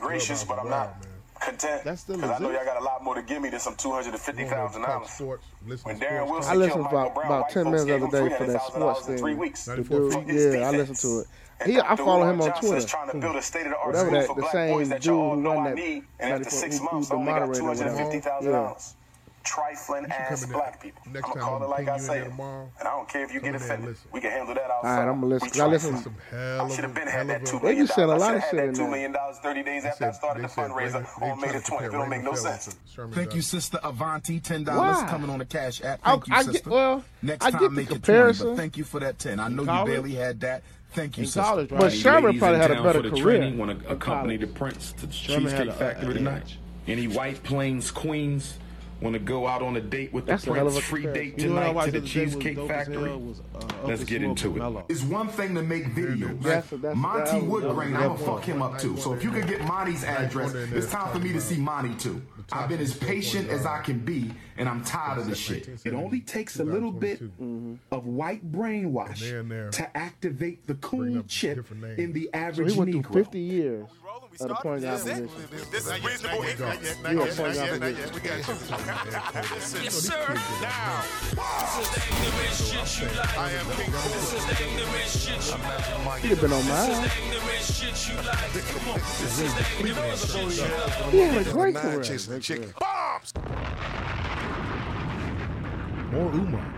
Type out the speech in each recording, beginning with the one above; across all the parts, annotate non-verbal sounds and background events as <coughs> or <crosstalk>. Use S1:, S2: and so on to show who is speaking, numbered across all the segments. S1: gracious, but I'm not content
S2: That's still
S1: because I know
S2: legit.
S1: y'all got a lot more to give me than some two hundred and fifty thousand
S2: Talk
S1: dollars.
S2: sports, listen
S1: When
S2: to
S1: Darren
S2: sports.
S1: Wilson
S3: I listened
S1: killed
S3: about-
S1: Michael Brown,
S3: about
S1: white
S3: 10
S1: folks
S3: minutes
S1: gave
S3: the
S1: him
S3: other day for that
S1: $300,000
S3: sports
S1: in
S3: thing.
S1: Three weeks.
S3: The
S2: 94
S3: dude,
S2: feet.
S3: yeah, I listened to it. He, I follow him on Twitter.
S1: Trying to build a state of the art
S3: Whatever
S1: school for
S3: that- the
S1: black
S3: same
S1: boys that y'all all
S3: dude
S1: know
S3: won
S1: I
S3: that
S1: need, and after
S3: 94
S1: six
S3: who- who
S1: months, I
S3: the
S1: only got two
S3: moderator or
S1: hundred and
S3: whatever.
S1: fifty thousand dollars. Trifling
S2: You should come
S1: ass
S2: in there
S1: black people.
S2: next
S1: I'ma
S2: time
S1: call
S2: I'm
S1: it like I
S2: pinging you in
S1: say,
S2: there
S1: it.
S2: tomorrow.
S1: and I don't care if you
S2: Come
S1: get
S2: in there and
S1: offended.
S2: listen.
S1: We can handle that outside.
S3: Alright, I'ma listen.
S1: We
S3: 'Cause I listen-
S1: trifling.
S2: Some
S1: I
S2: hell
S1: should have
S2: of a-
S1: been
S2: hell
S1: had that
S2: of a-
S1: two
S2: They
S3: be
S1: million
S3: saying a
S1: dollars.
S3: lot
S1: I
S3: of
S1: should
S3: shit
S1: have had
S3: in
S1: that two
S3: there.
S1: million dollars thirty days after I
S2: said-
S1: started
S2: they
S1: the
S2: said
S1: fundraiser
S2: Reagan-
S1: on May
S2: they tried
S1: the
S2: to
S1: twentieth. It
S2: compare
S1: don't make no
S2: Reagan Fell
S1: sense.
S2: to Sherman
S4: Thank you,
S2: Douglas.
S4: sister Avanti. Ten dollars
S3: Why?
S4: coming on the cash app.
S3: I-
S4: Thank you,
S3: I get-
S4: sister.
S3: well,
S4: Next
S3: I
S4: time
S3: get the
S4: make it
S3: comparison.
S4: twenty. But thank you for that ten. I know you
S3: college.
S4: barely had that. Thank you, sister.
S5: college, right?
S3: But Sherman
S6: Ladies
S3: probably
S6: in
S3: had a
S6: town
S3: better
S6: for the
S3: career.
S6: Training, want
S3: in
S6: to accompany the
S3: college.
S6: prince to the
S5: Sherman had
S3: uh,
S6: Cheesecake
S5: a-
S6: Factory
S5: a-
S6: tonight. Any White Plains Queens want to go out on a date with
S3: That's
S6: the
S3: a hell
S6: prince?
S3: of a
S6: Free
S3: comparison.
S6: date
S5: You know what I
S6: tonight
S5: watched
S6: to the
S5: the other day was
S6: Cheesecake
S5: dope as
S6: Factory.
S5: hell was, uh, Up
S6: Let's
S5: in
S6: get
S5: Smoke
S6: into it.
S5: with Mello.
S4: It's one thing to make videos.
S3: That's- that's-
S4: Monty
S3: that was-
S4: Woodgrain,
S3: that
S4: I'm gonna
S3: was-
S4: fuck him up too. So if you could get Monty's address,
S2: wonder in
S4: it's
S2: there.
S4: time for me to see Monty too. I've been as patient as I can be, and I'm tired of this shit. It only takes a little bit
S2: 2022.
S3: Mm-hmm.
S4: of white brainwash
S2: And they're in there.
S4: to activate the cool
S2: up
S4: chip
S2: different names.
S4: in the
S3: So
S4: average
S3: he went through
S4: Negro.
S3: 50 years
S7: Rolling, we
S3: of the
S7: started.
S3: point
S7: This
S3: guard
S7: is it.
S3: position.
S7: This is reasonable.
S2: Not yet,
S3: You a point guard
S7: Not
S3: position.
S7: yet. We got you.
S4: <laughs>
S8: Yes, sir. Now.
S2: I am King Cole.
S3: He'd have been on mine. He had a great career.
S7: Chasing chicken.
S2: More Umar.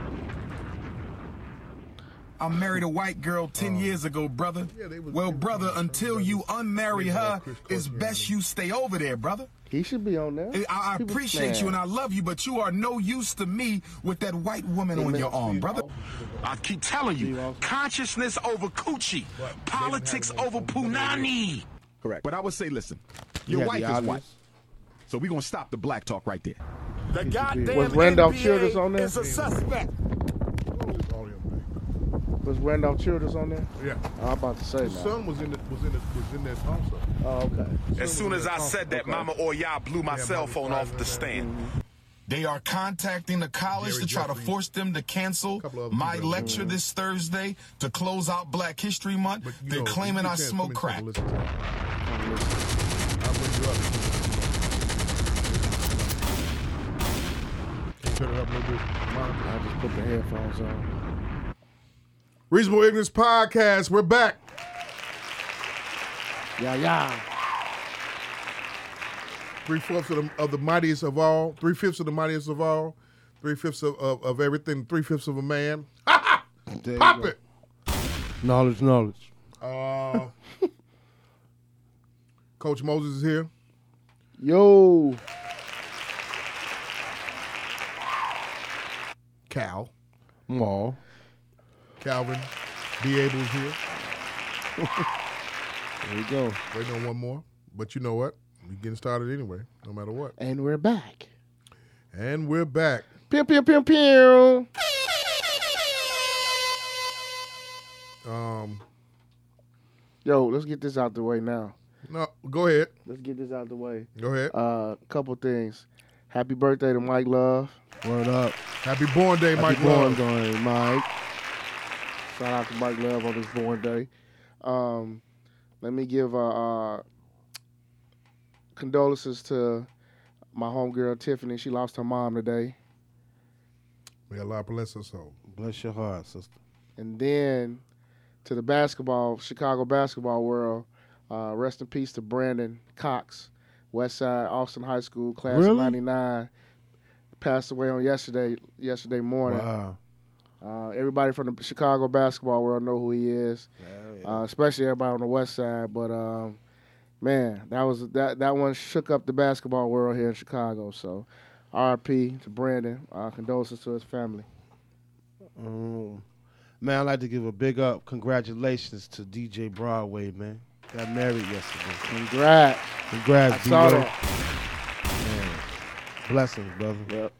S4: I married a white girl
S2: Uh,
S4: 10 years ago, brother.
S2: yeah, they was-
S4: well,
S2: they was
S4: brother,
S2: brothers.
S4: until you unmarry
S2: They was
S4: her,
S2: like Chris
S4: it's
S2: Cross,
S4: best
S2: yeah.
S4: you stay over there, brother.
S3: He should be on there.
S4: I, I
S3: People-
S4: appreciate you and I love you, but you are no use to me with that white woman on your arm, brother. I keep telling you, consciousness over coochie,
S2: politics over
S4: punani. Correct. But I would say, listen,
S3: You
S4: your
S3: had the
S4: wife is
S3: obvious.
S4: white, so we're gonna stop the black talk right there.
S7: The goddamn
S3: Was Randolph
S7: NBA
S3: Childress on there?
S7: is a suspect.
S2: All them
S3: Was Randolph Childress on there?
S2: things. Yeah.
S3: I was about to say
S2: His
S3: now.
S2: son was in the, was in the, was in that also.
S3: Oh, okay.
S9: As soon as I said that, Mama Oya blew my
S2: Yeah,
S9: cell
S2: Mama
S9: phone
S2: Oya
S9: off the
S2: right
S9: stand.
S4: They are contacting the college
S2: Jerry
S4: to try
S2: Jeffries.
S4: to force them to cancel
S2: Couple of other
S4: my
S2: people.
S4: lecture this Thursday to close out Black History
S2: Mm.
S4: Month.
S2: But you
S4: They're
S2: know,
S4: claiming
S2: you
S4: I
S2: can't
S4: smoke
S2: come
S4: crack.
S2: in and listen to it. I'll bring you up. Can you turn it up a little bit? Mom?
S3: I just put the headphones on.
S2: Reasonable Ignorance Podcast. We're back.
S3: Yeah, yeah.
S2: Three fourths of the, of the mightiest of all. Three fifths of the mightiest of all. Three fifths of, of, of everything. Three fifths of a man.
S3: There you
S2: Pop
S3: go.
S2: it.
S3: Knowledge, knowledge.
S2: Uh, Coach Moses is here.
S3: Yo,
S2: Cal.
S3: Maul.
S2: Calvin. Be able is here.
S3: There you go.
S2: Waiting on one more. But you know what? We're getting started anyway, no matter what.
S3: And we're back.
S2: And we're back.
S3: Pew, pew, pew, pew.
S2: Um,
S3: Yo, let's get this out the way now.
S2: no, go ahead.
S3: Let's get this out the way.
S2: Go ahead.
S3: A uh, couple things. Happy birthday to Mike Love.
S5: Word up.
S2: Happy born day, Mike
S5: Keep on
S2: Love.
S5: going, Mike.
S3: Shout out to Mike Love on his born day. Um, let me give uh, uh, condolences to my homegirl Tiffany. She lost her mom today.
S2: May Allah bless her soul.
S5: Bless your heart, sister.
S3: And then to the basketball, Chicago basketball world, uh, rest in peace to Brandon Cox, West Side Austin High School, class of
S5: Really?
S3: 99. Passed away on yesterday yesterday morning.
S5: Wow.
S3: Uh, everybody from the Chicago basketball world know who he is, uh, especially everybody on the West Side. But um, man, that was that that one shook up the basketball world here in Chicago. So, R.P. to Brandon. Uh, condolences to his family.
S5: Mm. Man, I'd like to give a big up. Congratulations to DJ Broadway, man. Got married yesterday.
S3: Congrats.
S5: Congrats,
S3: I saw
S5: D-Lo.
S3: that.
S5: Blessings, brother.
S3: Yep.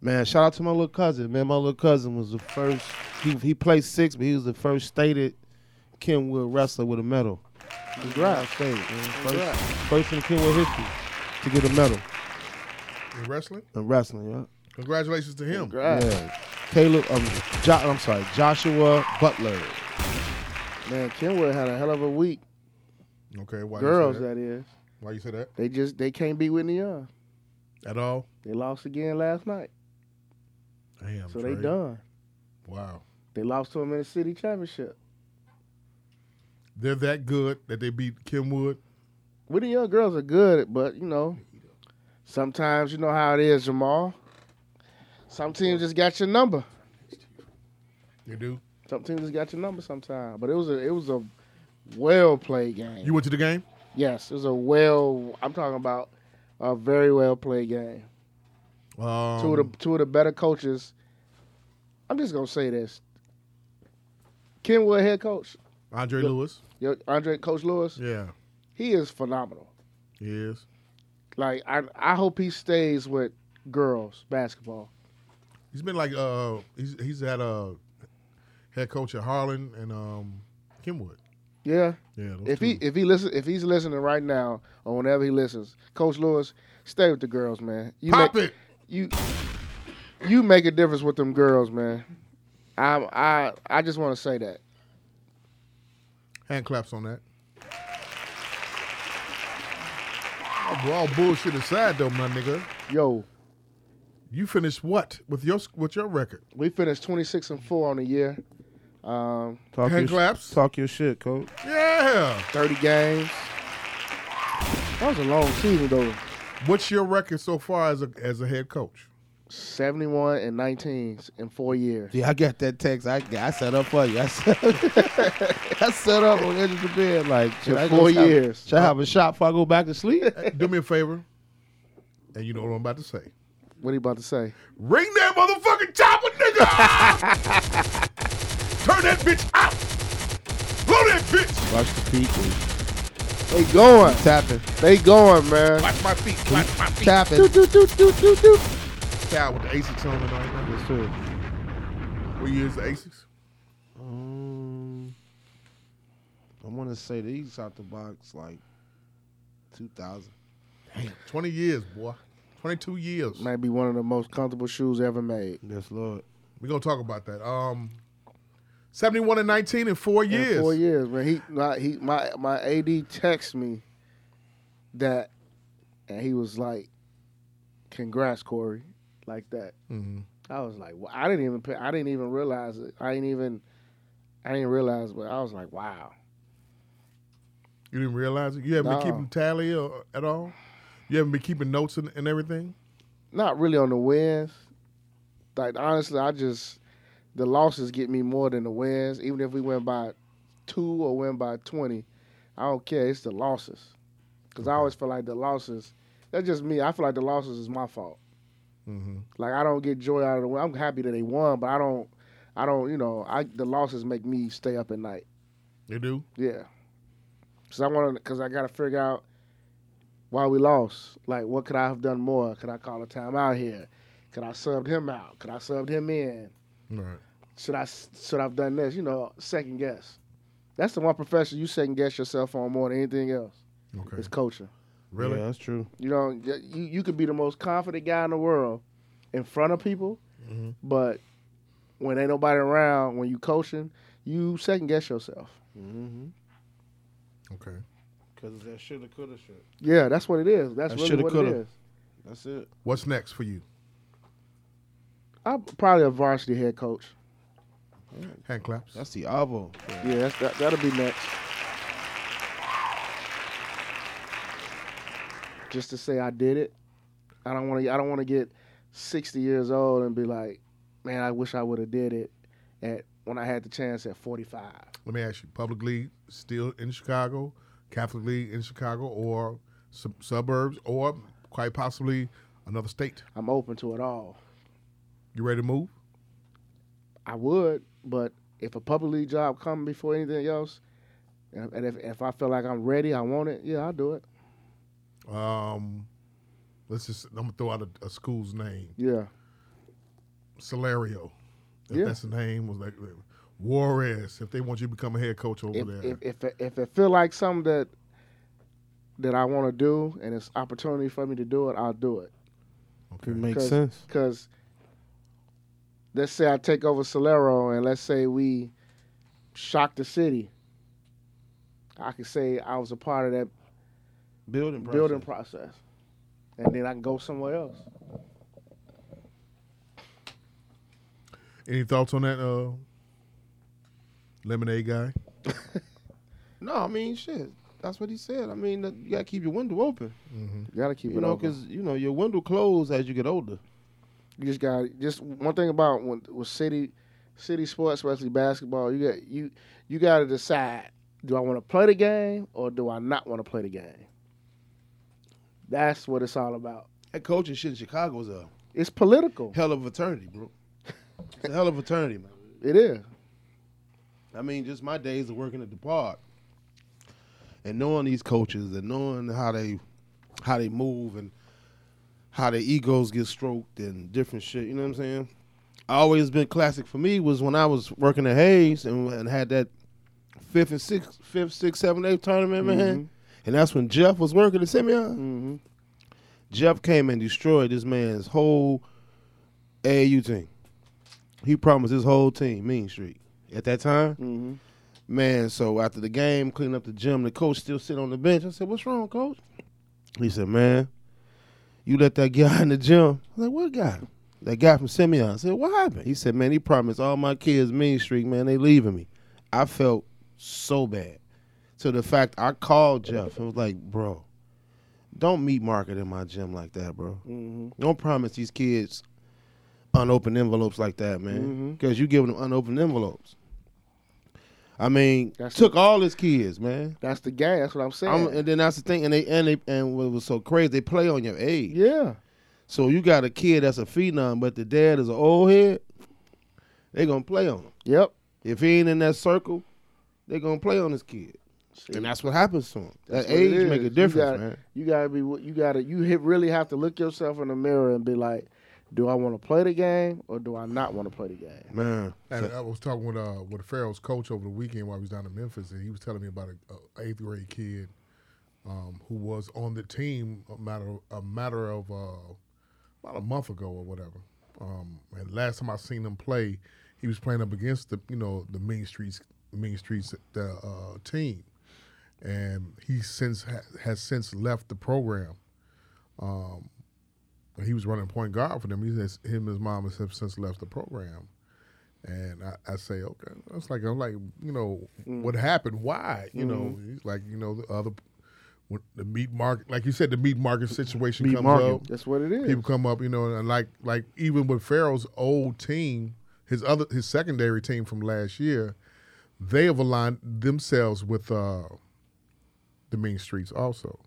S5: Man, shout out to my little cousin. Man, my little cousin was the first. He he played six, but he was the first stated Kenwood wrestler with a medal.
S3: Congrats.
S5: State, man. First, first in Kenwood history to get a medal
S2: In wrestling,
S5: in wrestling. Yeah.
S2: congratulations to him.
S3: Congrats.
S5: Yeah. Caleb, um, jo- I'm sorry, Joshua Butler.
S3: Man, Kenwood had a hell of a week.
S2: Okay, why you say
S3: Girls,
S2: that?
S3: that is.
S2: Why you say that?
S3: They just they can't beat Whitney Young.
S2: At all?
S3: They lost again last night,
S2: Damn.
S3: so
S2: Trey.
S3: they done.
S2: Wow.
S3: They lost to him in the city championship.
S2: They're that good that they beat Kim Wood.
S3: Whitney Young girls are good, but you know, sometimes you know how it is, Jamal. Some teams just got your number.
S2: They do.
S3: Some teams just got your number sometime. But it was a it was a well played game.
S2: You went to the game?
S3: yes, it was a well. I'm talking about a very well played game.
S2: Um,
S3: two of the two of the better coaches. I'm just gonna say this: Kenwood head coach,
S2: Andre Lewis.
S3: yo, Andre Coach Lewis,
S2: Yeah.
S3: he is phenomenal.
S2: He is.
S3: Like I, I hope he stays with girls basketball.
S2: He's been like uh he's he's had uh head coach at Harlan and um Kimwood.
S3: Yeah.
S2: Yeah. those
S3: If he
S2: two.
S3: if he listen if he's listening right now or whenever he listens, Coach Lewis, stay with the girls, man. You
S2: pop
S3: make,
S2: it.
S3: You you make a difference with them girls, man. I I I just want to say that.
S2: Hand claps on that. Bro, all bullshit aside though, my nigga.
S3: Yo,
S2: You finished what with your with your record?
S3: we finished 26 and four on the year. Um,
S5: Talk
S2: Hand
S5: your, sh-
S2: claps.
S5: Talk your shit, coach.
S2: Yeah.
S3: 30 games. That was a long season though.
S2: What's your record so far as a as a head coach?
S3: 71 and 19 in four years.
S5: Yeah, I got that text. I I set up for you. I set, I set up <laughs> on the edge of the bed like should I go
S3: four
S5: shop-
S3: years.
S5: Should I have a shot before I go back to sleep? <laughs>
S2: Do me a favor, and you know what I'm about to say.
S3: What are you about to say?
S2: Ring that motherfucking chopper, nigga! Turn that bitch out! Blow that bitch!
S5: Watch the people.
S3: They going.
S5: Tapping,
S3: They going, man.
S2: Watch my feet, watch my feet.
S5: tapping.
S3: Do, do, do, do, do.
S2: Cow with the Asics on and all that.
S5: That's true.
S2: What year is the Asics?
S5: Um, I want to say these out the box like 2000.
S2: 20 years, boy. 22 years.
S3: Might be one of the most comfortable shoes ever made.
S5: Yes, Lord.
S2: We're gonna talk about that. Um, 71 and 19 in four
S3: In
S2: years.
S3: Four years, man. He, my, he, my, my AD texted me that, and he was like, "Congrats, Corey," like that.
S2: Mhm.
S3: I was like, "Wha- I didn't even, pay, I didn't even realize it. I didn't even, I didn't realize, but I was like, wow.
S2: You didn't realize it? You haven't
S3: No.
S2: been keeping tally or, at all? You haven't been keeping notes and, and everything?
S3: Not really on the wins. Like honestly, I just the losses get me more than the wins. Even if we win by two or win by twenty, I don't care. It's the losses, because I always feel like the losses. That's just me. I feel like the losses is my fault. Like I don't get joy out of the win. I'm happy that they won, but I don't. I don't. You know, I the losses make me stay up at night.
S2: You do?
S3: Yeah. Cause I want to. Cause I gotta figure out why we lost. Like, what could I have done more? Could I call a timeout here? Could I subbed him out? Could I subbed him in?
S2: All right.
S3: Should I should I've done this? You know, second guess. That's the one profession you second guess yourself on more than anything else.
S2: Okay.
S3: It's coaching.
S2: Really?
S5: Yeah, that's true.
S3: You know, y- you you could be the most confident guy in the world in front of people,
S5: Mm-hmm.
S3: but when ain't nobody around, when you coaching, you second guess yourself.
S2: Okay.
S5: Because that shoulda, coulda, shoulda.
S3: Yeah, that's what it is. That's
S5: That
S3: really
S5: shoulda,
S3: what it
S5: coulda.
S3: is.
S5: That's it.
S2: What's next for you?
S3: I'm probably a varsity head coach.
S2: Hand claps.
S5: That's the Avo.
S3: Yeah, that's, that, that'll be next. Just to say I did it. I don't want to. I don't want to get sixty years old and be like, man, I wish I would have did it at when I had the chance at forty five.
S2: Let me ask you: public league still in Chicago, Catholic league in Chicago, or sub- suburbs, or quite possibly another state?
S3: I'm open to it all.
S2: You ready to move?
S3: I would, but if a public league job come before anything else, and and if if I feel like I'm ready, I want it. Yeah, I'll do it.
S2: Um, let's just. I'm gonna throw out a, a school's name:
S3: Yeah,
S2: Solario. If
S3: Yeah.
S2: that's the name, was like Juarez. If they want you to become a head coach over
S3: if,
S2: there,
S3: if if it- if it feel like something that that I want to do and it's opportunity for me to do it, I'll do it.
S2: okay.
S5: It makes
S3: Cause,
S5: sense.
S3: 'cause let's say I take over Solero and let's say we shock the city. I could say I was a part of that
S5: Building process.
S3: building process, and then I can go somewhere else.
S2: Any thoughts on that, uh, lemonade guy?
S5: No, I mean shit. That's what he said. I mean, that- you gotta keep your window open.
S3: You gotta keep
S5: You
S3: it
S5: know,
S3: open.
S5: because you know your window closed as you get older.
S3: You just got just one thing about when with city city sports, especially basketball. You got you you got to decide: do I want to play the game or do I not want to play the game? That's what it's all about.
S5: That coaching shit in Chicago is a
S3: It's political.
S5: hell of a fraternity, bro. It's a hell of a fraternity, man.
S3: It is.
S5: I mean, just my days of working at the park and knowing these coaches and knowing how they how they move and how their egos get stroked and different shit. You know what I'm saying? Always been classic for me was when I was working at Hayes and, and had that fifth and sixth, fifth, sixth, seventh, eighth tournament, man. And that's when Jeff was working at Simeon. Jeff came and destroyed this man's whole AAU team. He promised his whole team Mean Street at that time. Man, so after the game, cleaning up the gym, the coach still sit on the bench. I said, "What's wrong, coach?" He said, "Man, you let that guy in the gym." I was like, "What guy?" That guy from Simeon. I said, "What happened?" He said, "Man, he promised all my kids Mean Street. Man, they leaving me." I felt so bad. To the fact I called Jeff and was like, "Bro, don't meet market in my gym like that, bro. Don't promise these kids unopened envelopes like that, man. Because you giving them unopened envelopes. I mean,
S3: That's
S5: took all his kids, man.
S3: That's the game. That's what I'm saying.
S5: I'm, and then that's the thing, and they and they and what was so crazy, they play on your age.
S3: yeah.
S5: So you got a kid that's a phenom, but the dad is an old head. They gonna play on him
S3: Yep.
S5: if he ain't in that circle. They gonna play on this kid, and that's what happens to him.
S3: That's
S5: that
S3: what it
S5: age
S3: is.
S5: make a
S3: You
S5: difference,
S3: gotta-
S5: man.
S3: You gotta be. You gotta. You hit, really have to look yourself in the mirror and be like, do I want to play the game or do I not want to play the game?
S5: Man,
S2: And I was talking with uh with Pharaoh's coach over the weekend while he was down in Memphis, and he was telling me about a, a eighth grade kid um, who was on the team a matter a matter of uh, about a month ago or whatever. Um, and last time I seen him play, he was playing up against the you know the Mean Streets Mean Streets the uh, team, and he since ha- has since left the program. Um, he was running point guard for them. He says him and his mom have since left the program. And I, I say, okay, it's like I'm like, you know, what happened? Why? You know, he's like, you know, the other, when the meat market, like you said, the meat market situation comes up.
S3: That's what it is.
S2: People come up, you know, and like like even with Farrell's old team, his other his secondary team from last year, they have aligned themselves with uh, the mean streets also.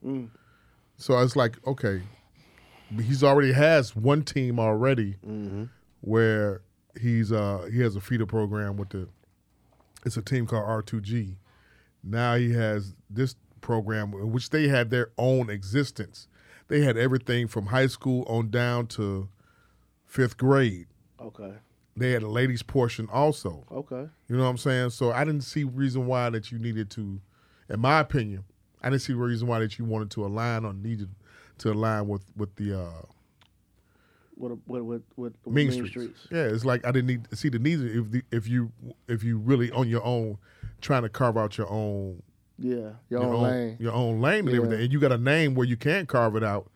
S2: So it's like okay, he's already has one team already where he's uh he has a feeder program with the it's a team called R2G. Now he has this program in which they had their own existence. They had everything from high school on down to fifth grade.
S3: okay.
S2: They had a ladies portion also.
S3: Okay.
S2: You know what I'm saying? So I didn't see reason why that you needed to, in my opinion, I didn't see reason why that you wanted to align or needed to align with with the uh,
S3: What? What? What? What? what
S2: Mean, streets. Yeah, it's like I didn't need to see the need if the, if you if you really on your own trying to carve out your own
S3: Yeah. Your,
S2: your
S3: own,
S2: own
S3: lane.
S2: your own lane and
S3: Yeah.
S2: everything, and you got a name where you can carve it out.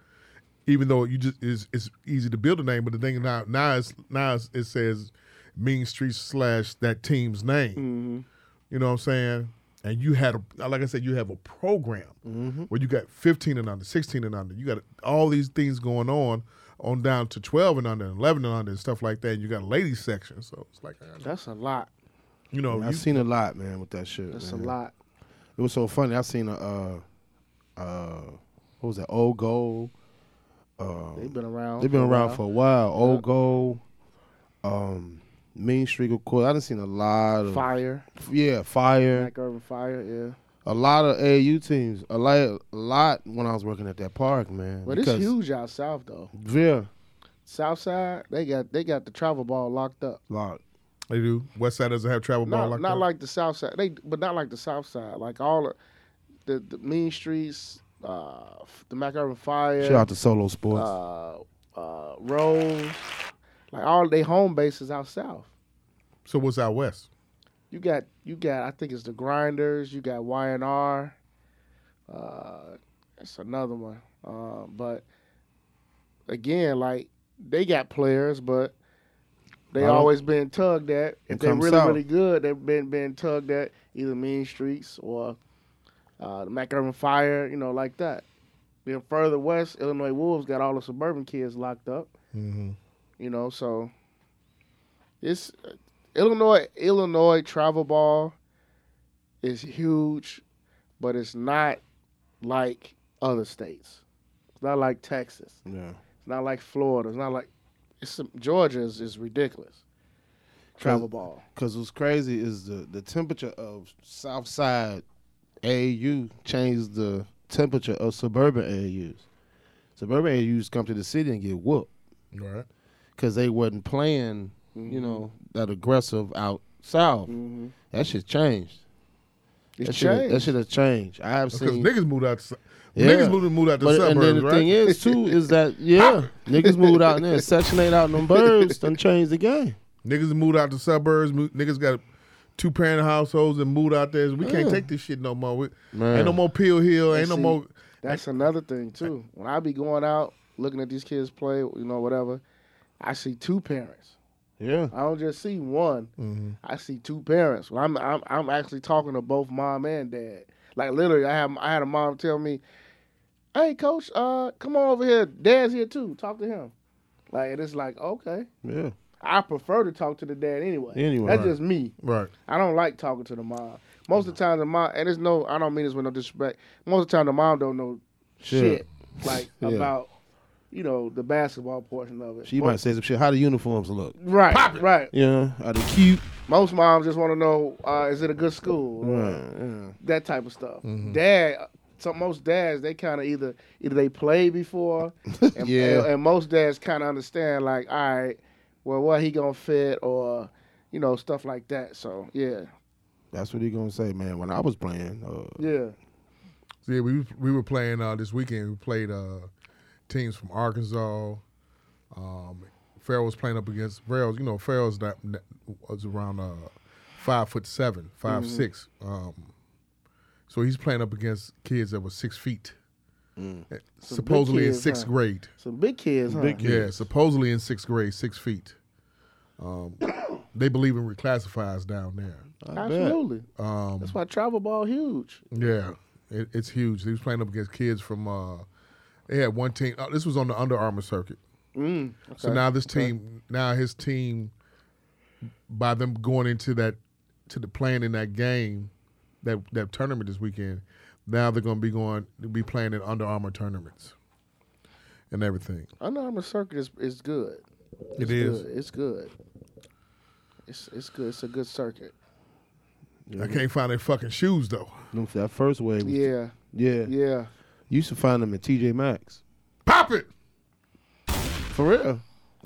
S2: Even though you just it's, it's easy to build a name, but the thing now now it's, now it's, it says Mean Streets slash that team's name.
S3: Mm-hmm.
S2: You know what I'm saying? And you had a like I said, you have a program
S3: Mm-hmm.
S2: where you got 15 and under, 16 and under. You got all these things going on on down to 12 and under, and 11 and under, and stuff like that. And you got a ladies section, so it's like I don't-
S3: That's a lot.
S2: you know
S5: I've
S2: you-
S5: seen a lot, man, with that shit.
S3: That's
S5: man.
S3: a lot.
S5: It was so funny. I seen a uh uh what was that? Old Gold.
S3: They've been around.
S5: Oh. They've been around for a while. Old Gold, um, Mean Street of course. I done seen a lot of
S3: Fire.
S5: yeah, fire.
S3: Black Urban Fire. Yeah.
S5: A lot of AU teams. A lot, a lot when I was working at that park, man.
S3: But it's
S5: because-
S3: huge out south though.
S5: Yeah,
S3: South side, they got they got the travel ball locked up.
S5: lot.
S2: they do. West Side doesn't have travel ball
S3: Not,
S2: like
S3: not
S2: that.
S3: like the south side. They but not like the south side. Like all of the, the mean streets, uh, the Mac Urban Fire.
S5: Shout out to Solo Sports.
S3: uh, uh, Rose, like all they home bases out south.
S2: so what's out west?
S3: You got you got I think it's the Grinders. You got Y and R. Uh, It's another one. Uh, but again, like they got players, but they
S5: Well,
S3: always been tugged at. If they're
S5: comes
S3: really
S5: out.
S3: really good, they've been been tugged at either Mean Streets or uh, the Mac Urban Fire, you know, like that. Then further west, Illinois Wolves got all the suburban kids locked up.
S5: Mm-hmm.
S3: You know, so it's uh, Illinois Illinois travel ball is huge, but it's not like other states. It's not like Texas.
S5: Yeah.
S3: It's not like Florida. It's not like it's Georgia is, is ridiculous. Travel ball.
S5: Cause what's crazy is the the temperature of Southside AU changed the temperature of suburban AUs. Suburban AUs come to the city and get whooped
S2: Right.
S5: because they wasn't playing, you
S3: Mm-hmm.
S5: know, that aggressive out south. That shit changed.
S3: It's
S5: That shit, that
S3: Mm-hmm. changed.
S5: shit have changed. I have
S2: Because
S5: seen.
S2: niggas moved out. To,
S5: Yeah.
S2: Niggas moved moved out to
S5: But,
S2: suburbs,
S5: and then the
S2: right?
S5: thing
S2: <laughs>
S5: is too is <laughs> that yeah, niggas moved out in there, section eight out in them birds, done changed the game.
S2: niggas moved out to suburbs. mo- Niggas got two parent households and moved out there. We can't
S5: Yeah.
S2: take this shit no more. We,
S5: Man.
S2: ain't no more Peel Hill. Ain't
S3: And
S2: no
S3: see,
S2: more.
S3: That's another thing too. When I be going out looking at these kids play, you know, whatever, I see two parents.
S5: Yeah,
S3: I don't just see one.
S5: Mm-hmm.
S3: I see two parents. Well, I'm, I'm I'm actually talking to both mom and dad. Like literally, I have I had a mom tell me, "Hey, coach, uh, come on over here. Dad's here too. Talk to him." Like and it's like okay.
S5: yeah.
S3: I prefer to talk to the dad anyway.
S5: Anyway.
S3: that's just me.
S2: Right.
S3: I don't like talking to the mom. Most of the time, the mom and it's no. I don't mean this with no disrespect. Most of the time, the mom don't know shit,
S5: Shit.
S3: like
S5: Yeah.
S3: about you know the basketball portion of it.
S5: She
S3: But-
S5: might say some shit. How the uniforms look?
S3: right, right.
S5: Yeah, are they cute?
S3: Most moms just want to know, uh, is it a good school? Or That type of stuff. Dad, so most dads they kind of either either they play before, and,
S5: Yeah.
S3: and, and most dads kind of understand like, all right, well, what he gonna fit or you know stuff like that. So yeah,
S5: That's what he gonna say, man. When I was playing, uh,
S3: yeah,
S2: Yeah, we was- we were playing uh, this weekend. We played uh, teams from Arkansas. Um, Farrell was playing up against Farrell's. You know, Farrell's not, not- was around uh, five foot seven, five
S3: Mm-hmm.
S2: six. Um, so he's playing up against kids that were six feet. Eh, Supposedly in
S3: Mm. kids,
S2: sixth
S3: huh?
S2: grade.
S3: some big kids, huh?
S2: Yeah, supposedly in sixth grade, six feet. Um, <coughs> they believe in reclassifies down there.
S3: absolutely. That's why travel ball huge.
S2: Yeah, it, it's huge. He was playing up against kids from. Uh, they had one team. Oh, this was on the Under Armour circuit. Mm, So now this team, now his team, by them going into that, to the playing in that game, that that tournament this weekend, now they're going to be going to be playing in Under Armour tournaments, and everything.
S3: Under Armour circuit is is good.
S2: It
S3: It's
S2: is.
S3: good. It's good. It's it's good. It's a good circuit.
S2: I can't find their fucking shoes though.
S5: them- that first wave. Was,
S3: Yeah,
S5: yeah,
S3: yeah.
S5: You used to find them at TJ Maxx.
S2: Pop it.
S5: For real.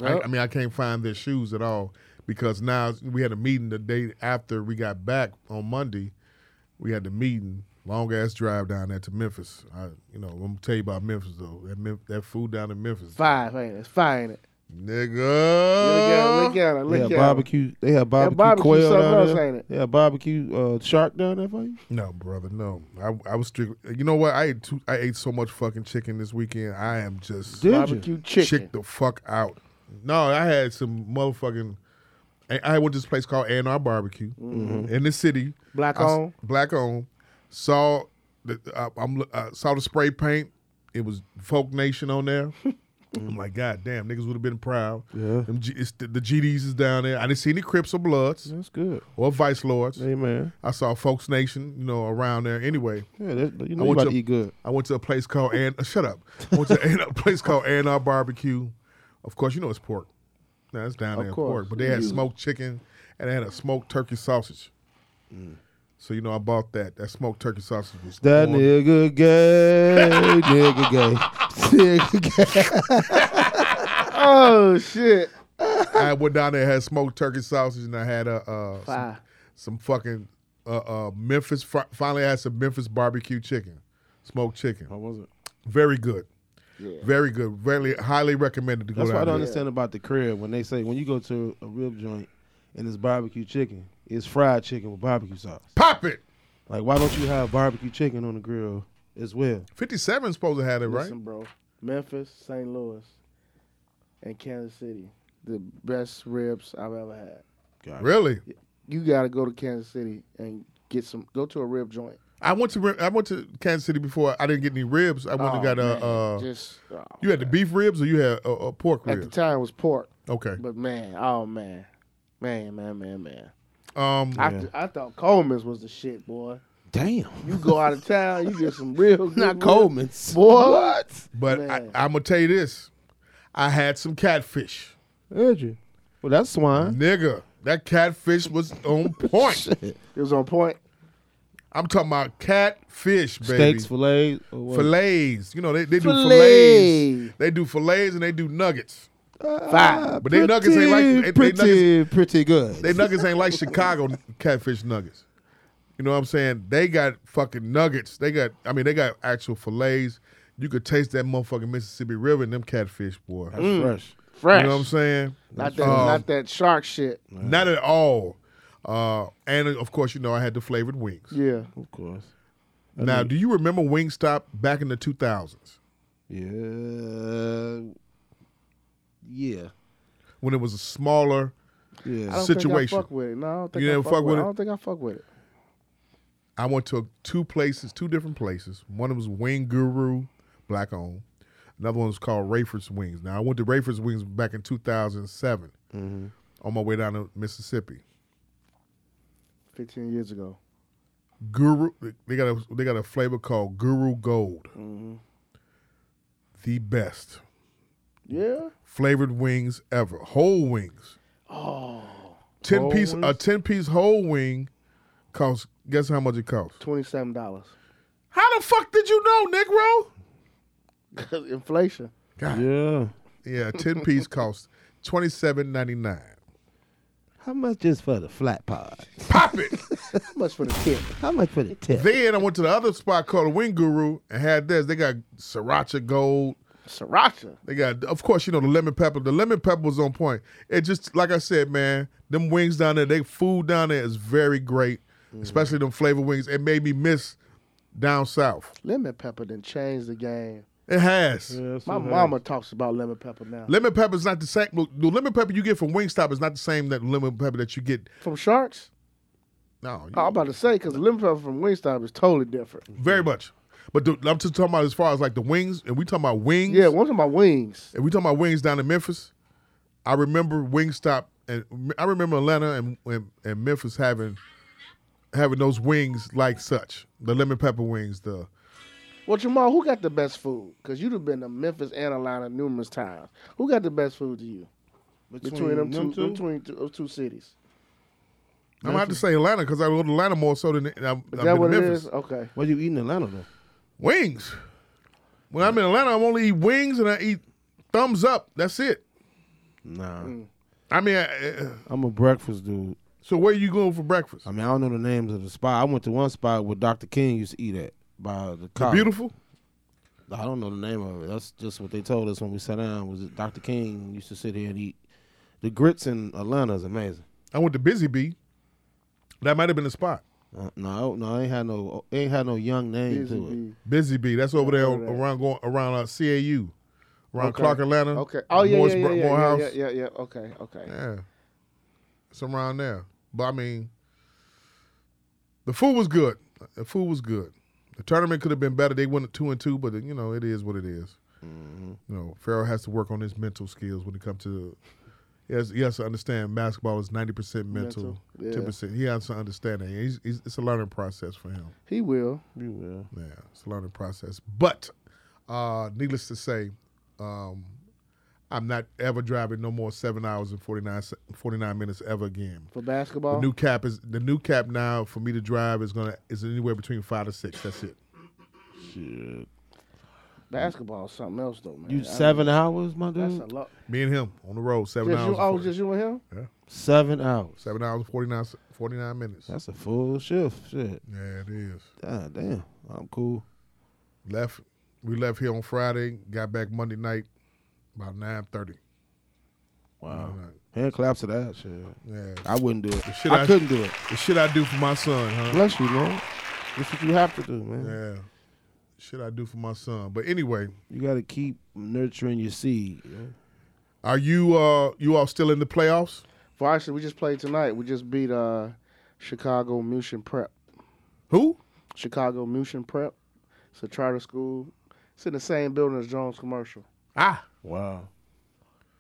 S2: I, I mean, I can't find their shoes at all because now we had a meeting the day after we got back on Monday. We had the meeting, long ass drive down there to Memphis. I, you know, I'm gonna tell you about Memphis though. That, Mem- that food down in Memphis,
S3: Five, ain't it? It's Five, ain't it? Look at her,
S2: nigga.
S3: look at her,
S5: They
S3: look
S5: had
S3: at her.
S5: barbecue. They had barbecue,
S3: barbecue
S5: quail
S3: something
S5: down
S3: else,
S5: there.
S3: ain't it?
S5: They had barbecue uh, shark down there for you.
S2: No, brother, no. I, I was strictly. You know what? I ate too, I ate so much fucking chicken this weekend. I am just
S5: Did you?
S3: Barbecue chicken.
S2: chick the fuck out. No, I had some motherfucking. I- I went to this place called A&R Barbecue in the city.
S3: Mm-hmm. Black
S2: I s-
S3: owned?
S2: Black on. Saw the uh, I'm lo- uh, saw the spray paint. It was Folk Nation on
S3: <laughs>
S2: there. I'm like, God damn, niggas would have been proud. Yeah. Them G- it's the, the GDs is down there. I didn't see any Crips or Bloods
S5: That's good.
S2: or Vice Lords.
S5: Hey man.
S2: I saw Folks Nation, you know, around there. Anyway,
S5: Yeah, that, you know
S2: I
S5: you
S2: went
S5: about
S2: to-
S5: to eat good.
S2: I went to a place called and uh, <laughs> shut up. I went to a, a place called A&R Barbecue. Of course, you know it's pork. Now it's down there
S3: course.
S2: pork, but they had smoked chicken and they had a smoked turkey sausage. So you know I bought that. That smoked turkey sausage was
S5: Mm. That
S2: on-
S5: nigga <laughs> gay, nigga gay, <laughs> nigga gay.
S3: Oh shit!
S2: I went down there and had smoked turkey sausage and I had a uh, some,
S3: Fire.
S2: some fucking uh, uh, Memphis. Fr- finally, I had some Memphis barbecue chicken, smoked chicken.
S5: Oh,
S2: How was it? Very good. Very good. Very highly recommended to go
S5: That's what I
S2: down
S5: don't
S2: there.
S5: understand about the crib when they say when you go to a rib joint and it's barbecue chicken, it's fried chicken with barbecue sauce.
S2: Pop it.
S5: Like, why don't you have barbecue chicken on the grill as well.
S2: 57 supposed to have it, right?
S3: Listen, bro. Memphis, St. Louis, and Kansas City. The best ribs I've ever had.
S2: Really?
S3: You gotta go to Kansas City and get some go to a rib joint.
S2: I went to I went to Kansas City before. I didn't get any ribs. I went
S3: Oh,
S2: and got
S3: man.
S2: a. Uh,
S3: just oh,
S2: you had the beef ribs or you had a, a pork
S3: at the
S2: ribs?
S3: time it was pork.
S2: Okay.
S3: But man, oh man. Man, man, man, man.
S2: Um,
S3: I, th- I thought Coleman's was the shit, boy.
S5: Damn.
S3: You go out of town, you get
S2: <laughs>
S3: some real good
S5: Not
S3: rib-
S5: Coleman's.
S3: Boy.
S2: but I,
S3: Man.
S2: I'm gonna tell you this. I had some catfish,
S5: Did you? Well, that's swine.
S2: nigga. That catfish was on
S3: <laughs>
S5: <laughs>
S2: point.
S3: It was on point.
S2: I'm talking about catfish, baby.
S5: Steaks, fillets. or what?
S2: fillets. You know they, they do
S3: Fillet.
S2: fillets. They do fillets and they do nuggets.
S3: Five.
S2: But they nuggets ain't like they, they
S5: pretty,
S2: nuggets.
S5: pretty good.
S2: They nuggets ain't like Chicago catfish nuggets. You know what I'm saying? They got fucking nuggets. They got I mean they got actual fillets. You could taste that motherfucking Mississippi River and them catfish, boy.
S5: fresh.
S3: Fresh.
S2: You know what I'm saying?
S3: Mm. Not that,
S2: Um,
S3: not that shark shit.
S2: Not at all. Uh, and of course, you know I had the flavored wings.
S3: Yeah.
S5: Of course.
S2: Now, do you remember Wingstop back in the 2000s
S5: Yeah. Yeah.
S2: when it was a smaller?
S5: Yeah.
S3: I don't
S2: Situation.
S3: Think I fuck with it. No, I don't think
S2: You
S3: I
S2: never
S3: fuck,
S2: fuck
S3: with
S2: with
S3: it.
S2: it?
S3: I don't think I fuck with it.
S2: I went to two places, two different places. One was Wing Guru, black owned. Another one was called Rayford's Wings. Now I went to Rayford's Wings back in 2007 on my way down to Mississippi.
S3: Fifteen years ago.
S2: Guru, they got a they got a flavor called Guru Gold. The best
S3: Yeah.
S2: flavored wings ever, whole wings. Oh, ten
S3: whole
S2: piece a
S3: wings?
S2: ten piece whole wing costs. Guess how much it costs?
S3: Twenty seven dollars. <laughs>
S2: How the fuck did you know, Negro?
S3: Inflation.
S5: yeah.
S2: Yeah, a ten piece costs twenty seven ninety nine.
S5: How much is for the flat pod?
S2: Pop it.
S3: How much for the tip?
S5: How much for the tip?
S2: then I went to the other spot called the Wing Guru and had this. They got sriracha gold.
S3: Sriracha.
S2: They got, of course, you know the lemon pepper. The lemon pepper was on point. It just, like I said, man, them wings down there, they food down there is very great, especially them flavor wings. It made me miss down south.
S3: Lemon pepper then changed the game.
S2: It has.
S3: My mama talks about lemon pepper now.
S2: Lemon pepper is not the same. look, The lemon pepper you get from Wingstop is not the same that lemon pepper that you get.
S3: From sharks?
S2: No, you-
S3: Oh, I'm about to say, because the lemon pepper from Wingstop is totally different.
S2: very much. But the, I'm just talking about as far as like the wings, and we talking about wings.
S3: Yeah, one of my wings.
S2: If we talking about wings down in Memphis, I remember Wingstop and I remember Atlanta and, and, and Memphis having having those wings like such. The lemon pepper wings, the
S3: Well, Jamal, who got the best food? Because you'd have been to Memphis and Atlanta numerous times. Who got the best food to you? Between, them, two, between two, those two cities.
S2: I'm gonna have to say Atlanta because I go to Atlanta more so than I, I've
S3: Is
S2: been
S3: that
S2: to
S3: what
S2: Memphis.
S3: it is? Oh. Okay.
S5: What you eating in Atlanta though?
S2: Wings. When I'm in Atlanta, I'm only eat wings and I eat thumbs up. That's it.
S5: Nah.
S2: I mean, I, I-
S5: I'm a breakfast dude.
S2: so where you going for breakfast?
S5: I mean, I don't know the names of the spot. I went to one spot where Dr. King used to eat at by the car.
S2: Beautiful.
S5: I don't know the name of it. That's just what they told us when we sat down. Was it Dr. King used to sit here and eat the grits in Atlanta is amazing.
S2: I went to Busy Bee. That might have been the spot.
S5: Uh, no, no, ain't had no, ain't had no young name
S3: Busy
S5: to it.
S3: Bee.
S2: Busy Bee. That's over there
S3: heard of that.
S2: around going around uh, CAU, around
S3: Okay.
S2: Clark Atlanta.
S3: Okay. Oh, yeah,
S2: Morris-
S3: yeah, yeah, yeah, yeah,
S2: Morehouse.
S3: yeah, yeah, yeah. Okay, okay.
S2: Yeah. It's around there. But I mean, the food was good. The food was good. The tournament could have been better. They went two and two, but you know it is what it is. You know, Farrell has to work on his mental skills when it comes to. Yes, he has to understand basketball is ninety percent mental,
S3: Mental, yeah.
S2: ten percent. He has to understand that. He's, he's, it's a learning process for him.
S3: He will.
S5: You will.
S2: Yeah, it's a learning process. But uh, needless to say, um, I'm not ever driving no more seven hours and 49, se- 49 minutes ever again.
S3: For
S2: The
S3: basketball?
S2: new cap is the new cap now for me to drive is gonna is anywhere between five to six. That's it.
S3: basketball is something else, though, man.
S5: You
S3: I
S5: seven hours, my
S3: mean,
S5: dude.
S3: That's a lot.
S2: Me and him on the road, seven
S3: Just
S2: hours.
S3: you,
S2: and
S3: oh,
S2: 40
S3: just you and him?
S5: Seven hours.
S2: seven hours and 49, se- 49 minutes.
S5: That's a full shift. Shit.
S2: Yeah, it is.
S5: God damn. I'm cool.
S2: Left we left here on Friday, got back Monday night about nine thirty.
S5: Wow. Hand claps to that shit.
S2: Yeah.
S5: I wouldn't do it.
S2: shit
S5: I,
S2: I-
S5: couldn't do it.
S2: The shit I do for my son, huh?
S5: Bless you, man. That's what you have to do, man.
S2: Yeah. should I do for my son? But anyway,
S5: You got to keep nurturing your seed. you know?
S2: are you uh you all still in the playoffs?
S3: Varsity, we just played tonight. We just beat uh, Chicago Mission Prep.
S2: Who?
S3: Chicago Mission Prep. It's a charter school. It's in the same building as Jones Commercial.
S2: Ah,
S5: Wow,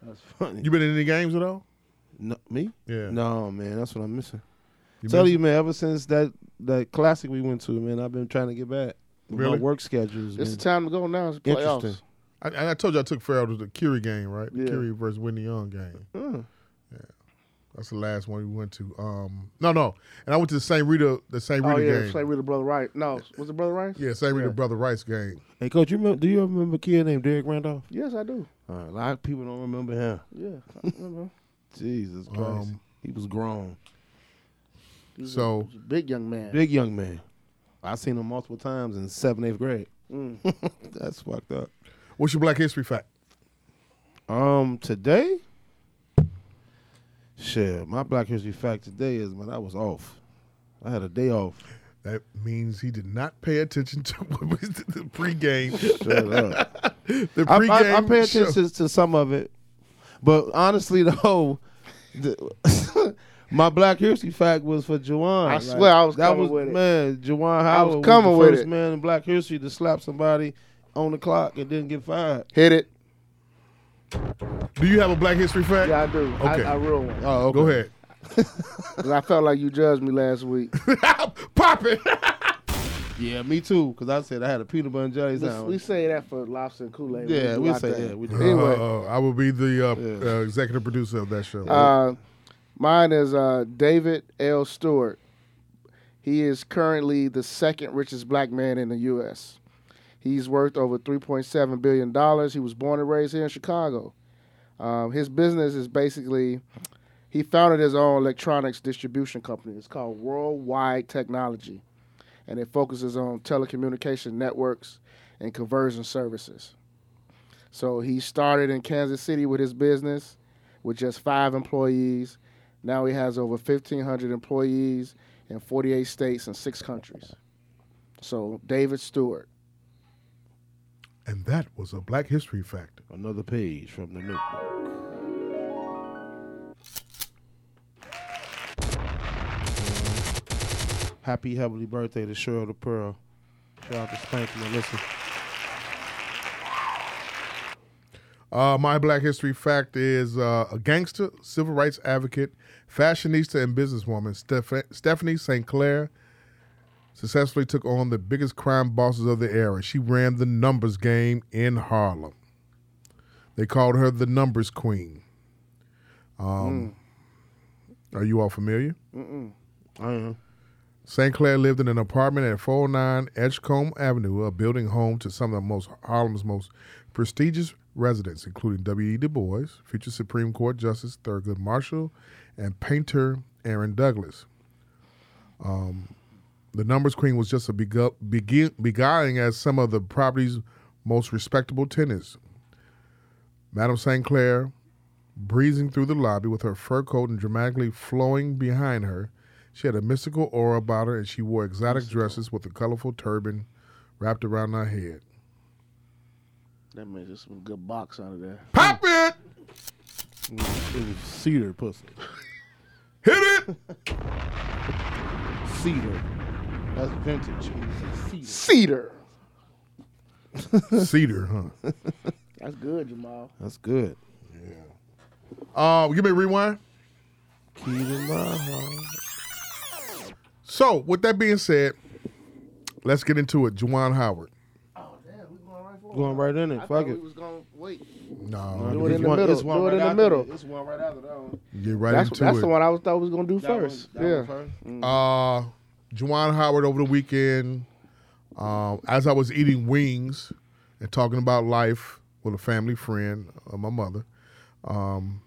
S5: that's funny.
S2: you been in any games at all?
S5: No, me?
S2: Yeah.
S5: No, man, that's what I'm missing.
S2: You
S5: Tell
S2: been-
S5: you, man, ever since that that classic we went to, man, I've been trying to get back. With
S2: Really?
S5: My work schedules.
S3: It's
S5: man.
S3: the time to go now. It's the
S5: Interesting.
S3: playoffs.
S2: I, I told you I took Farrell to the Curie game, right? The
S3: Yeah.
S2: Curie versus Whitney Young game. Yeah,
S5: Mm.
S2: that's the last one we went to. Um, no, no, and I went to the St. Rita, the St. Rita
S3: Oh yeah,
S2: game.
S3: play with the brother Rice. No, was it brother Rice?
S2: yeah, St. Rita Brother Rice game.
S5: Hey, coach, you remember, do you ever remember a kid named Derek Randolph?
S3: Yes, I do.
S5: Uh, a lot of people don't remember him.
S3: Yeah, <laughs> I remember.
S5: Jesus Christ,
S2: Um,
S5: he was grown,
S3: He's
S2: So-
S3: a, he's a big young man.
S5: big young man. I seen him multiple times in seventh, eighth grade. <laughs> that's fucked up.
S2: What's your Black History fact?
S5: Um, today, shit, my Black History fact today is man, I was off. I had a day off.
S2: That means he did not pay attention to <laughs> what was the pregame.
S5: Shut up.
S2: The
S5: I,
S2: pregame.
S5: I, I pay
S2: show.
S5: attention to some of it, but honestly, <laughs> though, the, <laughs> my Black History fact was for Juwan.
S3: I swear I was
S5: that
S3: coming
S5: was
S3: with it.
S5: man. Juwan
S3: was
S5: Howard was,
S3: coming
S5: the
S3: with
S5: first
S3: it.
S5: man in Black History to slap somebody on the clock and didn't get fired.
S3: Hit it.
S2: Do you have a Black History fact?
S3: Yeah, I do.
S2: Okay.
S3: I, I real one.
S5: Oh,
S2: Go ahead.
S3: <laughs> 'Cause I felt like you judged me last week.
S2: <laughs> Pop
S5: <laughs>
S2: it.
S5: Yeah, me too. Because I said I had a peanut butter and jelly
S3: We- we
S5: sandwich.
S3: say that for lobster and Kool Aid.
S5: yeah, we say yeah. We do.
S3: Anyway.
S2: Uh, I will be the uh, uh, executive producer of that show.
S3: Uh, mine is uh, David L. Stewart. He is currently the second richest black man in the U.S. He's worth over $3.7 billion. He was born and raised here in Chicago. Um, his business is basically, he founded his own electronics distribution company. It's called Worldwide Technology, and it focuses on telecommunication networks and conversion services. So he started in Kansas City with his business with just five employees. Now he has over 1,500 employees in 48 states and six countries. So David Stewart.
S2: and that was a Black History fact.
S5: Another page from the notebook. Happy heavenly birthday to Cheryl the Pearl. Shout out to Spanky Melissa.
S2: Uh, my Black History fact is uh, a gangster, civil rights advocate, fashionista, and businesswoman, Steph- Stephanie St. Clair, successfully took on the biggest crime bosses of the era. She ran the numbers game in Harlem. They called her the Numbers Queen. Um, Are you all familiar?
S5: I am.
S2: St. Clair lived in an apartment at 409 Edgecombe Avenue, a building home to some of the most Harlem's most prestigious residents, including W.E. Du Bois, future Supreme Court Justice Thurgood Marshall, and painter Aaron Douglas. Um, the numbers queen was just a begu- begin- beguiling as some of the property's most respectable tenants. Madame St. Clair breezing through the lobby with her fur coat and dramatically flowing behind her. She had a mystical aura about her, and she wore exotic dresses with a colorful turban wrapped around her head.
S3: That man just some good box out of there.
S2: <laughs> Pop it!
S5: It was cedar pussy.
S2: Hit it!
S5: Cedar. That's vintage. when you say Cedar.
S3: Cedar.
S2: Cedar, huh?
S3: That's good, Jamal.
S5: That's good.
S2: <laughs> Uh, give me a rewind.
S5: Keep in mind, huh?
S2: So, with that being said, let's get into it. Juwan Howard.
S5: Going right in it. Fuck it.
S3: was gonna wait.
S2: No,
S3: Do it in
S5: It's
S3: the
S5: one-
S3: middle.
S5: it's one
S3: Do it in
S5: right
S3: the
S5: after
S3: middle.
S5: that. It's one right after that one.
S2: get right
S3: That's,
S2: into
S3: that's
S2: it.
S3: the one I was, thought was gonna do first.
S5: That one- that
S3: yeah.
S5: one first.
S2: uh, Juwan Howard over the weekend, um, as I was eating wings and talking about life with a family friend, uh, my mother, um,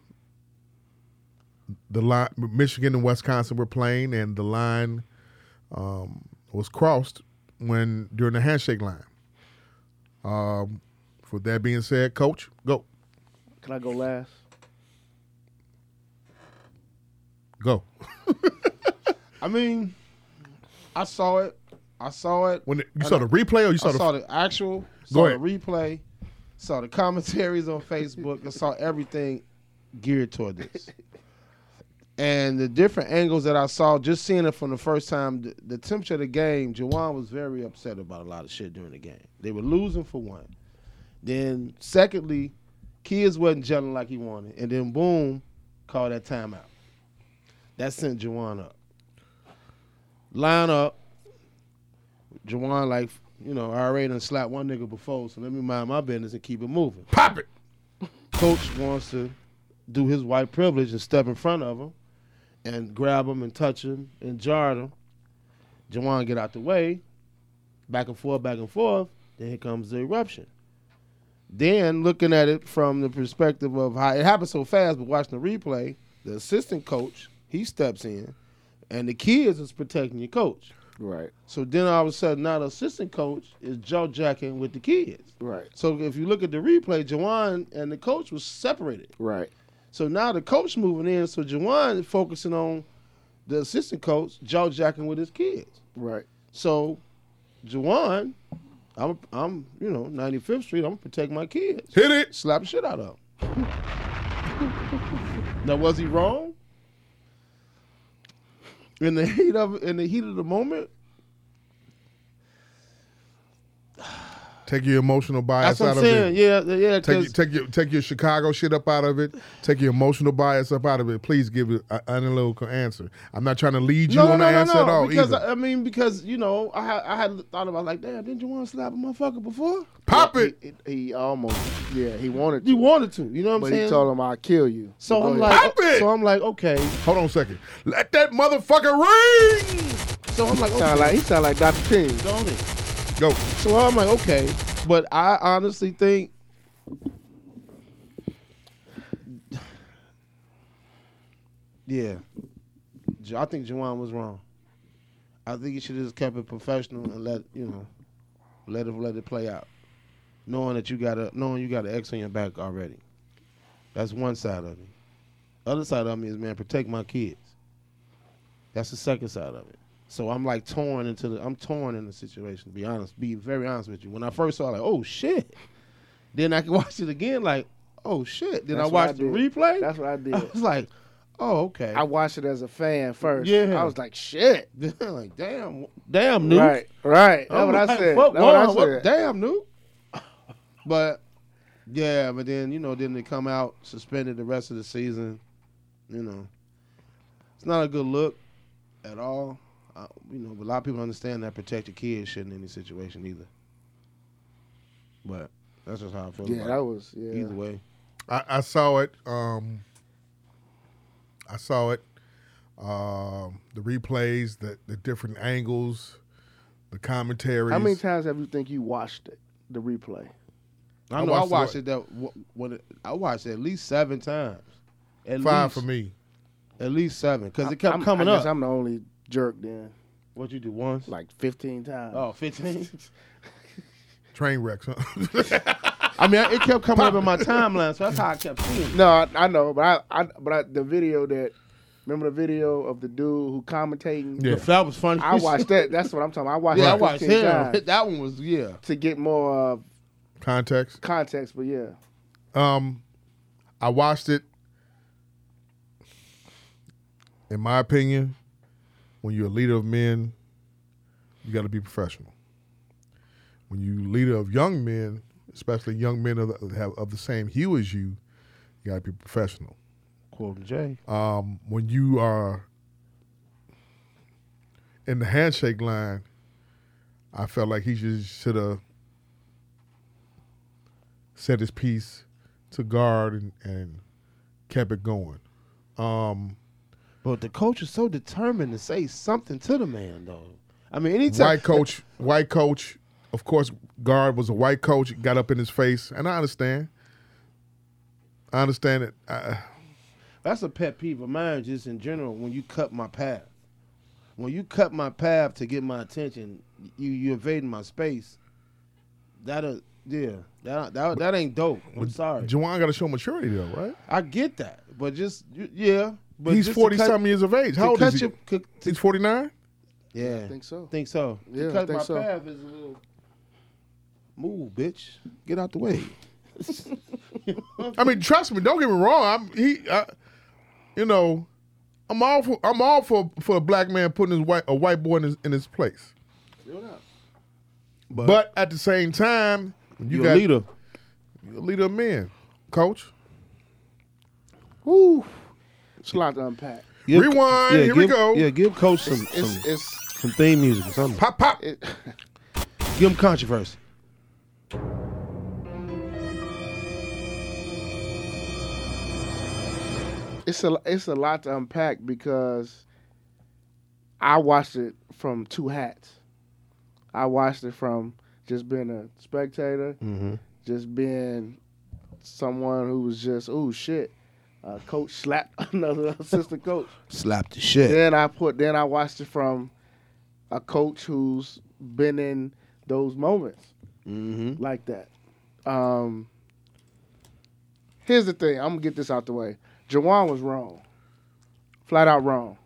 S2: the line, Michigan and Wisconsin were playing, and the line um, was crossed when during the handshake line. Um, with that being said, Coach, go,
S3: Can I go last?
S2: go.
S5: I mean, I saw it. I saw it.
S2: <laughs> When the, you
S5: I
S2: saw the replay or you
S5: I
S2: saw the
S5: saw the actual,
S2: Go
S5: saw
S2: ahead.
S5: the replay, saw the commentaries on Facebook, I saw everything geared
S2: <laughs>
S5: toward this. And the different angles that I saw, just seeing it from the first time, the, the temperature of the game, Jawan was very upset about a lot of shit during the game. They were losing for one. Then, secondly, kids wasn't gelling like he wanted. And then, boom, called that timeout. That sent Jawan up. Line up. Jawan, like, you know, I already done slapped one nigga before, so let me mind my business and keep it moving.
S2: pop it.
S5: Coach wants to do his white privilege and step in front of him and grab him and touch him and jar him. Jawan get out the way, back and forth, back and forth. Then here comes the eruption. Then looking at it from the perspective of how it happened so fast, but watching the replay, the assistant coach he steps in, and the kids is protecting your coach.
S3: Right.
S5: So then all of a sudden, now the assistant coach is jaw jacking with the kids.
S3: Right.
S5: So if you look at the replay, Jawan and the coach was separated.
S3: Right.
S5: So now the coach moving in, so Jawan is focusing on the assistant coach jaw jacking with his kids.
S3: Right.
S5: So Jawan, I'm I'm you know 95th Street. I'm gonna protect my kids.
S2: Hit it.
S5: Slap the shit out of him. now was he wrong? In the heat of in the heat of the moment,
S2: Take your emotional bias
S5: That's what
S2: out
S5: I'm
S2: of
S5: saying.
S2: it.
S5: Yeah, th- yeah.
S2: Take,
S5: 'cause-
S2: your- take your take your Chicago shit up out of it. Take your emotional bias up out of it. Please give it a- an analytical answer. I'm not trying to lead you
S5: no, no,
S2: on
S5: no,
S2: the
S5: no,
S2: answer
S5: no.
S2: at all
S5: because
S2: either.
S5: I, I mean, because you know, I had, I had thought about like, damn, didn't you want to slap a motherfucker before?
S2: Pop it.
S3: He, he almost. Yeah. He wanted. To,
S5: You wanted to. You know what I'm
S3: but
S5: saying?
S3: he told him, "I'll kill you."
S5: so
S3: Go
S5: I'm
S3: ahead.
S5: like,
S2: Pop it.
S5: so I'm like, okay.
S2: Hold on a second. Let that motherfucker ring.
S5: So I'm like, okay.
S3: sound like he sound like Dr. King.
S5: don't it?
S2: Go.
S5: So I'm like, okay. But I honestly think Yeah. J- I think Juwan was wrong. I think he should have just kept it professional and let you know let it let it play out. Knowing that you got a knowing you got an X on your back already. That's one side of me. Other side of me is man, protect my kids. That's the second side of it. So I'm like torn into the I'm torn in the situation, to be honest, be very honest with you. When I first saw it, like, oh shit. Then I can <laughs> watch it again, like, oh shit. Then
S3: That's
S5: I
S3: what I
S5: watched the
S3: did.
S5: replay.
S3: That's what I did.
S5: <laughs> I was like, oh, okay.
S3: I watched it as a fan first.
S5: Yeah.
S3: I was like, shit. <laughs>
S5: like, damn, damn, Nuke.
S3: Right. Right. That's
S5: I'm
S3: what I
S5: like,
S3: said.
S5: Fuck,
S3: That's what I
S5: Juan,
S3: said.
S5: what- damn, Nuke. <laughs> But, yeah, but then, you know, then they come out suspended the rest of the season. You know, it's not a good look at all. Uh, you know, but a lot of people don't understand that protect your kids shit in any situation either. But that's just how I feel.
S3: Yeah, that
S5: about
S3: was
S5: it.
S3: yeah.
S5: Either way.
S2: I, I saw it. Um, I saw it. Um, the replays, the, the different angles, the commentaries.
S3: How many times have you think you watched it, the replay?
S5: I
S2: I
S5: know
S2: watched
S5: I
S2: it
S5: watched
S2: what-
S5: it that w- when it, I watched it at least seven times. At
S2: Five
S5: least,
S2: for me.
S5: At least seven, because it kept
S3: I'm,
S5: coming
S3: I
S5: up.
S3: Guess I'm the only jerk then,
S5: What you do once?
S3: like 15 times.
S5: <laughs> oh, 15?
S2: Train wrecks. Huh?
S5: <laughs>
S2: <laughs>
S5: I mean, it kept coming up in my timeline, so that's how I kept seeing it.
S3: No, I, I know, but I, I but I, the video that remember the video of the dude who commentating.
S2: Yeah.
S5: That was funny.
S3: I watched that. That's what I'm talking. about. I watched.
S5: <laughs> Yeah, I
S3: that
S5: watched
S3: 15
S5: him.
S3: times
S5: <laughs> That one was yeah.
S3: to get more uh,
S2: Context.
S3: context, but yeah,
S2: Um, I watched it. In my opinion, when you're a leader of men, you got to be professional. When you leader of young men, especially young men of the, have, of the same hue as you, you got to be professional.
S5: Quote Jay.
S2: um, when you are in the handshake line, I felt like he just should have said his piece to guard and, and kept it going. Um,
S5: But the coach was so determined to say something to the man, though. I mean, anytime.
S2: white coach, white coach, of course, guard was a white coach, got up in his face, and I understand. I understand it. I,
S5: That's a pet peeve of mine, just in general. When you cut my path, when you cut my path to get my attention, you you invading my space. That a yeah. That that, that ain't dope. I'm sorry.
S2: Jawan got to show maturity, though, right?
S5: I get that, but just y- yeah. But
S2: he's
S5: just to
S2: 40
S5: cut-
S2: something years of age.
S5: to
S2: How old
S5: cut
S2: is he?
S5: your- to-
S2: He's 49?
S5: Yeah.
S3: think so.
S5: Think so.
S3: Yeah,
S5: because
S3: I think
S5: my
S3: so.
S5: path is a little. Move, bitch. Get out the way.
S10: I mean, trust me. Don't get me wrong. I'm he. I, you know, I'm all for I'm all for, for a black man putting his white a white boy in his, in his place. But, at the same time, you
S5: You
S10: got
S5: a leader.
S10: you a leader of men, coach.
S3: Woo. It's a lot to unpack.
S5: Give-
S10: Rewind, here we
S5: give-
S10: go.
S5: Yeah, give Coach some
S3: It's
S5: some,
S3: it's
S5: some theme music or something.
S10: Pop pop.
S3: it,
S5: Give him controversy.
S3: it's a it's a lot to unpack because I watched it from two hats. I watched it from just being a spectator, just being someone who was just oh shit, uh, coach slapped <laughs> another assistant coach.
S5: Slap the
S3: <laughs>
S5: shit.
S3: Then I put then I watched it from a coach who's been in those moments
S5: Mm-hmm.
S3: like that. Um, here's the thing. I'm gonna get this out the way. Jawan was wrong, flat out wrong,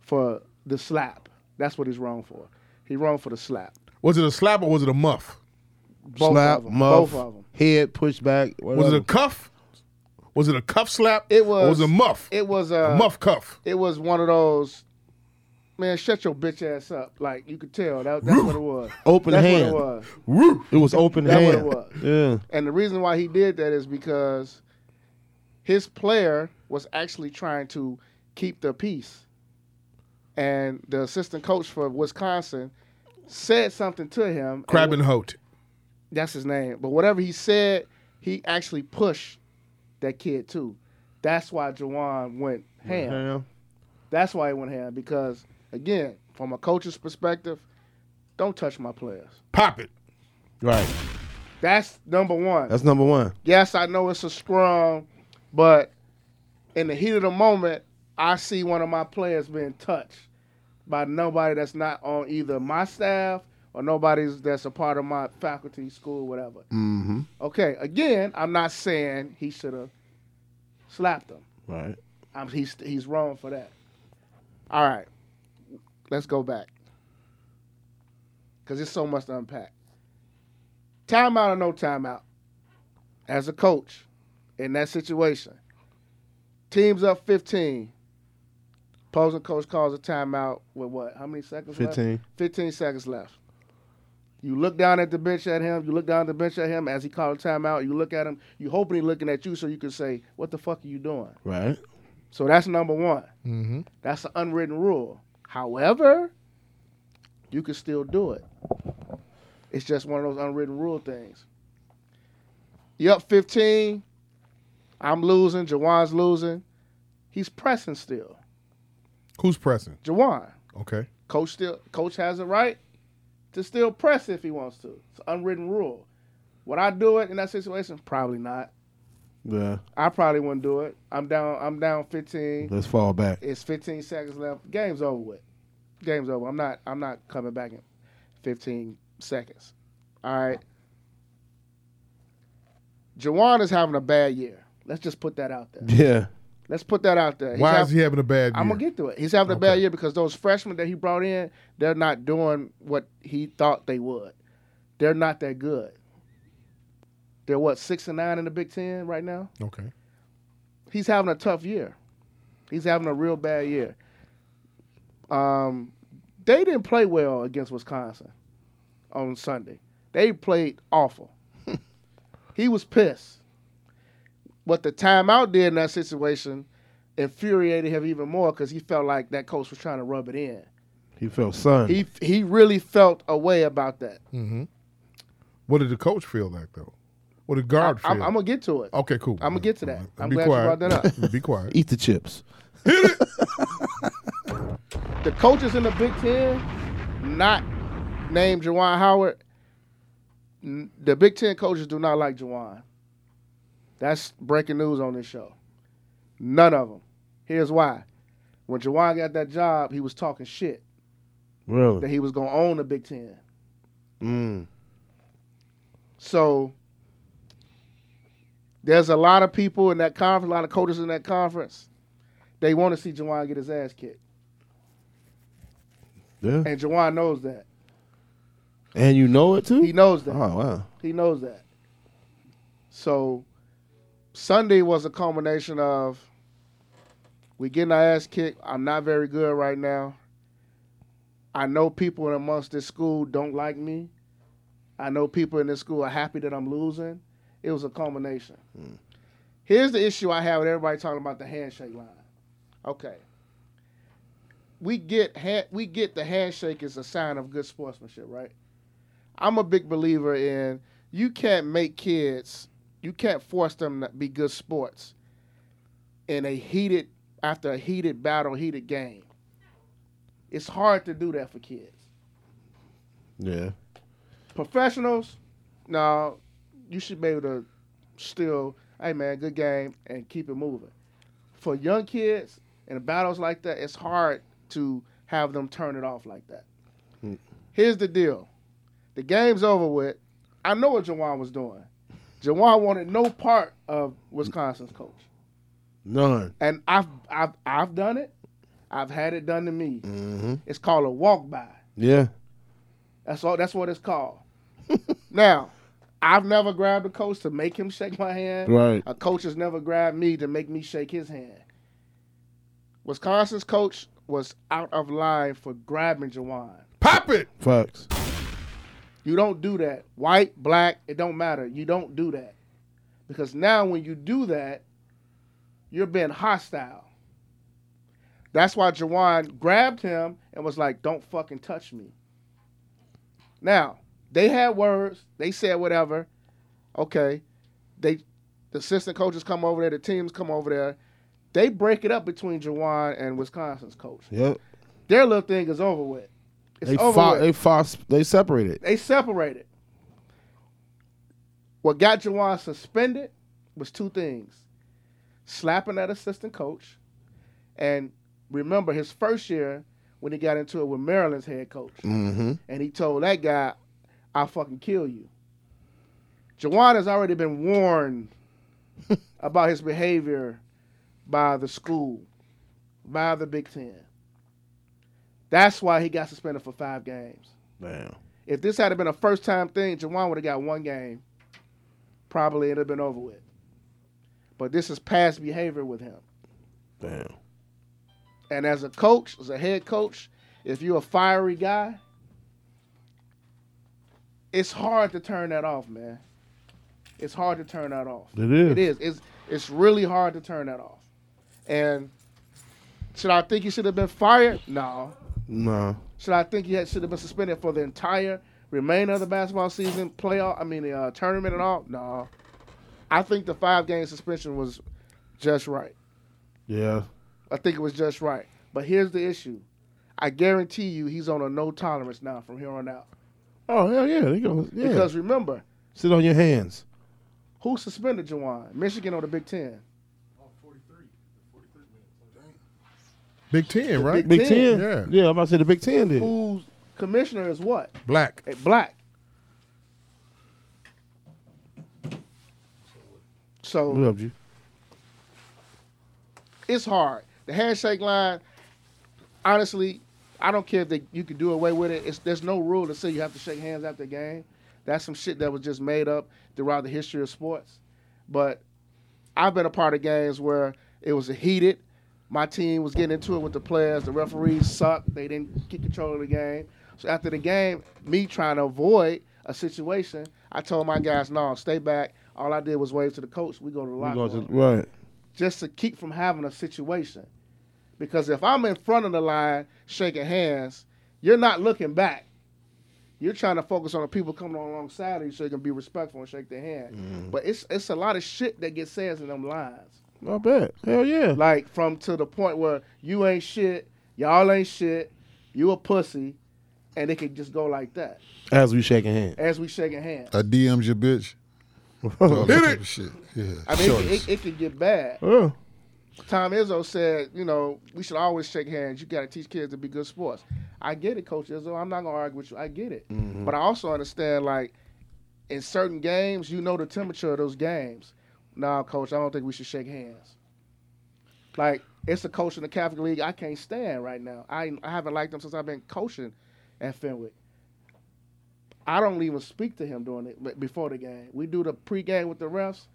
S3: for the slap. That's what he's wrong for. He wrong for the slap.
S10: Was it a slap or was it a muff?
S3: Both
S5: Slap,
S3: of them.
S5: muff,
S3: Both of them.
S5: head push back.
S10: Was
S5: whatever.
S10: it a cuff? Was it a cuff slap?
S3: It
S10: Or was
S3: was-
S10: it a muff?
S3: It was
S10: a
S3: uh,
S10: muff cuff.
S3: It was one of those. Man, shut your bitch ass up. Like you could tell that, that's what it was.
S5: Open
S3: that's
S5: hand.
S3: What it was.
S10: Woo!
S5: It was open
S3: That's what
S5: hand.
S3: it was.
S5: Yeah.
S3: And the reason why he did that is because his player was actually trying to keep the peace. And the assistant coach for Wisconsin said something to him. and
S10: Crab and Hote.
S3: that's his name. But whatever he said, he actually pushed that kid too. That's why Jawan went ham.
S5: Ham.
S3: That's why he went ham because again, from a coach's perspective, don't touch my players.
S10: Pop it.
S5: Right.
S3: That's number one.
S5: That's number one.
S3: yes, I know it's a scrum, but in the heat of the moment, I see one of my players being touched by nobody that's not on either my staff or nobody's that's a part of my faculty, school, whatever. Mm-hmm. Okay, again, I'm not saying he should have slapped them.
S5: Right.
S3: I'm, he's he's wrong for that. All right, let's go back because there's so much to unpack. Timeout or no timeout, as a coach in that situation, teams up 15. Opposing coach calls a timeout with what? How many seconds left?
S5: 15.
S3: 15 seconds left. You look down at the bench at him. You look down at the bench at him as he called a timeout. You look at him. You hoping he's looking at you so you can say, "What the fuck are you doing?"
S5: Right.
S3: So that's number one. That's an unwritten rule. However, you can still do it. It's just one of those unwritten rule things. You're up 15. I'm losing. Jawan's losing. He's pressing still.
S10: Who's pressing?
S3: Jawan.
S10: Okay.
S3: Coach still coach has a right to still press if he wants to. It's an unwritten rule. Would I do it in that situation? Probably not.
S5: Yeah.
S3: I probably wouldn't do it. I'm down I'm down 15.
S5: Let's fall back.
S3: It's 15 seconds left. Game's over with. Game's over. I'm not. I'm not coming back in 15 seconds. All right. Jawan is having a bad year. Let's just put that out there.
S10: <laughs>
S5: Yeah.
S3: Let's put that out there. He's
S10: Why
S3: hav-
S10: is he having a bad year?
S3: I'm gonna get to it. He's having a bad year because those freshmen that he brought in, they're not doing what he thought they would. They're not that good. They're what six and nine in the Big Ten right now
S10: okay.
S3: he's having a tough year. He's having a real bad year. Um, they didn't play well against Wisconsin on Sunday. They played awful. he was pissed. What the timeout did in that situation infuriated him even more because he felt like that coach was trying to rub it in.
S5: He felt son.
S3: He he really felt a way about that.
S10: What did the coach feel like though? What did guard feel?
S3: I'm, I'm gonna get to it.
S10: okay, cool.
S3: I'ma get to that.
S10: All right.
S3: I'm
S10: Be
S3: glad you
S10: quiet.
S3: brought that
S10: up.
S2: <laughs>
S10: Be quiet.
S5: Eat the chips.
S3: the coaches in the Big Ten not named Jawan Howard. n- The Big Ten coaches do not like Jawan. That's breaking news on this show. None of them. Here's why. When Jawan got that job, he was talking shit that
S5: Really.
S3: he was going to own the Big Ten.
S5: Mm.
S3: So there's a lot of people in that conference, a lot of coaches in that conference. They want to see Jawan get his ass kicked.
S5: Yeah.
S3: And Jawan knows that.
S5: And you know it too?
S3: He knows that.
S5: Oh wow.
S3: He knows that. So Sunday was a culmination of we getting our ass kicked. I'm not very good right now. I know people in amongst this school don't like me. I know people in this school are happy that I'm losing. It was a culmination. Here's the issue I have with everybody talking about the handshake line. Okay. We get ha- we get the handshake is a sign of good sportsmanship, right? I'm a big believer in you can't make kids, you can't force them to be good sports in a heated after a heated battle, heated game. It's hard to do that for kids.
S5: Yeah.
S3: Professionals, no, you should be able to still, hey man, good game and keep it moving. For young kids in battles like that, it's hard to have them turn it off like that. Here's the deal. The game's over with. I know what Jawan was doing. Jawan wanted no part of Wisconsin's coach.
S5: None.
S3: And I've I've I've done it. I've had it done to me. It's called a walk by.
S5: Yeah.
S3: That's all. That's what it's called. <laughs> now, I've never grabbed a coach to make him shake my hand.
S5: Right.
S3: A coach has never grabbed me to make me shake his hand. Wisconsin's coach was out of line for grabbing Jawan.
S10: Pop it.
S5: Facts.
S3: You don't do that. White, black, it don't matter. You don't do that. Because now when you do that, you're being hostile. That's why Jawan grabbed him and was like, don't fucking touch me. Now, they had words, they said whatever. Okay. They the assistant coaches come over there, the teams come over there. They break it up between Jawan and Wisconsin's coach.
S5: Yep.
S3: Their little thing is over with. It's
S5: They
S3: over
S5: fought.
S3: with
S5: They fought. They separated.
S3: they separated. What got Jawan suspended was two things: slapping that assistant coach, and remember his first year when he got into it with Maryland's head coach,
S5: Mm-hmm.
S3: and he told that guy, "I'll fucking kill you." Jawan has already been warned about his behavior by the school, by the Big Ten. That's why he got suspended for five games.
S5: Damn.
S3: If this had been a first time thing, Jawan would have got one game. Probably it'd have been over with. But this is past behavior with him.
S5: Damn.
S3: And as a coach, as a head coach, if you're a fiery guy, it's hard to turn that off, man. It's hard to turn that off.
S5: It is.
S3: It is. It's it's really hard to turn that off. And should I think he should have been fired? No.
S5: No.
S3: Should I think he had, should have been suspended for the entire remainder of the basketball season, playoff? I mean, the uh, tournament and all? No. I think the five game suspension was just right.
S5: Yeah.
S3: I think it was just right. But here's the issue: I guarantee you, he's on a no tolerance now from here on out.
S5: Oh hell yeah. They gonna yeah.
S3: Because remember,
S5: sit on your hands.
S3: who suspended Jawan? Michigan or the Big Ten?
S10: Big Ten, right?
S5: Big Ten.
S3: Ten.
S10: Yeah.
S5: Yeah. I'm about to say the Big Ten did.
S3: Whose commissioner is what?
S10: Black.
S3: Eh, Black. So
S5: What up, G?
S3: it's hard. The handshake line, honestly, I don't care if they, you can do away with it. It's, there's no rule to say you have to shake hands after the game. That's some shit that was just made up throughout the history of sports. But I've been a part of games where it was heated. My team was getting into it with the players. The referees sucked. They didn't get control of the game. So after the game, me trying to avoid a situation, I told my guys, no, stay back. All I did was wave to the coach. We go to the
S5: We
S3: locker
S5: going
S3: room
S5: to right.
S3: just to keep from having a situation. Because if I'm in front of the line shaking hands, you're not looking back. You're trying to focus on the people coming alongside of you so you can be respectful and shake their hand. But it's it's a lot of shit that gets said in them lines.
S5: I bet. Hell yeah.
S3: Like from to the point where you ain't shit, y'all ain't shit, you a pussy, and it could just go like that
S5: As we shaking hands.
S3: as we shaking hands.
S2: I DM'd your
S10: <laughs>
S2: bitch. All that type of Shit. Yeah.
S3: I mean, it, it, it could get bad.
S5: Yeah.
S3: Tom Izzo said, you know, we should always shake hands. You got to teach kids to be good sports. I get it, Coach Izzo. I'm not gonna argue with you. I get it, but I also understand like in certain games, you know the temperature of those games. Nah, Coach, I don't think we should shake hands. Like It's a coach in the Catholic League I can't stand right now. I I haven't liked him since I've been coaching at Fenwick. I don't even speak to him during it but before the game. We do the pregame with the refs.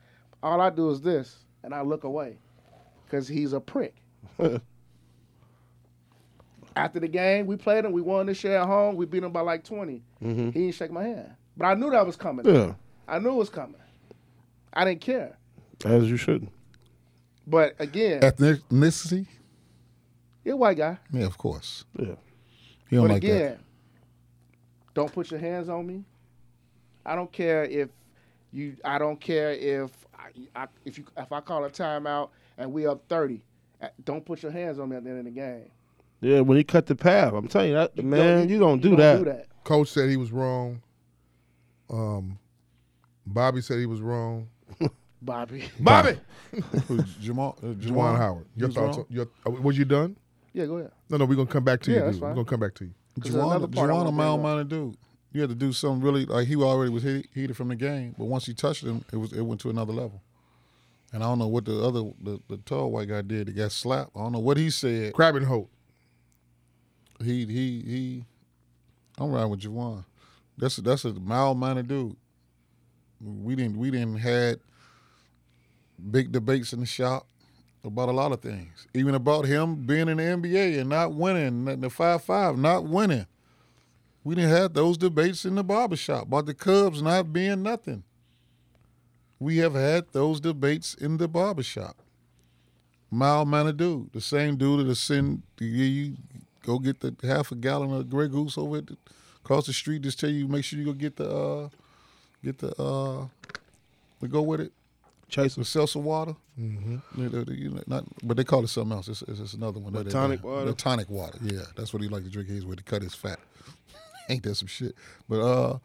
S3: All I do is this, and I look away, cause he's a prick. After the game, we played him. We won this year at home. We beat him by like 20
S5: Mhm.
S3: He didn't shake my hand, but I knew that was coming.
S5: Yeah.
S3: I knew it was coming. I didn't care.
S5: As you should.
S3: But again,
S2: Ethnicity?
S3: you're a white guy.
S2: Yeah, of course.
S5: Yeah.
S2: You don't
S3: but
S2: like
S3: again, don't put your hands on me. I don't care if you. I don't care if I, I if you if I call a timeout and we up thirty. Uh, Don't put your hands on me at the end of the game.
S5: Yeah, when he cut the path, I'm telling you, that, man, you don't, do,
S3: don't
S5: that.
S3: do that.
S10: Coach said he was wrong. Um, Bobby said he was wrong.
S3: Bobby. <laughs>
S10: <laughs> Bobby,
S2: that. Who, Jamal, uh,
S10: Juwan Howard.
S2: You
S10: Your
S2: was
S10: thoughts?
S2: wrong?
S10: on- Your, uh, was you done?
S3: Yeah, go ahead.
S10: No, no. We're gonna come back to
S3: Yeah,
S10: you.
S3: that's
S10: Dude. We're
S3: fine.
S10: gonna come back to you.
S3: Because there's another
S2: Juwan,
S3: part I
S2: Juwan
S3: wanna
S2: a
S3: bring up.
S2: mild minded dude. You had to do something really like he already was heat- heated from the game, but once he touched him, it was it went to another level. And I don't know what the other the, the tall white guy did. He got slapped. I don't know what he said.
S10: Crab and Holt.
S2: He he he. I'm riding with Juwan. That's a, that's a mild minded dude. We didn't we didn't had big debates in the shop about a lot of things, even about him being in the NBA and not winning, and the five five not winning. We didn't have those debates in the barbershop about the Cubs not being nothing. We have had those debates in the barbershop. Mild mannered dude, the same dude that'll send you, you go get the half a gallon of Grey Goose over at the, across the street. Just tell you, make sure you go get the uh, get the uh, to go with it.
S5: Chase
S2: The seltzer water, You know, you know, not, but they call it something else. It's, it's, it's another one. that they-
S5: tonic water?
S2: The tonic water. Yeah, that's what he like to drink his with to cut his fat. <laughs> Ain't that some shit? But uh,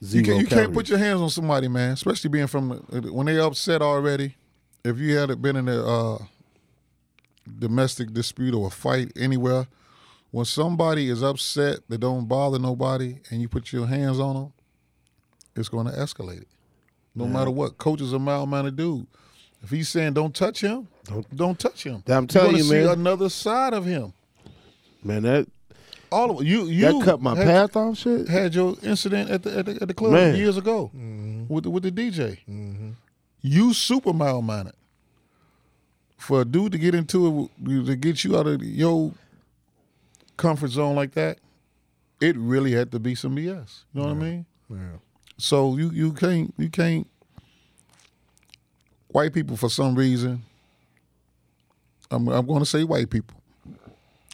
S2: you,
S5: Zero
S2: can, you can't
S5: calories.
S2: put your hands on somebody, man. Especially being from the- when they upset already. If you had been in a uh, domestic dispute or a fight anywhere, when somebody is upset, they don't bother nobody, and you put your hands on them, it's going to escalate it. No matter what, coach is a mild mannered dude. If he's saying don't touch him, don't, touch him.
S5: I'm telling
S2: You're
S5: you,
S2: gonna see
S5: man.
S2: another side of him.
S5: Man, that
S2: All of you, you
S5: that cut my
S2: had-
S5: path off shit.
S2: had your incident at the at the, at the club
S5: Man.
S2: years ago with the, with the DJ. You super mild minded for a dude to get into it to get you out of your comfort zone like that. It really had to be some BS. You know what I mean?
S10: Yeah.
S2: So you you can't you can't white people for some reason. I'm I'm going to say white people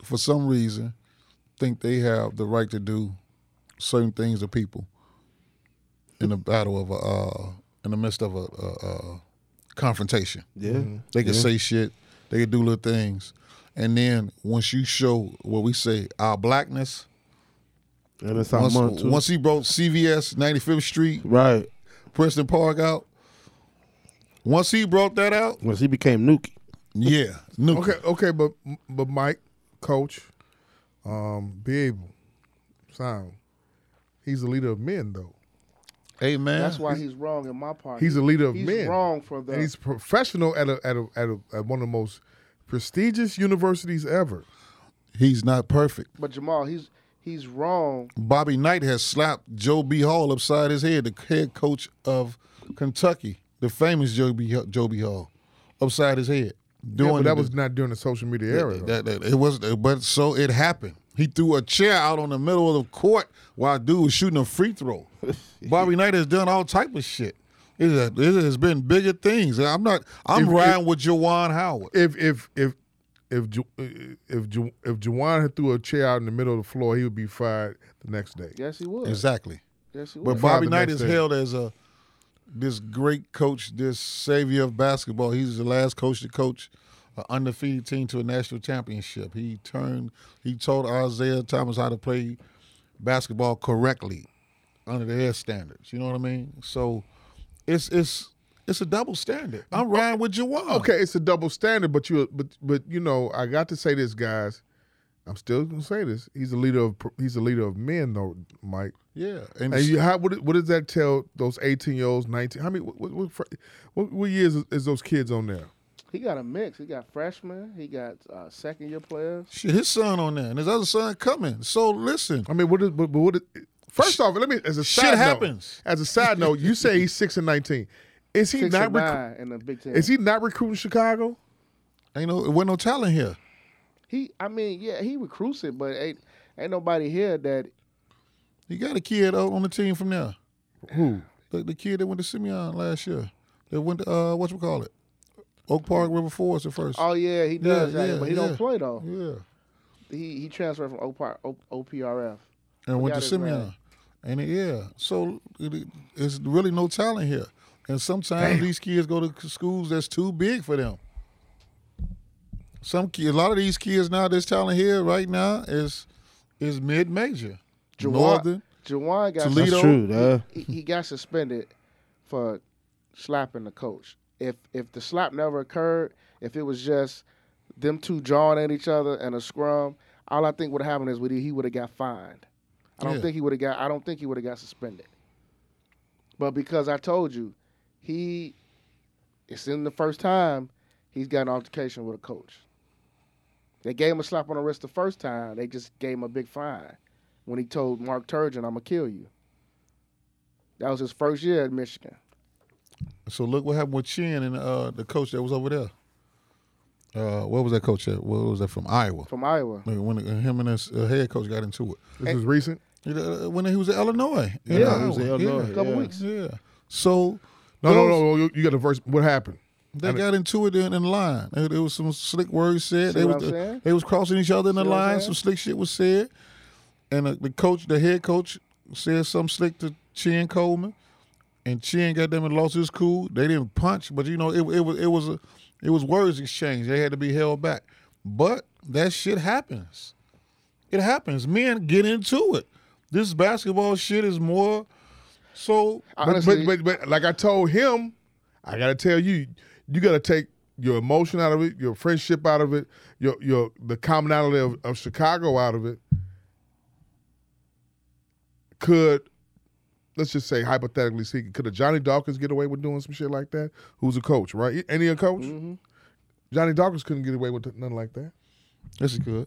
S2: for some reason think they have the right to do certain things to people in the battle of a uh, in the midst of a, a, a confrontation.
S5: Yeah.
S2: They can say shit. They can do little things. And then once you show what we say, our blackness,
S5: And it's our
S2: once,
S5: month too.
S2: once he broke CVS, 95th Street,
S5: right.
S2: Preston Park out. Once he brought that out,
S5: Once he became Nuki.
S2: yeah, nuke.
S10: Okay, okay, but but Mike, coach, um, be able, sound. He's a leader of men, though.
S2: hey man,
S3: That's why he's wrong in my part.
S10: He's a leader of
S3: He's
S10: men.
S3: wrong for the.
S10: And he's professional at a, at a, at, a, at one of the most prestigious universities ever.
S2: he's not perfect.
S3: but Jamal, he's he's wrong.
S2: Bobby Knight has slapped Joe B. Hall upside his head, the head coach of Kentucky, the famous Joe B. H- Joe B. Hall, upside his head.
S10: Yeah,
S2: Doing
S10: but that
S2: the-
S10: was not during the social media era. though.
S2: that- that- it was, but so it happened. He threw a chair out on the middle of the court while dude was shooting a free <laughs> throw. Bobby Knight has done all type of shit. It, has- it has been bigger things. And I'm not. I'm
S10: If-
S2: riding with Jawan Howard.
S10: if if if if Ju- if Ju- if Juwan had threw a chair out in the middle of the floor, he would be fired the next day.
S3: Yes, he would.
S2: exactly.
S3: Yes, he would.
S2: But Bobby
S10: the
S2: Knight
S10: next
S2: is
S10: day.
S2: held as a this great coach, this savior of basketball. He's the last coach to coach an undefeated team to a national championship. He turned, he taught Isaiah Thomas how to play basketball correctly under their standards. You know what I mean? So it's it's it's a double standard. I'm riding with Jawan.
S10: Okay, it's a double standard, but you but but you know I got to say this, guys. I'm still gonna say this. He's a leader of pro- he's a leader of men, though, Mike.
S2: Yeah. And,
S10: And you, how what, what does that tell those 18 year olds, 19? How many? What, what, what, what years is, is those kids on there?
S3: He got a mix. He got freshmen. He got uh, second year players.
S2: Shit, his son on there, and his other son coming. So listen,
S10: I mean, what is but but what is, first off, let me as a
S2: Shit
S10: side
S2: happens.
S10: Note, as a side note, you say he's six and nineteen. Is he
S3: Six
S10: not
S3: and
S10: recru-
S3: nine in the Big Ten.
S10: is he not recruiting Chicago?
S2: ain't no, it wasn't no talent here.
S3: He, I mean, yeah, he recruits it, but ain't ain't nobody here that
S2: He got a kid out on the team from there.
S10: Who?
S2: The, the kid that went to Simeon last year. That went to uh, what you call it, Oak Park River Forest at first.
S3: Oh yeah, he does,
S2: Yeah,
S3: right,
S2: yeah,
S3: but he
S2: yeah.
S3: don't play though.
S2: Yeah,
S3: He he transferred from OPR, o, OPRF.
S2: and went to
S3: Forgot his
S2: Simeon. And it- yeah, so it, it's really no talent here. And sometimes these kids go to schools that's too big for them. Some ki- a lot of these kids now, this talent here right now is is mid major.
S3: Jawan-
S2: Northern.
S3: Jawan got
S2: Toledo.
S5: That's true, duh.
S3: he, he got suspended for slapping the coach. If if the slap never occurred, if it was just them two jawing at each other and a scrum, all I think would have happened is would he, he would have got fined. I don't
S2: Yeah.
S3: think he would have got. I don't think he would have got suspended. But because I told you, he it's in the first time he's got an altercation with a coach. They gave him a slap on the wrist the first time. They just gave him a big fine when he told Mark Turgeon, "I'm gonna kill you." That was his first year at Michigan.
S2: So look what happened with Chin and uh, the coach that was over there. Uh, where was that coach at? Where was that from? Iowa.
S3: from Iowa.
S2: Like, When uh, him and his uh, head coach got into it.
S10: This is recent.
S2: You know, uh, When he was at Illinois. in
S5: Yeah, he was
S2: Iowa.
S5: at Illinois,
S2: Yeah.
S3: Couple
S5: yeah.
S3: weeks.
S2: Yeah. So
S10: No, no,
S2: those-
S10: no, no. You got the verse. What happened?
S2: They got into it in, in line. There, there was some slick words said.
S3: See
S2: They
S3: what
S2: was, uh,
S3: I'm saying?
S2: they was crossing each other in the
S3: See what I'm
S2: line.
S3: saying?
S2: Some slick shit was said, and uh, the coach, the head coach, said something slick to Chin Coleman, and Chin got them and lost his cool. They didn't punch, but you know it, it was it was a, it was words exchange. They had to be held back, but that shit happens. It happens. Men get into it. This basketball shit is more so.
S10: But,
S3: Honestly,
S10: but, but, but like I told him, I gotta tell you, you gotta take your emotion out of it, your friendship out of it, your your the commonality of, of Chicago out of it. Could let's just say hypothetically speaking, could a Johnny Dawkins get away with doing some shit like that? Who's a coach, right? Any a coach?
S3: Mm-hmm.
S10: Johnny Dawkins couldn't get away with nothing like that.
S2: This is good.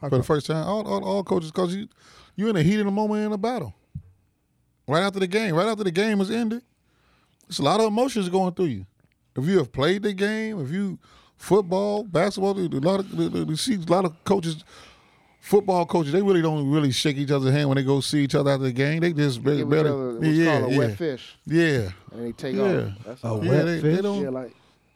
S2: For the first time, all all, all coaches, because you you in the heat of the moment in a battle. Right after the game, right after the game is ended, it's a lot of emotions going through you. If you have played the game, if you football, basketball, a lot of you- you see a lot of coaches, football coaches, they really don't really shake each other's hand when they go see each other after the game. They just barely,
S3: give each
S2: barely-
S3: other what's
S2: yeah,
S3: called a
S2: yeah,
S3: wet fish,
S2: yeah,
S3: and they take
S2: yeah.
S3: off. That's
S2: yeah,
S3: all.
S2: they, they don't,
S3: yeah, like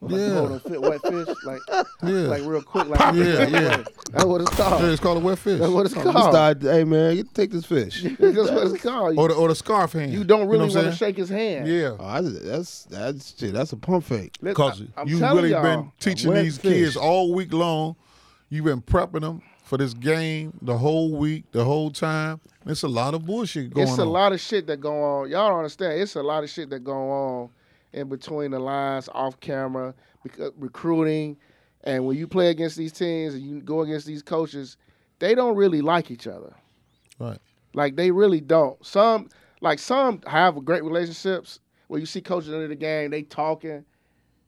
S2: yeah.
S3: yeah. fit wet fish, like
S2: Yeah.
S3: like real quick, like <laughs>
S2: Yeah, yeah.
S3: That's what it's called.
S2: Yeah, it's called a wet fish.
S3: That's
S2: Or
S3: what it's
S5: This
S3: called.
S5: guy- hey man, you take this fish.
S3: That's what it's called. You,
S2: the, or the scarf hand.
S3: you don't
S2: know
S3: really
S2: what I'm
S3: want to
S2: saying?
S3: shake his hand.
S2: Yeah.
S5: <laughs> Oh, I, that's that's shit. That's a pump fake.
S3: Let-
S2: Cause
S3: I- I'm
S2: you
S3: telling
S2: really
S3: y'all,
S2: been teaching
S5: wet
S2: these
S5: fish.
S2: kids all week long. You've been prepping them for this game the whole week, the whole time. It's a lot of bullshit going
S3: it's a
S2: on.
S3: lot of shit that go on. Y'all don't understand. It's a lot of shit that go on in between the lines, off camera, because recruiting, and when you play against these teams and you go against these coaches, they don't really like each other.
S2: Right.
S3: Like they really don't. Some like some have great relationships where you see coaches under the game, they talking.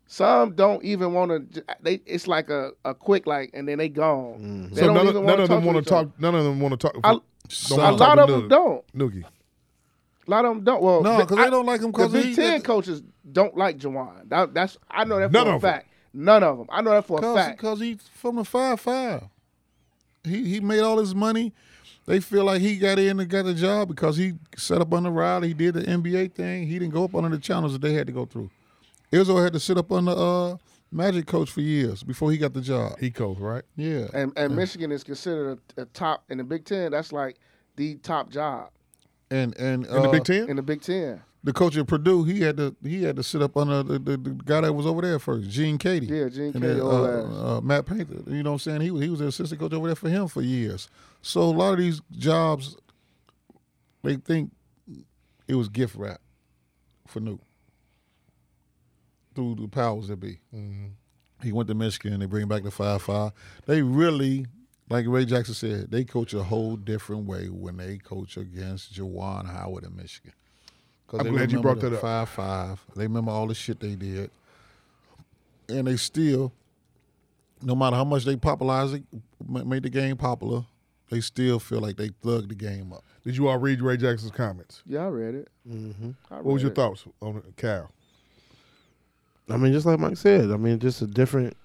S3: Some don't even want to. They it's like a, a quick like, and then they gone.
S2: Mm-hmm.
S3: They
S10: So
S3: don't
S10: none, of-
S3: even
S10: none
S3: wanna
S10: of them want
S3: each
S10: to
S3: other.
S10: talk. None of them want to talk.
S3: I-
S10: don't
S3: A
S10: wanna talk
S3: lot
S10: to
S3: of them
S10: Noog-
S3: don't.
S10: Noogie.
S3: A lot of them don't. Well,
S2: No,
S3: the-
S2: 'cause they
S3: I-
S2: don't like him 'cause
S3: the
S2: he-
S3: Big Ten coaches don't like Jawan. That, that's I know that for
S10: None
S3: a
S10: of 'em.
S3: fact. None of them. I know that for a
S2: Cause,
S3: fact.
S2: Cause he's from the five five. He he made all his money. They feel like he got in and got the job because he set up under Riley. He did the NBA thing. He didn't go up under the channels that they had to go through. Izzo had to sit up under uh, Magic coach for years before he got the job.
S10: He coach, right?
S2: Yeah.
S3: And and Michigan is considered a, a top in the Big Ten. That's like the top job
S2: And and
S10: In the
S2: uh,
S10: Big Ten.
S3: in the Big Ten.
S2: the coach at Purdue, he had to he had to sit up under the, the, the guy that was over there first, Gene Katie.
S3: Yeah, Gene
S2: And
S3: Katie,
S2: then,
S3: old
S2: uh, uh, Matt Painter. You know what I'm saying? He was he was an assistant coach over there for him for years. So a lot of these jobs, they think it was gift wrap for Nuke through the powers that be. Mm-hmm. He went to Michigan. They bring him back to five five. They really, like Ray Jackson said, they coach a whole different way when they coach against Jawan Howard in Michigan. 'Cause
S10: I'm
S2: they
S10: glad you
S2: remember
S10: brought
S2: the
S10: that up.
S2: Five five. They remember all the shit they did. and they still, no matter how much they popularize it, ma- made the game popular, they still feel like they thugged the game up.
S10: Did you all read Ray Jackson's comments?
S3: Yeah, I read it.
S5: Mm-hmm.
S3: I
S10: What was your
S3: read it.
S10: thoughts on Cal?
S5: I mean, just like Mike said, I mean, just a different.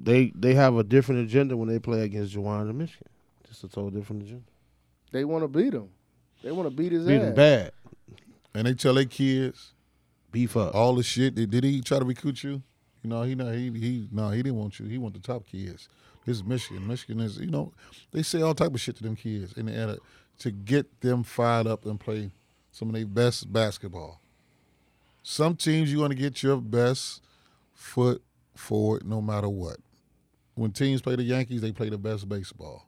S5: They they have a different agenda when they play against Juwan and Michigan. Just a total different agenda.
S3: They want to beat him. They want to beat his
S5: Beat
S3: ass.
S5: them bad.
S2: And they tell their kids
S5: Beef up.
S2: all the shit. Did, did he try to recruit you? You know, he not he he no, he didn't want you. He want the top kids. This is Michigan. Michigan is you know, they say all type of shit to them kids in the edit to get them fired up and play some of their best basketball. Some teams you want to get your best foot forward no matter what. When teams play the Yankees, they play the best baseball.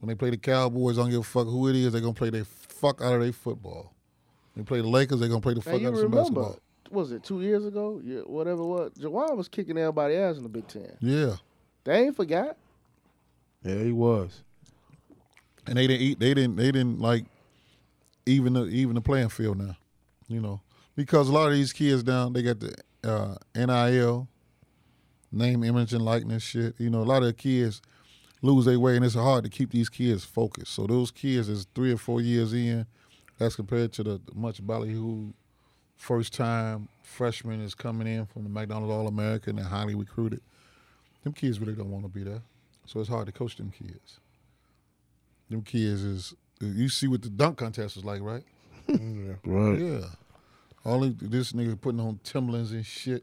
S2: When they play the Cowboys, I don't give a fuck who it is, they're gonna play their fuck out of their football. They play the Lakers, they're gonna play the
S3: Now,
S2: fuck
S3: you
S2: out of some
S3: remember,
S2: basketball.
S3: was it two years ago? Yeah, whatever. What Jawan was kicking everybody ass in the Big Ten.
S2: Yeah.
S3: They ain't forgot.
S5: Yeah, he was.
S2: and they didn't eat. They didn't. They didn't like even the even the playing field now, you know, because a lot of these kids down they got the uh, NIL name, image, and likeness shit. You know, a lot of the kids lose their way, and it's hard to keep these kids focused. So those kids is three or four years in, as compared to the much ballyhoo first time freshman is coming in from the McDonald's All American and highly recruited. Them kids really don't want to be there, so it's hard to coach them kids them kids is you see what the dunk contest was like, right?
S5: Right.
S2: Yeah. All the- this nigga putting on Timberlands and shit,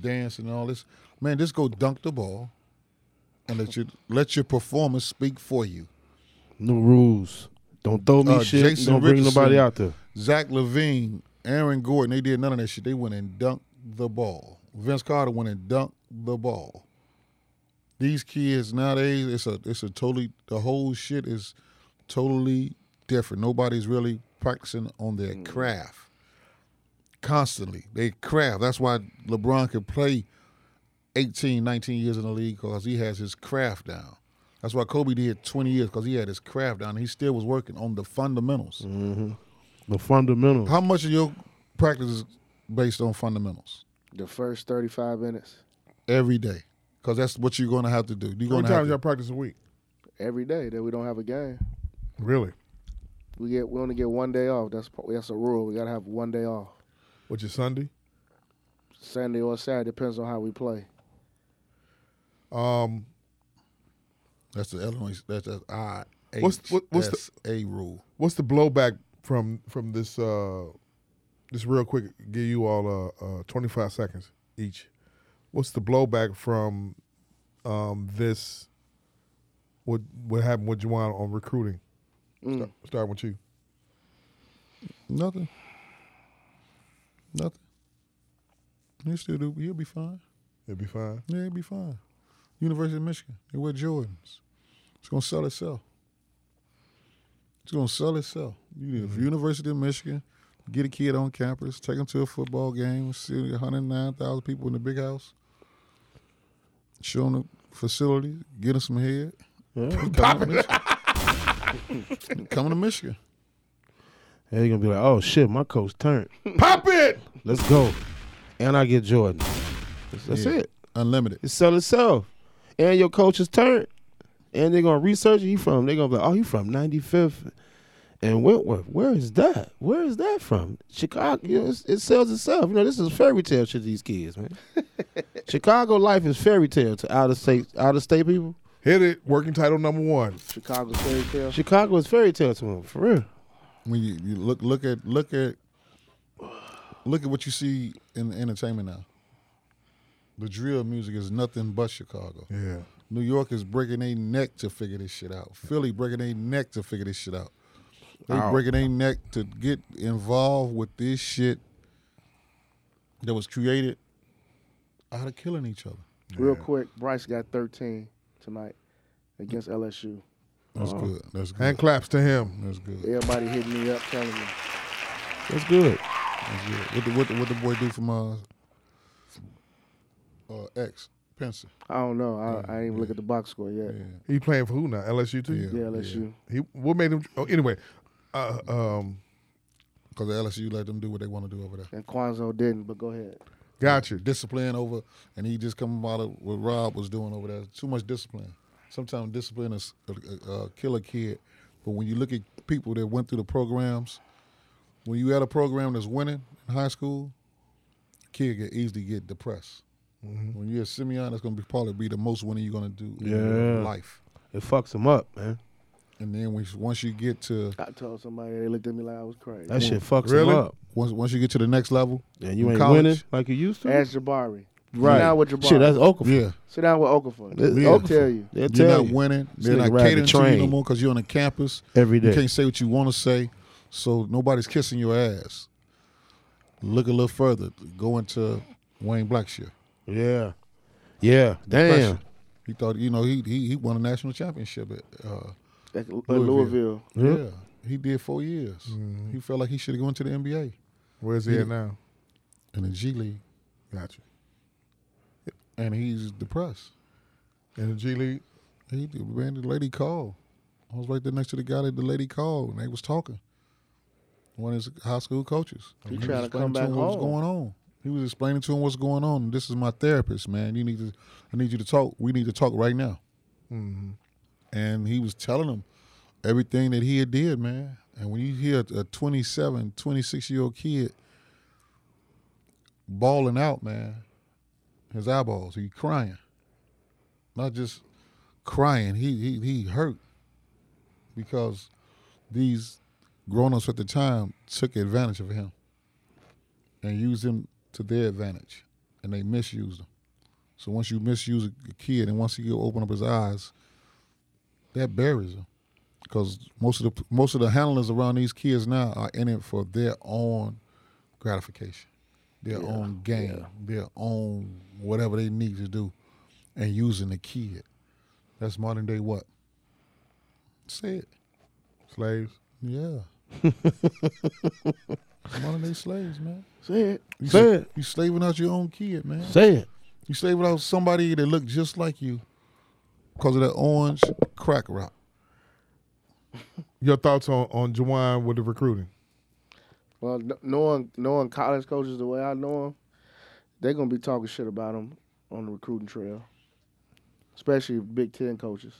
S2: dancing and all this. Man, just go dunk the ball and let your let your performance speak for you.
S5: New rules. Don't throw me
S2: Uh,
S5: shit. don't bring nobody out there.
S2: Zach Levine, Aaron Gordon, they did none of that shit. They went and dunked the ball. Vince Carter went and dunked the ball. These kids nowadays, it's a it's a totally the whole shit is totally different. Nobody's really practicing on their craft constantly. They craft. That's why LeBron could play 18, 19 years in the league because he has his craft down. That's why Kobe did 20 years because he had his craft down. He still was working on the fundamentals.
S10: Mm-hmm.
S5: The fundamentals.
S2: How much of your practice is based on fundamentals
S3: The first thirty-five minutes
S2: every day? Because that's what you're going to have to do. You're
S10: How
S2: going
S10: many
S2: to have
S10: times y'all
S2: to,
S10: practice a week?
S3: every day that we don't have a game.
S10: Really?
S3: We get we only get one day off. That's pro- that's a rule. We gotta have one day off,
S10: Which is Sunday?
S3: Sunday or Saturday depends on how we play.
S10: Um,
S2: that's the Illinois. E That's the I.
S10: What's- what- what's the-
S2: a rule?
S10: what's the blowback from from this? Uh, just real quick, give you all uh, uh, twenty five seconds each. What's the blowback from um, this? What what happened with Juwan on recruiting?
S3: Mm.
S10: Start, starting with you.
S2: Nothing. Nothing. He'll still do. He'll be fine.
S10: It'd be fine.
S2: Yeah, he'll be fine. University of Michigan. They wear Jordans. It's gonna sell itself. It's gonna sell itself. You if University of Michigan, get a kid on campus, take him to a football game, see 109,000 people in the big house, show them the facilities, get him some head. <laughs> Come, to <laughs> Michigan. Coming to Michigan.
S5: And they're gonna be like, oh shit, my coach turned.
S10: Pop it.
S5: Let's go. And I get Jordan. That's, that's
S2: Yeah.
S5: it.
S2: Unlimited.
S5: It sell itself. And your coach is turned. And they're gonna research where he from. They're gonna be like, oh, he from 95th and Wentworth. Where is that? Where is that from? Chicago. You know, it's, it sells itself. You know, this is fairy tale shit to these kids, man. Chicago life is fairy tale to out of state out of state people.
S10: Hit it. Working title number one.
S3: Chicago fairy tale.
S5: Chicago is fairy tale to them, for real.
S2: when you, you look look at look at look at what you see in entertainment now. The drill music is nothing but Chicago.
S10: Yeah.
S2: New York is breaking their neck to figure this shit out. Philly breaking their neck to figure this shit out. They breaking their neck to get involved with this shit that was created out of killing each other.
S3: Real quick, Bryce got thirteen tonight against LSU.
S2: That's good. Oh. That's good.
S10: And claps to him.
S2: That's good.
S3: Everybody hitting me up telling me
S5: That's good.
S2: That's good. What the what the, what the boy do from uh, uh X Pencer?
S3: I don't know. I, I didn't even look at the box score yet.
S10: He playing for who now? LSU too.
S2: Yeah.
S3: Yeah, LSU.
S10: He what made him? Oh, anyway. Uh, um,
S2: Because LSU let them do what they want to do over there.
S3: And Quanzo didn't, but go ahead.
S10: Gotcha.
S2: Discipline over, and he just come about it what Rob was doing over there. Too much discipline. Sometimes discipline is a, a, a killer kid, but when you look at people that went through the programs, when you had a program that's winning in high school, kid can easily get depressed.
S5: Mm-hmm.
S2: When you're a Simeon, that's gonna be probably be the most winning you're gonna do in
S5: Yeah.
S2: life.
S5: It fucks him up, man.
S2: And then when, once you get to
S3: I told somebody they looked at me like I was crazy.
S5: That shit fucks
S2: Really?
S5: him up.
S2: once once you get to the next level,
S5: And you
S2: in
S5: ain't
S2: college,
S5: winning like you used to.
S3: Ask Jabari.
S5: right.
S3: Sit down with Jabari.
S5: Shit, that's Okafor.
S2: yeah,
S3: Sit down with Okafor.
S5: It's
S3: They'll
S5: Okafor.
S3: tell you.
S5: They'll
S2: you're
S5: tell
S2: not
S5: you.
S2: winning.
S5: This
S2: They're
S5: nigga
S2: not
S5: ride the
S2: catering to you no
S5: train.
S2: more because you're on the campus.
S5: Every day.
S2: You can't say what you want to say, so nobody's kissing your ass. Look a little further. Go into Wayne Blackshear.
S5: Yeah. Yeah. Damn.
S2: Pressure. He thought, you know, he he, he won a national championship at. Uh,
S3: At Louisville.
S2: Louisville. Yeah, he did four years. He felt like he should have gone to the NBA
S10: Mm-hmm. Where's he at now?
S2: and the G League,
S10: Gotcha.
S2: and he's depressed.
S10: In the G League.
S2: He did, man, the lady called. I was right there next to the guy that the lady called, and they was talking. One of his high school coaches.
S3: He
S2: was
S3: trying to
S2: explaining
S3: come back
S2: him what was
S3: home.
S2: going on. He was explaining to him what's going on. This is my therapist, man. You need to, I need you to talk. We need to talk right now.
S3: Mm-hmm.
S2: And he was telling him everything that he had did, man. And when you hear a 27, 26 year old kid bawling out, man, his eyeballs, he crying not just crying. He he he hurt because these grown-ups at the time took advantage of him and used him to their advantage, and they misused him. So once you misuse a kid, and once he go open up his eyes, that buries him. Because most of the most of the handlers around these kids now are in it for their own gratification, their own gain, their own whatever they need to do and using the kid. That's modern day what? Say it.
S10: Slaves.
S2: Yeah. modern day slaves, man.
S3: Say it.
S2: You
S5: Say
S2: sla-
S5: it.
S2: You slaving out your own kid, man.
S5: Say it.
S2: You slaving out somebody that looked just like you because of that orange crack rock.
S10: Your thoughts on on Jawan with the recruiting?
S3: Well, kn- knowing knowing college coaches the way I know them, they're gonna be talking shit about them on the recruiting trail, especially Big Ten coaches.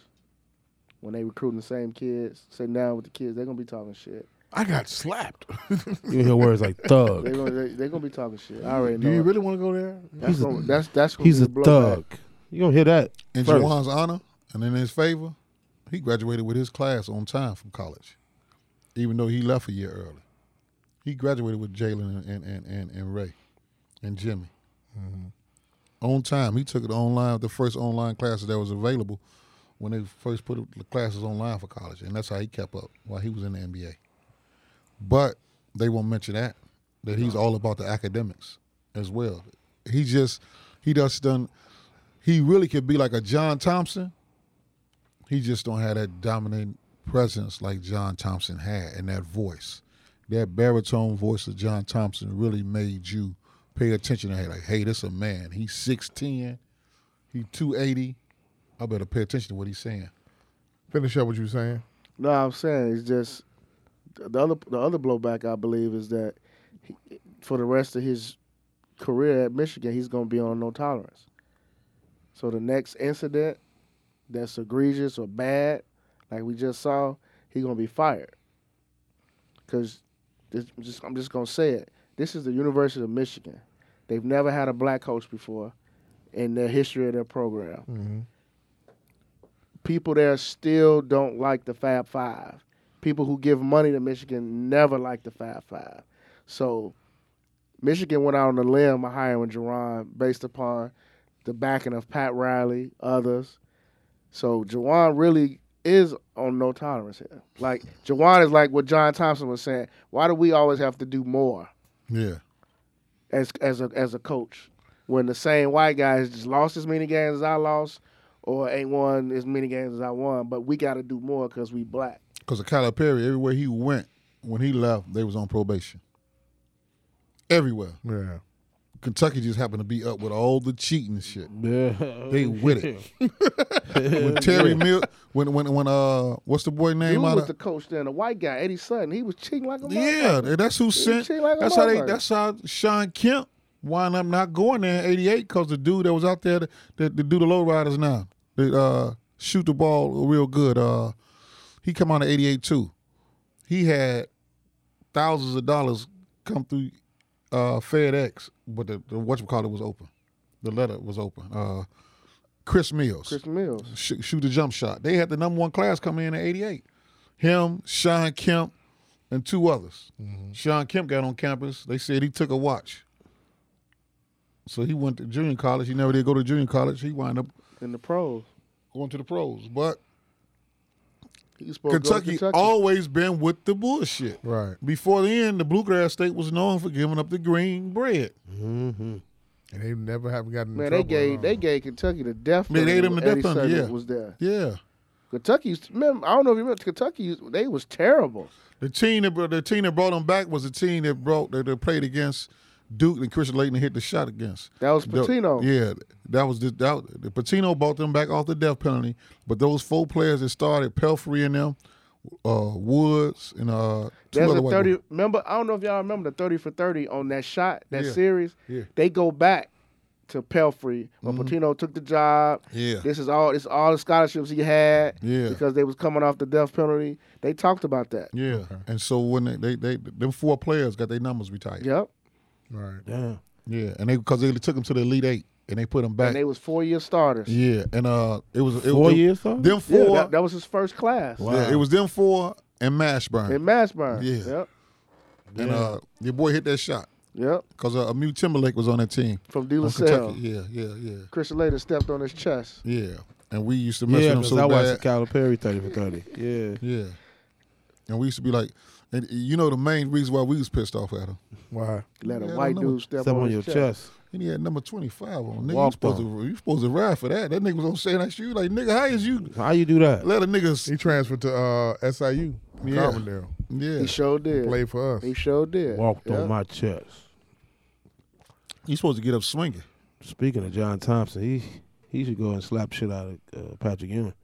S3: When they recruiting the same kids, sitting down with the kids, they're gonna be talking shit.
S10: I got slapped.
S5: You hear words like
S3: They're
S5: thug.
S3: gonna they, they're gonna be talking shit. I already know.
S10: Do you
S3: it.
S10: really want to go there?
S3: that's, gonna, that's that's gonna
S5: He's
S3: be
S5: a
S3: the blowback.
S5: thug. You don't hear that.
S2: In
S5: first.
S2: Jawan's honor and in his favor, he graduated with his class on time from college, even though he left a year early. He graduated with Jalen and, and, and, and Ray and Jimmy. On time. He took it online, the first online classes that was available when they first put the classes online for college. And that's how he kept up while he was in the NBA. But they won't mention that, that he's all about the academics as well. He just, he just done, he really could be like a John Thompson. He just don't have that dominant presence like John Thompson had and that voice. That baritone voice of John Thompson really made you pay attention to him. Like, hey, this a man. He's 6'10", he 280. I better pay attention to what he's saying.
S10: Finish up what you were saying.
S3: No, I'm saying it's just the other the other blowback I believe is that he, for the rest of his career at Michigan, he's going to be on no tolerance. So the next incident that's egregious or bad, like we just saw, he's going to be fired. Cause this, just, I'm just going to say it. This is the University of Michigan. They've never had a black coach before in the history of their program people there still don't like the Fab Five. People who give money to Michigan never like the Fab Five. So Michigan went out on a limb by hiring Jerron based upon the backing of Pat Riley, others. So Jawan really is on no tolerance here. Like Jawan is like what John Thompson was saying. Why do we always have to do more
S2: Yeah.
S3: as as a as a coach when the same white guy has just lost as many games as I lost or ain't won as many games as I won, but we got to do more because we black.
S2: Because of Kyler Perry, everywhere he went, when he left, they was on probation. Everywhere.
S10: Yeah.
S2: Kentucky just happened to be up with all the cheating shit.
S5: Yeah.
S2: They with it. when Terry Mill, when when when uh, what's the boy
S3: Dude
S2: name out
S3: was
S2: of?
S3: the coach then, a white guy, Eddie Sutton. He was cheating like a motherfucker.
S2: yeah, that's who sent.
S3: cheat like a
S2: that's how they.
S3: motherfucker.
S2: That's how Sean Kemp wind up not going there in '88 because the dude that was out there that, that, do the lowriders now that uh, shoot the ball real good. Uh, he come out of '88 too. He had thousands of dollars come through uh, FedEx, but the, the what call it was open. The letter was open. Uh, Chris Mills.
S3: Chris Mills.
S2: Sh- shoot a jump shot. They had the number one class come in in '88. Him, Sean Kemp, and two others.
S3: Mm-hmm.
S2: Sean Kemp got on campus. They said he took a watch. So he went to junior college. He never did go to junior college. He wound up
S3: in the pros.
S2: Going to the pros, but
S3: He was supposed
S2: Kentucky,
S3: to go to Kentucky.
S2: always been with the bullshit.
S10: Right.
S2: Before then, the bluegrass state was known for giving up the green bread.
S10: Mm-hmm. And they never have gotten in
S3: Man, they
S10: trouble,
S3: gave
S10: huh?
S3: they gave Kentucky the death.
S2: Man, they
S3: penalty
S2: ate 'em
S3: when
S2: the
S3: Eddie
S2: death penalty,
S3: Sutton
S2: yeah.
S3: Was there?
S2: Yeah.
S3: Kentucky's. Remember, I don't know if you remember. Kentucky, they was terrible.
S2: The team that br- the team that brought him back was the team that brought that, that played against Duke and Christian Leighton hit the shot against.
S3: That was
S2: The-
S3: Pitino.
S2: yeah, that was the, that, the Patino brought them back off the death penalty. But those four players that started, Pelfrey and them, uh, Woods and uh, two
S3: There's
S2: other
S3: a
S2: white
S3: thirty.
S2: boys.
S3: Remember, I don't know if y'all remember the thirty for thirty on that shot, that
S2: Yeah,
S3: series.
S2: yeah. Mm-hmm.
S3: They go back to Pelfrey when Patino took the job.
S2: Yeah.
S3: This is all. This is all the scholarships he had.
S2: Yeah.
S3: Because they was coming off the death penalty. They talked about that.
S2: Yeah, and so when they, they they them four players got their numbers retired.
S3: Yep.
S10: Right.
S5: Damn.
S2: Yeah, and they because they took them to the elite eight and they put them back.
S3: And they was four year starters.
S2: yeah, and uh, it was it,
S5: Four
S2: it-
S5: years, though?
S2: Them
S3: Yeah,
S2: four.
S3: that, that was his first class.
S5: Wow.
S2: yeah, it was them four and Mashburn.
S3: In Mashburn.
S2: Yeah.
S3: Yep.
S2: And uh, your boy hit that shot
S3: Yep.
S2: because uh, Amu Timberlake was on that team.
S3: From De La
S2: on
S3: Salle.
S2: Kentucky. Yeah, yeah, yeah,
S3: Christian later stepped on his chest.
S2: yeah. And we used to mess
S5: Yeah,
S2: with him
S5: because
S2: so
S5: I
S2: bad.
S5: watched the Calipari 30 for 30. Yeah.
S2: yeah. And we used to be like, and you know the main reason why we was pissed off at him.
S10: Why?
S3: Let
S2: Yeah,
S3: a
S2: I
S3: white
S2: don't know.
S3: dude step,
S5: Step on your chest.
S2: And he had number twenty five on. Nigga, you
S5: Walked
S2: supposed
S5: on.
S2: to you supposed to ride for that. That nigga was on saying that shoe like nigga, how is you
S5: How you do that?
S2: let a nigga? s-
S10: He transferred to uh, SIU,
S2: Yeah.
S10: Carbondale.
S2: Yeah,
S3: He sure did.
S10: Played for us.
S3: He sure did.
S5: Walked
S3: Yep.
S5: on my chest.
S2: he's supposed to get up swinging.
S5: Speaking of John Thompson, he he should go and slap shit out of uh, Patrick Ewing.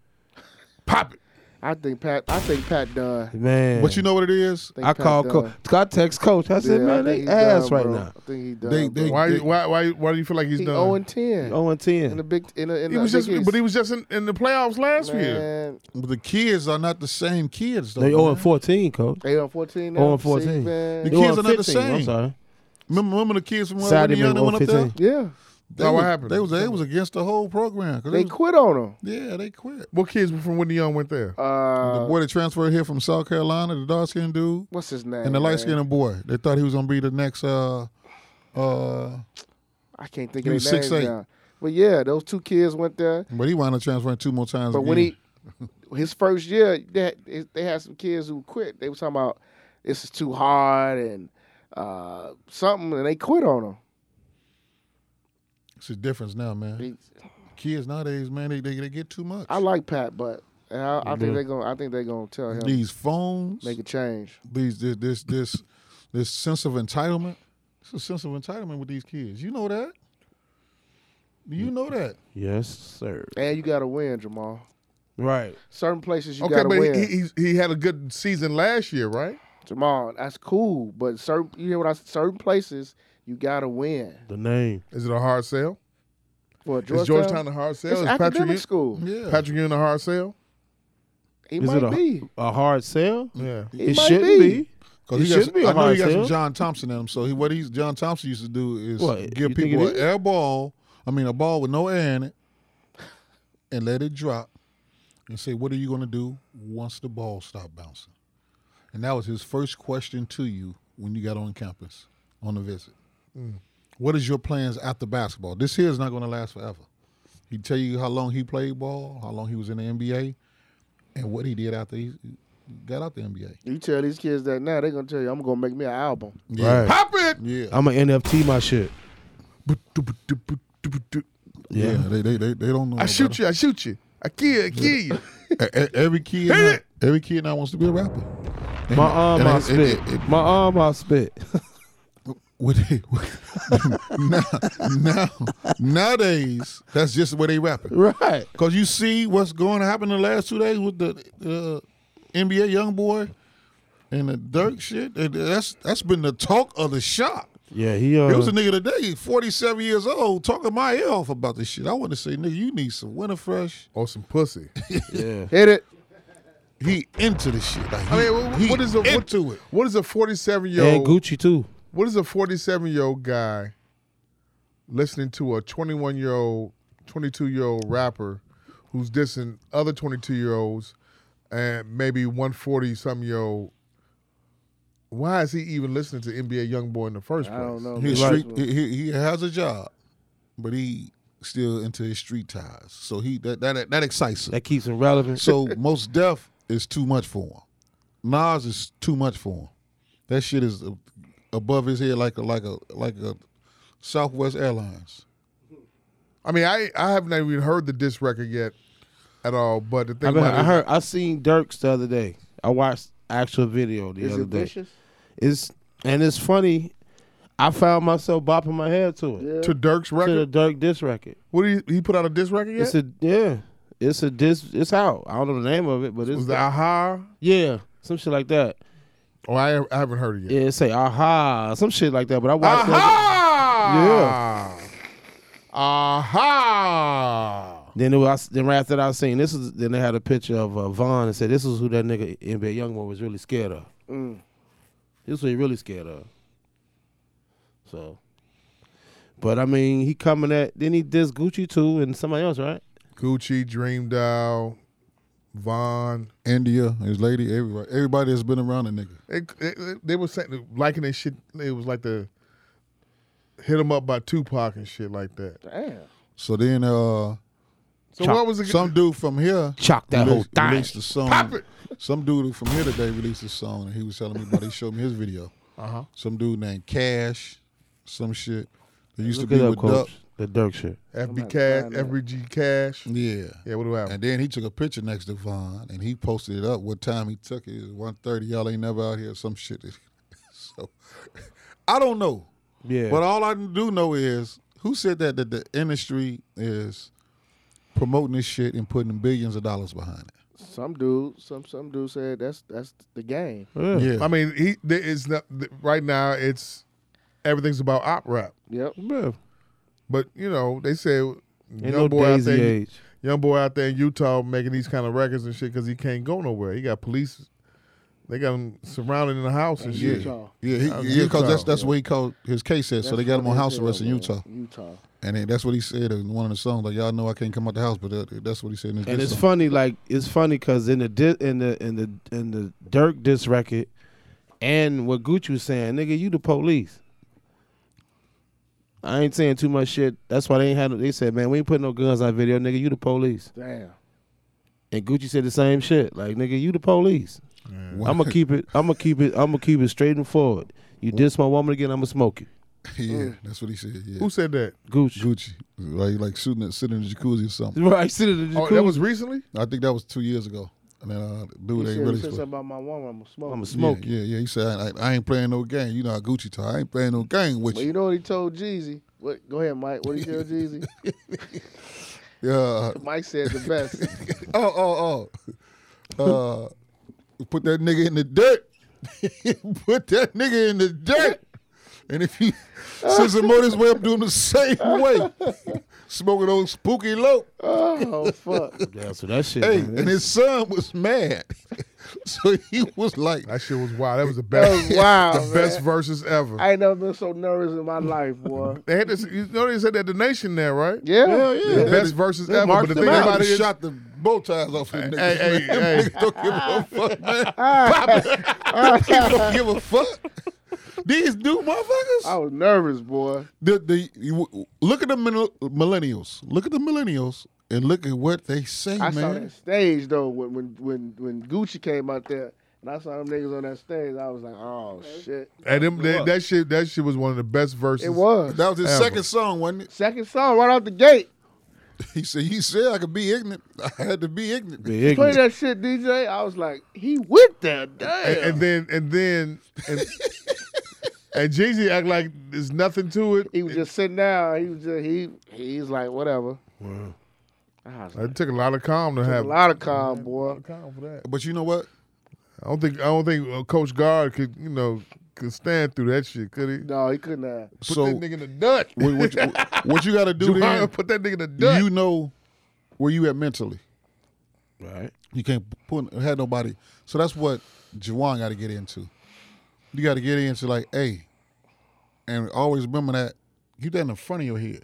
S2: Pop it.
S3: I think Pat. I think Pat done.
S5: Man.
S2: But you know what it is?
S3: think
S5: I
S3: Pat
S5: called
S3: done.
S5: coach. I text coach. I said,
S3: Yeah, I
S5: man,
S3: think
S5: they
S3: he
S5: ass
S3: done,
S5: right
S3: bro.
S5: now.
S3: I think he done.
S2: They-
S3: bro.
S2: they-
S10: why, why? Why? Why do you feel like he's
S3: he
S10: done?
S3: zero and ten
S5: 0 and 10.
S3: in the big in the in
S10: He
S3: the
S10: was
S3: big
S10: just,
S3: East.
S10: but he was just in, in the playoffs last year.
S3: man.
S2: But the kids are not the same kids though.
S5: They 0
S2: man.
S5: and 14, coach.
S3: They on fourteen now.
S5: 0 and 14.
S3: See, man.
S2: The
S5: They 0
S2: kids
S5: and
S2: are not the
S5: 15, I'm
S2: same.
S5: sorry.
S2: Remember, remember the kids from uh,
S5: Saturday,
S2: Indiana
S5: man,
S2: went up there.
S5: 0-15.
S3: Yeah,
S2: They
S10: Oh, what
S2: was,
S10: happened?
S2: They was they was against the whole program. 'cause
S3: they
S2: was-
S3: quit on him.
S2: yeah, they quit.
S10: What kids from Whitney Young went there?
S2: the
S3: Uh,
S2: boy that transferred here from South Carolina, the dark skinned dude,
S3: what's his name?
S2: and the
S3: man?
S2: light skinned boy. They thought he was gonna be the next. uh uh,
S3: I can't think
S2: He
S3: of
S2: was
S3: his names
S2: 6'8".
S3: now. But yeah, those two kids went there.
S2: but he wound up transferring two more times.
S3: But when
S2: again.
S3: he <laughs> his first year, that they had some kids who quit. They were talking about this is too hard and uh, something, and they quit on him.
S2: it's a difference now, man.
S3: He-
S2: kids nowadays, man, they they, they get too much.
S3: I like Pat, but and I, I think they're gonna I think they're gonna tell him
S2: these phones,
S3: make a change.
S2: these this this this this sense of entitlement. It's a sense of entitlement with these kids. You know that. You know that.
S5: Yes, sir.
S3: And you gotta win, Jamal.
S5: Right.
S3: Certain places you
S10: okay,
S3: gotta
S10: but
S3: win.
S10: he, he he had a good season last year, right?
S3: Jamal, that's cool, but certain you hear what I certain places you gotta win.
S5: The name.
S10: Is it a hard sale?
S3: What
S10: Is Georgetown a hard sale?
S3: It's
S10: is
S3: academic
S10: Patrick Ewing-
S3: school.
S2: Yeah.
S10: Patrick Ewing a hard sale?
S3: He
S5: Is
S3: might
S5: it a,
S3: be.
S5: a hard sell?
S10: Yeah.
S3: It, might
S5: shouldn't
S3: be.
S2: Cause
S5: It
S2: he got,
S5: should
S2: some-
S5: be a
S2: I know
S5: hard
S2: he got
S5: sell.
S2: some John Thompson in him. So he, what he's John Thompson used to do is
S5: What, you
S2: give
S5: think
S2: people
S5: it
S2: an
S5: is?
S2: air ball. I mean, a ball with no air in it, and let it drop, and say, "What are you going to do once the ball stopped bouncing?" And that was his first question to you when you got on campus on a visit. What is your plans after basketball? This here is not going to last forever. He tell you how long he played ball, how long he was in the NBA, and what he did after he got out the NBA.
S3: You tell these kids that now, they're gonna tell you I'm gonna make me an album.
S2: Yeah.
S5: Right.
S10: Pop it!
S2: Yeah.
S5: I'm going to NFT
S2: <laughs>
S5: my shit.
S2: Yeah, they, they they they don't know. E-,
S10: I shoot you, I shoot you. I kill, I kill <laughs> you.
S2: Every kid,
S10: Hit
S2: now,
S10: it.
S2: every kid now wants to be a rapper. And-
S5: My arm
S2: and
S5: I
S2: it-
S5: spit.
S2: it- it- it-
S5: My arm I spit.
S2: <laughs> what <laughs> they- now, now, nowadays, that's just the way they rapping.
S5: right.
S2: Cause you see what's going to happen in the last two days with the uh, NBA young boy and the Dirk shit. That- That's that's been the talk of the shop.
S5: Yeah, he. Uh,
S2: It
S10: Uh-huh.
S2: was a nigga today, 47 years old, talking my ear off about this shit. I want to say, nigga, you need some winter fresh.
S10: Or Oh, some pussy.
S5: yeah.
S3: Hit it.
S2: He into the shit. Like,
S10: I
S2: he-
S10: mean, wh-
S2: he
S10: what is a what,
S2: into it?
S10: what is a forty seven year
S5: And
S10: old?
S5: Gucci too.
S10: What is a 47 year old guy listening to a 21 year old, 22 year old rapper who's dissing other 22 year olds and maybe 140 something year old? Why is he even listening to NBA Youngboy in the first
S3: I
S10: place?
S3: don't know.
S2: His
S3: Right.
S2: street, he, he- he has a job, but he still into his street ties. So he that that that excites
S5: <laughs>
S2: him.
S5: That keeps him relevant.
S2: So most deaf is too much for him. Nas is too much for him. That shit is a- above his head like a like a like a Southwest Airlines.
S10: I mean, I I haven't even heard the diss record yet at all. But the thing
S5: I, mean,
S10: about it
S5: I
S10: is-
S5: heard. I seen Dirks the other day. I watched actual video the
S3: Is
S5: other
S3: it
S5: day.
S3: vicious?
S5: It's and it's funny. I found myself bopping my head to it
S10: to Dirk's
S5: to the
S10: record,
S5: Dirk diss record.
S10: what he he put out a diss record yet?
S5: It's a yeah. It's a diss. It's out. I don't know the name of it, but it's
S10: was the aha?
S5: yeah, some shit like that.
S10: Oh, I I haven't heard it yet.
S5: Yeah, it say aha, some shit like that. But I watched that.
S10: Aha! Yeah. Aha!
S5: Then it was, then right after that I seen this is then they had a picture of uh, Vaughn and said this is who that nigga NBA Youngboy was really scared of.
S2: Mm.
S5: This is what he really scared of. So, but I mean he coming at then he diss Gucci too and somebody else right?
S10: Gucci, Dream Doll, Von.
S2: India, his lady, everybody, everybody that's been around a nigga.
S10: It, it- they were saying liking that shit. It was like the hit them up by Tupac and shit like that.
S3: Damn.
S2: So then, uh,
S10: So
S5: Chop-
S10: what was it?
S2: some dude from here
S5: Chalk that whole
S2: released,
S5: thing.
S2: released a song.
S10: Pop it.
S2: Some dude from here today released a song, and he was telling me about. He showed me his video.
S10: Uh-huh.
S2: Some dude named Cash, some shit. He used
S5: Look
S2: to
S5: it
S2: be
S5: up,
S2: with
S5: coach.
S2: Duck.
S5: The Dirk shit.
S10: FB
S3: trying
S10: Cash,
S3: that.
S10: FBG Cash.
S2: Yeah.
S10: Yeah, what do I have?
S2: And then he took a picture next to Vaughn, and he posted it up. What time he took it? One thirty. Y'all ain't never out here. Some shit. <laughs> so I don't know,
S5: Yeah.
S2: but all I do know is who said that that the industry is promoting this shit and putting billions of dollars behind it.
S3: Some dude, some some dude said that's that's the game.
S5: yeah.
S10: I mean, he there is not th- right now. It's everything's about op rap,
S3: Yep.
S5: Yeah.
S10: but you know they say
S5: Ain't
S10: young
S5: no
S10: boy out
S5: daisy
S10: there,
S5: age.
S10: young boy out there in Utah making these kind of records and shit because he can't go nowhere. He got police. They got him surrounded in the house and shit.
S3: Utah.
S2: Yeah,
S10: Uh,
S2: he, yeah, because that's
S10: Utah.
S2: that's what he called his case said. So
S3: That's
S2: they got him on
S3: funny as
S2: house
S3: hell,
S2: arrest in
S3: man.
S2: Utah,
S3: Utah.
S2: and then that's what he said in one of the songs. Like y'all know I can't come out the house, but that, that's what he said. In his
S5: And
S2: diss <laughs>
S5: it's
S2: song.
S5: funny, like it's funny because in the di- in the in the in the Dirk diss record, and what Gucci was saying, nigga, you the police. I ain't saying too much shit. That's why they ain't had. No, they said, man, we ain't putting no guns on video, nigga. You the police.
S3: Damn.
S5: And Gucci said the same shit, like, nigga, you the police.
S2: One-
S5: I'm gonna keep it. I'm gonna keep it. I'm gonna keep it straight and forward. You diss my woman again, I'm gonna smoke you,
S2: yeah, that's what he said. Yeah.
S10: Who said that?
S5: Gucci.
S2: Gucci, like like shooting at sitting in the jacuzzi or something.
S5: <laughs> Right, sit in the
S10: Oh, that
S5: jacuzzi.
S10: was recently.
S2: I think that was two years ago. And then uh, the
S3: He
S2: dude ain't
S3: said, he
S2: really.
S3: said
S2: supposed-
S3: something about my woman. I'm a smoker.
S5: I'm a
S2: yeah,
S5: smoke. you.
S2: yeah, yeah. He said I, I, I ain't playing no game. You know how Gucci talk. I ain't playing no game with
S3: But
S2: you.
S3: you know what he told Jeezy? What? Go ahead, Mike. What did he tell
S10: <laughs>
S3: Jeezy?
S2: Yeah.
S3: Mike said the best.
S2: Oh oh oh. Uh, put that nigga in the dirt. <laughs> put that nigga in the dirt. And if you since the motor's way up doing the same way, smoking old spooky lope.
S3: oh fuck!
S5: Yeah, so that shit.
S2: Hey,
S5: man,
S2: and his son was mad, <laughs> so he was like,
S10: That shit was wild. That was the
S3: That
S10: best.
S3: was wild,
S10: the best
S3: man.
S10: verses ever.
S3: I ain't never been so nervous in my life, boy.
S10: they had this. You know they said that the nation there, right?
S3: Yeah.
S2: Hell yeah.
S10: The best verses
S2: They
S10: ever. But
S2: marked
S10: the
S2: them
S10: thing
S2: out.
S10: about it
S2: They
S10: is,
S2: shot the bow ties off the niggas.
S10: hey, hey,
S2: man. <laughs> Them niggas
S10: hey.
S2: don't give <laughs> a fuck, man. Pop it. <laughs> Them niggas don't give a fuck. These new motherfuckers.
S3: I was nervous, boy.
S2: The, the, you, look at the mil- millennials. Look at the millennials and look at what they say,
S3: I saw
S2: man.
S3: that stage though when when when when Gucci came out there and I saw them niggas on that stage. I was like, oh shit!
S10: and them, that, that shit, that shit was one of the best verses.
S3: It was
S2: That was his
S10: Ever.
S2: second song, wasn't it?
S3: second song right out the gate.
S2: He said, he said I could be ignorant. I had to be ignorant.
S5: be ignorant.
S3: Play that shit, DJ. I was like, he went there, damn.
S10: Mm. And, and then, and then, and, and Jeezy act like there's nothing to it.
S3: he was just sitting down. He was just he he's like whatever. I was like,
S10: It took a lot of calm to
S3: a
S10: have.
S3: lot of calm, boy.
S10: Calm for that.
S2: But you know what?
S10: I don't think I don't think uh, Coach Guard could you know could stand through that shit, could he?
S3: No, he couldn't uh, have.
S10: Put
S2: So-
S10: that nigga in the nut.
S2: What, what you, what you got <laughs> to do
S10: Ja'Marr,
S2: then?
S10: put that nigga in the nut.
S2: You know where you at mentally.
S5: Right.
S2: You can't put had nobody. So that's what Juwan got to get into. You got to get into like, hey, and always remember that. Keep that in the front of your head.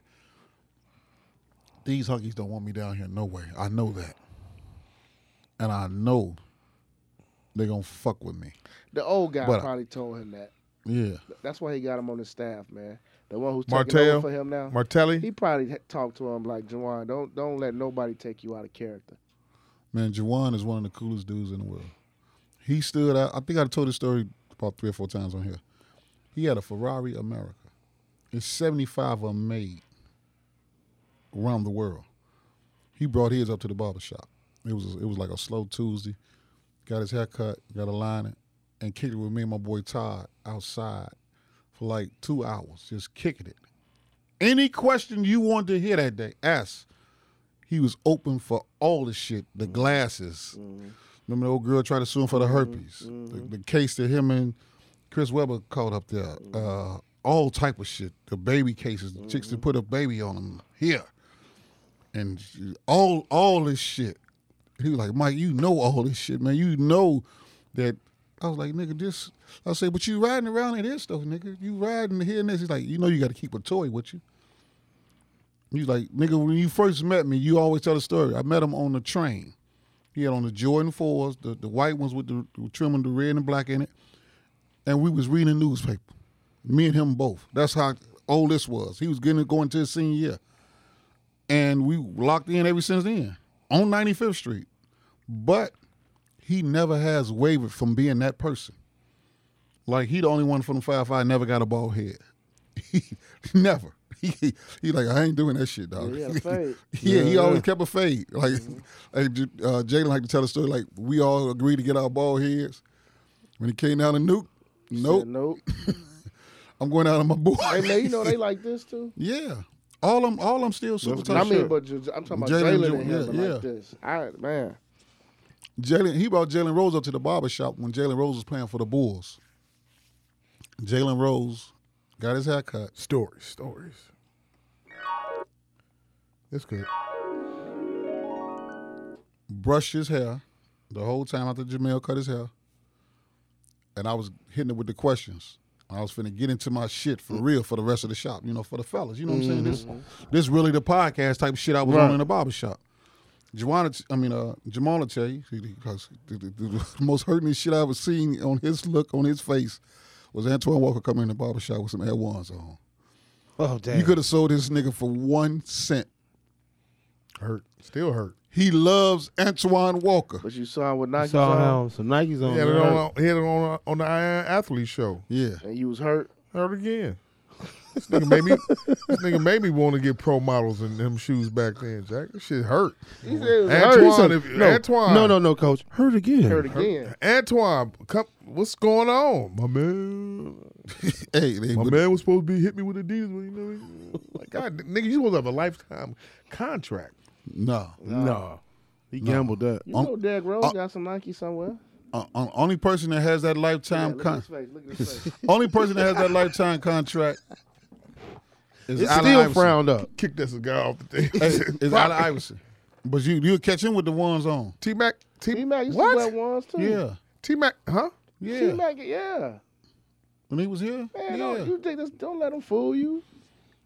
S2: These hunkies don't want me down here. No way. I know that, and I know they gonna fuck with me.
S3: The old guy
S2: But uh, I-
S3: probably told him that.
S2: Yeah.
S3: That's why he got him on his staff, man. The one who's taking
S10: Martell?
S3: over for him now.
S10: Martelli?
S3: He probably ha- talked to him like, Juwan, don't don't let nobody take you out of character.
S2: Man, Jawan is one of the coolest dudes in the world. He stood out. I think I told this story about three or four times on here. He had a Ferrari America. It's 75 of them made around the world. He brought his up to the barber shop. It was it was like a slow Tuesday. Got his hair cut, got a line, and kicked it with me and my boy Todd outside for like two hours, just kicking it. Any question you wanted to hear that day, ask he was open for all the shit, the glasses. Remember the old girl tried to sue him for the herpes, the, the case that him and Chris Webber caught up there, uh, all type of shit, the baby cases, the chicks that put a baby on him here, and she- all all this shit. He was like, Mike, you know all this shit, man. You know that. I was like, nigga, this. I say, but you riding around in this stuff, nigga. You riding here and this. He's like, you know, you got to keep a toy with you. He's like, nigga, when you first met me, you always tell the story. I met him on the train. He had on the Jordan fours, the, the white ones with the the trim and the red and black in it. And we was reading the newspaper. Me and him both. That's how old this was. He was getting going to his senior year. And we locked in ever since then. On 95th Street. But he never has wavered from being that person. Like he the only one from the five five never got a bald head. <laughs> He never. <laughs> He, he like I ain't doing that shit, dog. <laughs>
S3: Yeah, he had a fade.
S2: Yeah, he always kept a fade. <laughs> Like,
S3: Mm-hmm.
S2: like, J- uh, Jalen like to tell a story. Like we all agreed to get our bald heads. When he came down to Nuke, nope,
S3: Said, nope.
S2: I'm going out on my boy.
S3: hey man, you know they like this too.
S2: <laughs> yeah, all I'm, all I'm still super
S3: I
S2: tight.
S3: mean, but Ju- Ju- I'm talking about
S2: Jalen
S3: Jalen
S2: Ju-
S3: and him
S2: yeah, yeah.
S3: like this. I man,
S2: Jalen, he brought Jalen Rose up to the barber shop when Jalen Rose was playing for the Bulls. Jalen Rose got his hair cut.
S10: Stories, stories. That's good.
S2: brushed his hair the whole time after Jamel cut his hair. And I was hitting it with the questions. I was finna get into my shit
S10: Mm.
S2: for real for the rest of the shop, you know, for the fellas. You know what I'm saying? This
S10: Mm-hmm.
S2: this really the podcast type shit I was on in the barber shop. Juwan, I mean, uh, Jamal will tell you, because the, the, the most hurting shit I ever seen on his look, on his face, was Antoine Walker coming in the barber shop with some Air Ones on.
S5: Oh damn.
S2: You could have sold this nigga for one cent.
S10: Hurt. Still hurt.
S2: He loves Antoine Walker.
S3: but you saw him with Nike
S5: saw him some Nikes on.
S10: He had it
S5: right?
S10: on, he had it on, on the Iron Athlete show.
S2: Yeah.
S3: and you was hurt.
S10: Hurt again. This nigga made me. This nigga made me want to get pro models in them shoes back then, Jack. This shit hurt.
S3: He said it was hurt. He
S10: Antoine,
S3: said
S10: if,
S5: No,
S10: Antoine,
S5: no, no, no, coach. Hurt again.
S3: hurt again.
S10: Antoine, come, what's going on, my man?
S2: <laughs> Hey, they,
S10: My
S2: but-
S10: man was supposed to be hit me with Adidas, but you know, he- like God, nigga, you supposed to have a lifetime contract.
S2: no.
S5: No. He gambled up.
S3: You know, Derrick Rose
S2: Um,
S3: got some Nike somewhere.
S2: Uh, uh, only person that has that
S3: Yeah,
S2: lifetime
S3: look
S2: con-
S3: at his face. Look at his face.
S2: <laughs> only person that has that lifetime contract is
S5: It's
S2: Allen
S5: still
S2: Iverson.
S5: frowned up.
S10: Kick that cigar off the
S2: Hey,
S10: <laughs> table.
S2: Is Allen Iverson, but you you catch him with the ones on.
S10: T Mac,
S3: T
S10: T
S3: Mac used to wear
S10: what?
S3: ones too.
S2: Yeah,
S10: T Mac, huh?
S3: T
S2: yeah.
S3: Mac, yeah.
S2: When he was here,
S3: Man,
S2: yeah.
S3: don't, you think this, don't let them fool you.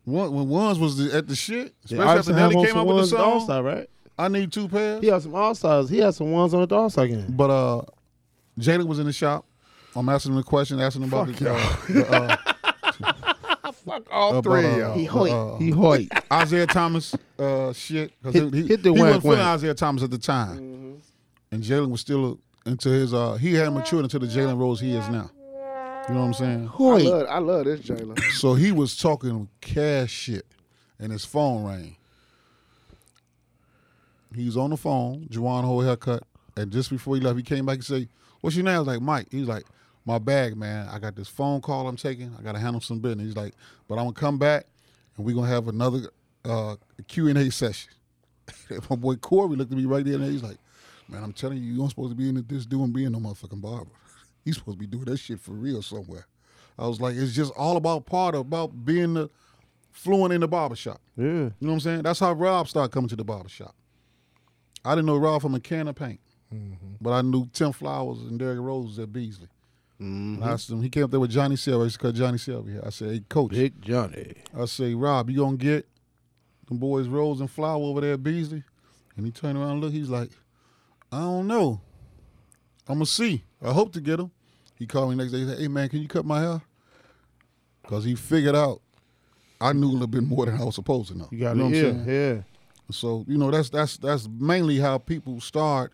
S2: One, when ones was the, at the shit, especially after
S5: Iverson had
S2: Nelly
S5: on
S2: came
S5: some
S2: out with the
S5: ones at
S2: song.
S5: All-Star, right?
S2: I need two pairs.
S5: He had some All Stars. He had some ones on the All Star game.
S2: But uh, Jalen was in the shop. I'm asking him a question, asking him about the, uh, the, uh,
S10: <laughs> Fuck all
S2: about,
S10: three of
S2: uh,
S10: y'all.
S2: the, uh,
S5: He Hoyt.
S2: Isaiah Thomas uh, shit. 'cause
S5: Hit-
S2: he, he-
S5: hit the
S2: he
S5: whack,
S2: wasn't feeling
S5: whack.
S2: Isaiah Thomas at the time.
S10: Mm-hmm.
S2: And Jalen was still into his, uh, he hadn't matured into the Jalen Rose he is now. You know what I'm saying?
S3: I
S5: Hoyt.
S3: love, I love this Jalen.
S2: So he was talking cash shit and his phone rang. He was on the phone, Juwan whole haircut. And just before he left, he came back and said, What's your name? I was like, Mike. He was like, My bag, man. I got this phone call I'm taking. I gotta handle some business. He's like, But I'm gonna come back and we're gonna have another uh, Q and A session. <laughs> My boy Corey looked at me right there and he's like, Man, I'm <laughs> telling you, you ain't supposed to be in this doing being no motherfucking barber. He's supposed to be doing that shit for real somewhere. I was like, it's just all about part of about being the, fluent in the barbershop.
S3: Yeah. You
S2: know what I'm saying? That's how Rob started coming to the barbershop. I didn't know Rob from a can of paint, but I knew Tim Flowers and Derrick Rose at Beasley. And I asked him, he came up there with Johnny Silver. I used to call Johnny Silver here. I said, hey, coach.
S5: Big Johnny.
S2: I say, Rob, you going to get them boys Rose and Flower over there at Beasley? And he turned around and looked. He's like, I don't know. I'm going to see. I hope to get him. He called me next day. He said, hey, man, can you cut my hair? Because he figured out I knew a little bit more than I was supposed to know. You
S5: got
S2: know
S5: it. Yeah, yeah.
S2: So you know that's that's that's mainly how people start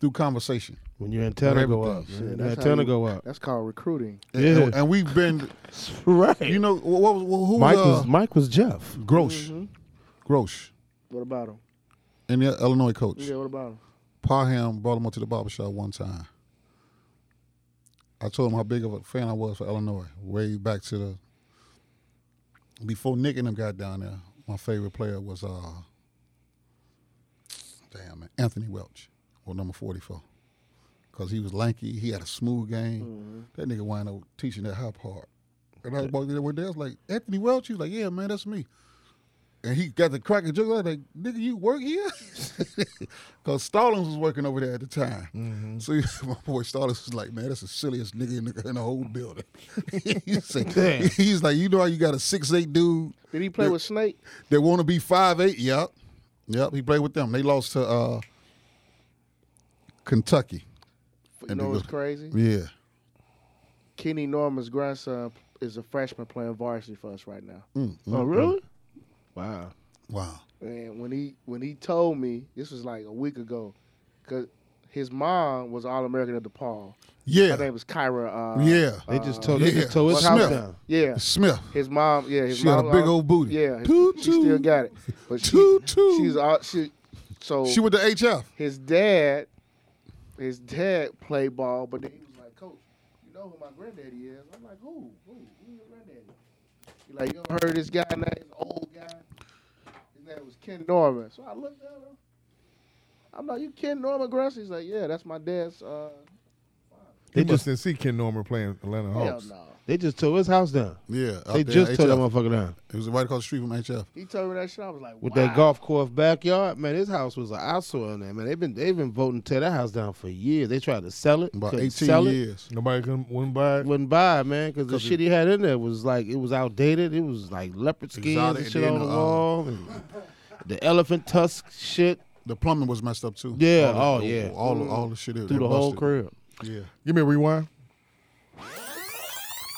S2: through conversation.
S5: When your antenna go up,
S2: Everything.
S5: man. Your antenna go up.
S3: That's called recruiting.
S2: And,
S5: Yeah.
S2: and, and we've been
S5: <laughs> right.
S2: You know wh- what was wh- who
S5: Mike
S2: was,
S5: was
S2: uh,
S5: Mike was Jeff. Mm-hmm.
S2: Grosh, Grosh,
S3: What about him?
S2: and the Illinois coach.
S3: Yeah, what about him?
S2: Parham brought him up to the barbershop one time. I told him how big of a fan I was for Illinois, way back to the before Nick and them got down there. My favorite player was uh, damn it, Anthony Welch, or number forty-four, because he was lanky. He had a smooth game. That nigga wound up teaching that hop hard. And I walked in there one day. I was like, Anthony Welch. He was like, Yeah, man, that's me. And he got the crack and joke. I was like, Nigga, you work here? <laughs> Because Stallings was working over there at the time. So <laughs> my boy Stallings was like, man, that's the silliest nigga in the, in the whole building. <laughs> he said, <laughs> he's like, you know how you got a six eight dude
S3: Did he play with Snake?
S2: that want to be five eight? Yep, yep. He played with them. They lost to uh, Kentucky.
S3: You
S2: And
S3: know
S2: they
S3: what's
S2: go-
S3: crazy?
S2: Yeah,
S3: Kenny Norman's grandson is a freshman playing varsity for us right now.
S2: Mm,
S5: Oh really? Wow.
S2: wow.
S3: And when he when he told me this was like a week ago, because his mom was All American at DePaul.
S2: Yeah,
S3: Her name was Kyra. Uh,
S2: yeah.
S5: They just told they
S2: Yeah.
S5: just told his house
S2: Smith.
S5: down.
S3: yeah.
S2: Smith.
S3: His mom, yeah, his
S2: She had
S3: mom uh,
S2: a big old booty.
S3: Yeah, his-
S2: Toot,
S3: she still
S2: toot.
S3: got it. But she,
S2: Toot, toot.
S3: she's all she. So
S2: She went to HF.
S3: his dad, his dad played ball, but then he was like, "Coach, you know who my granddaddy is?" I'm like, "Who? Who? Who's your granddaddy?" He like, "You ever heard this guy? Now he's an old guy. His name was Ken Norman." So I looked at him. I'm like, "You Ken Norman Gress?" He's like, "Yeah, that's my dad's." Uh,
S5: They
S10: They you
S5: just
S10: must didn't see Ken Norman playing Atlanta
S3: hell
S10: Hawks.
S3: no.
S5: they just tore his house down.
S2: Yeah, out
S5: They
S2: there,
S5: just tore that
S2: HF.
S5: motherfucker down.
S2: It was right across the street from HF.
S3: He told me that shit. I was like,
S5: With
S3: wow.
S5: that golf course backyard, man, his house was an eyesore in there, man. They've been they've been voting to tear that house down for years. They tried to sell it,
S2: About
S5: couldn't
S2: 18
S5: sell it.
S2: years.
S10: Nobody couldn't wouldn't buy it.
S5: wouldn't buy it, man, because the shit he had in there was like it was outdated. It was like leopard skins
S2: Exotic,
S5: and
S2: and
S5: shit
S2: then
S5: on the
S2: the, um,
S5: wall, and the elephant tusk shit
S2: The plumbing was messed up too.
S5: Yeah,
S2: All
S5: oh, yeah.
S2: All all, the shit
S5: through the whole
S2: crew.
S5: crib.
S2: Yeah.
S10: Give me a rewind.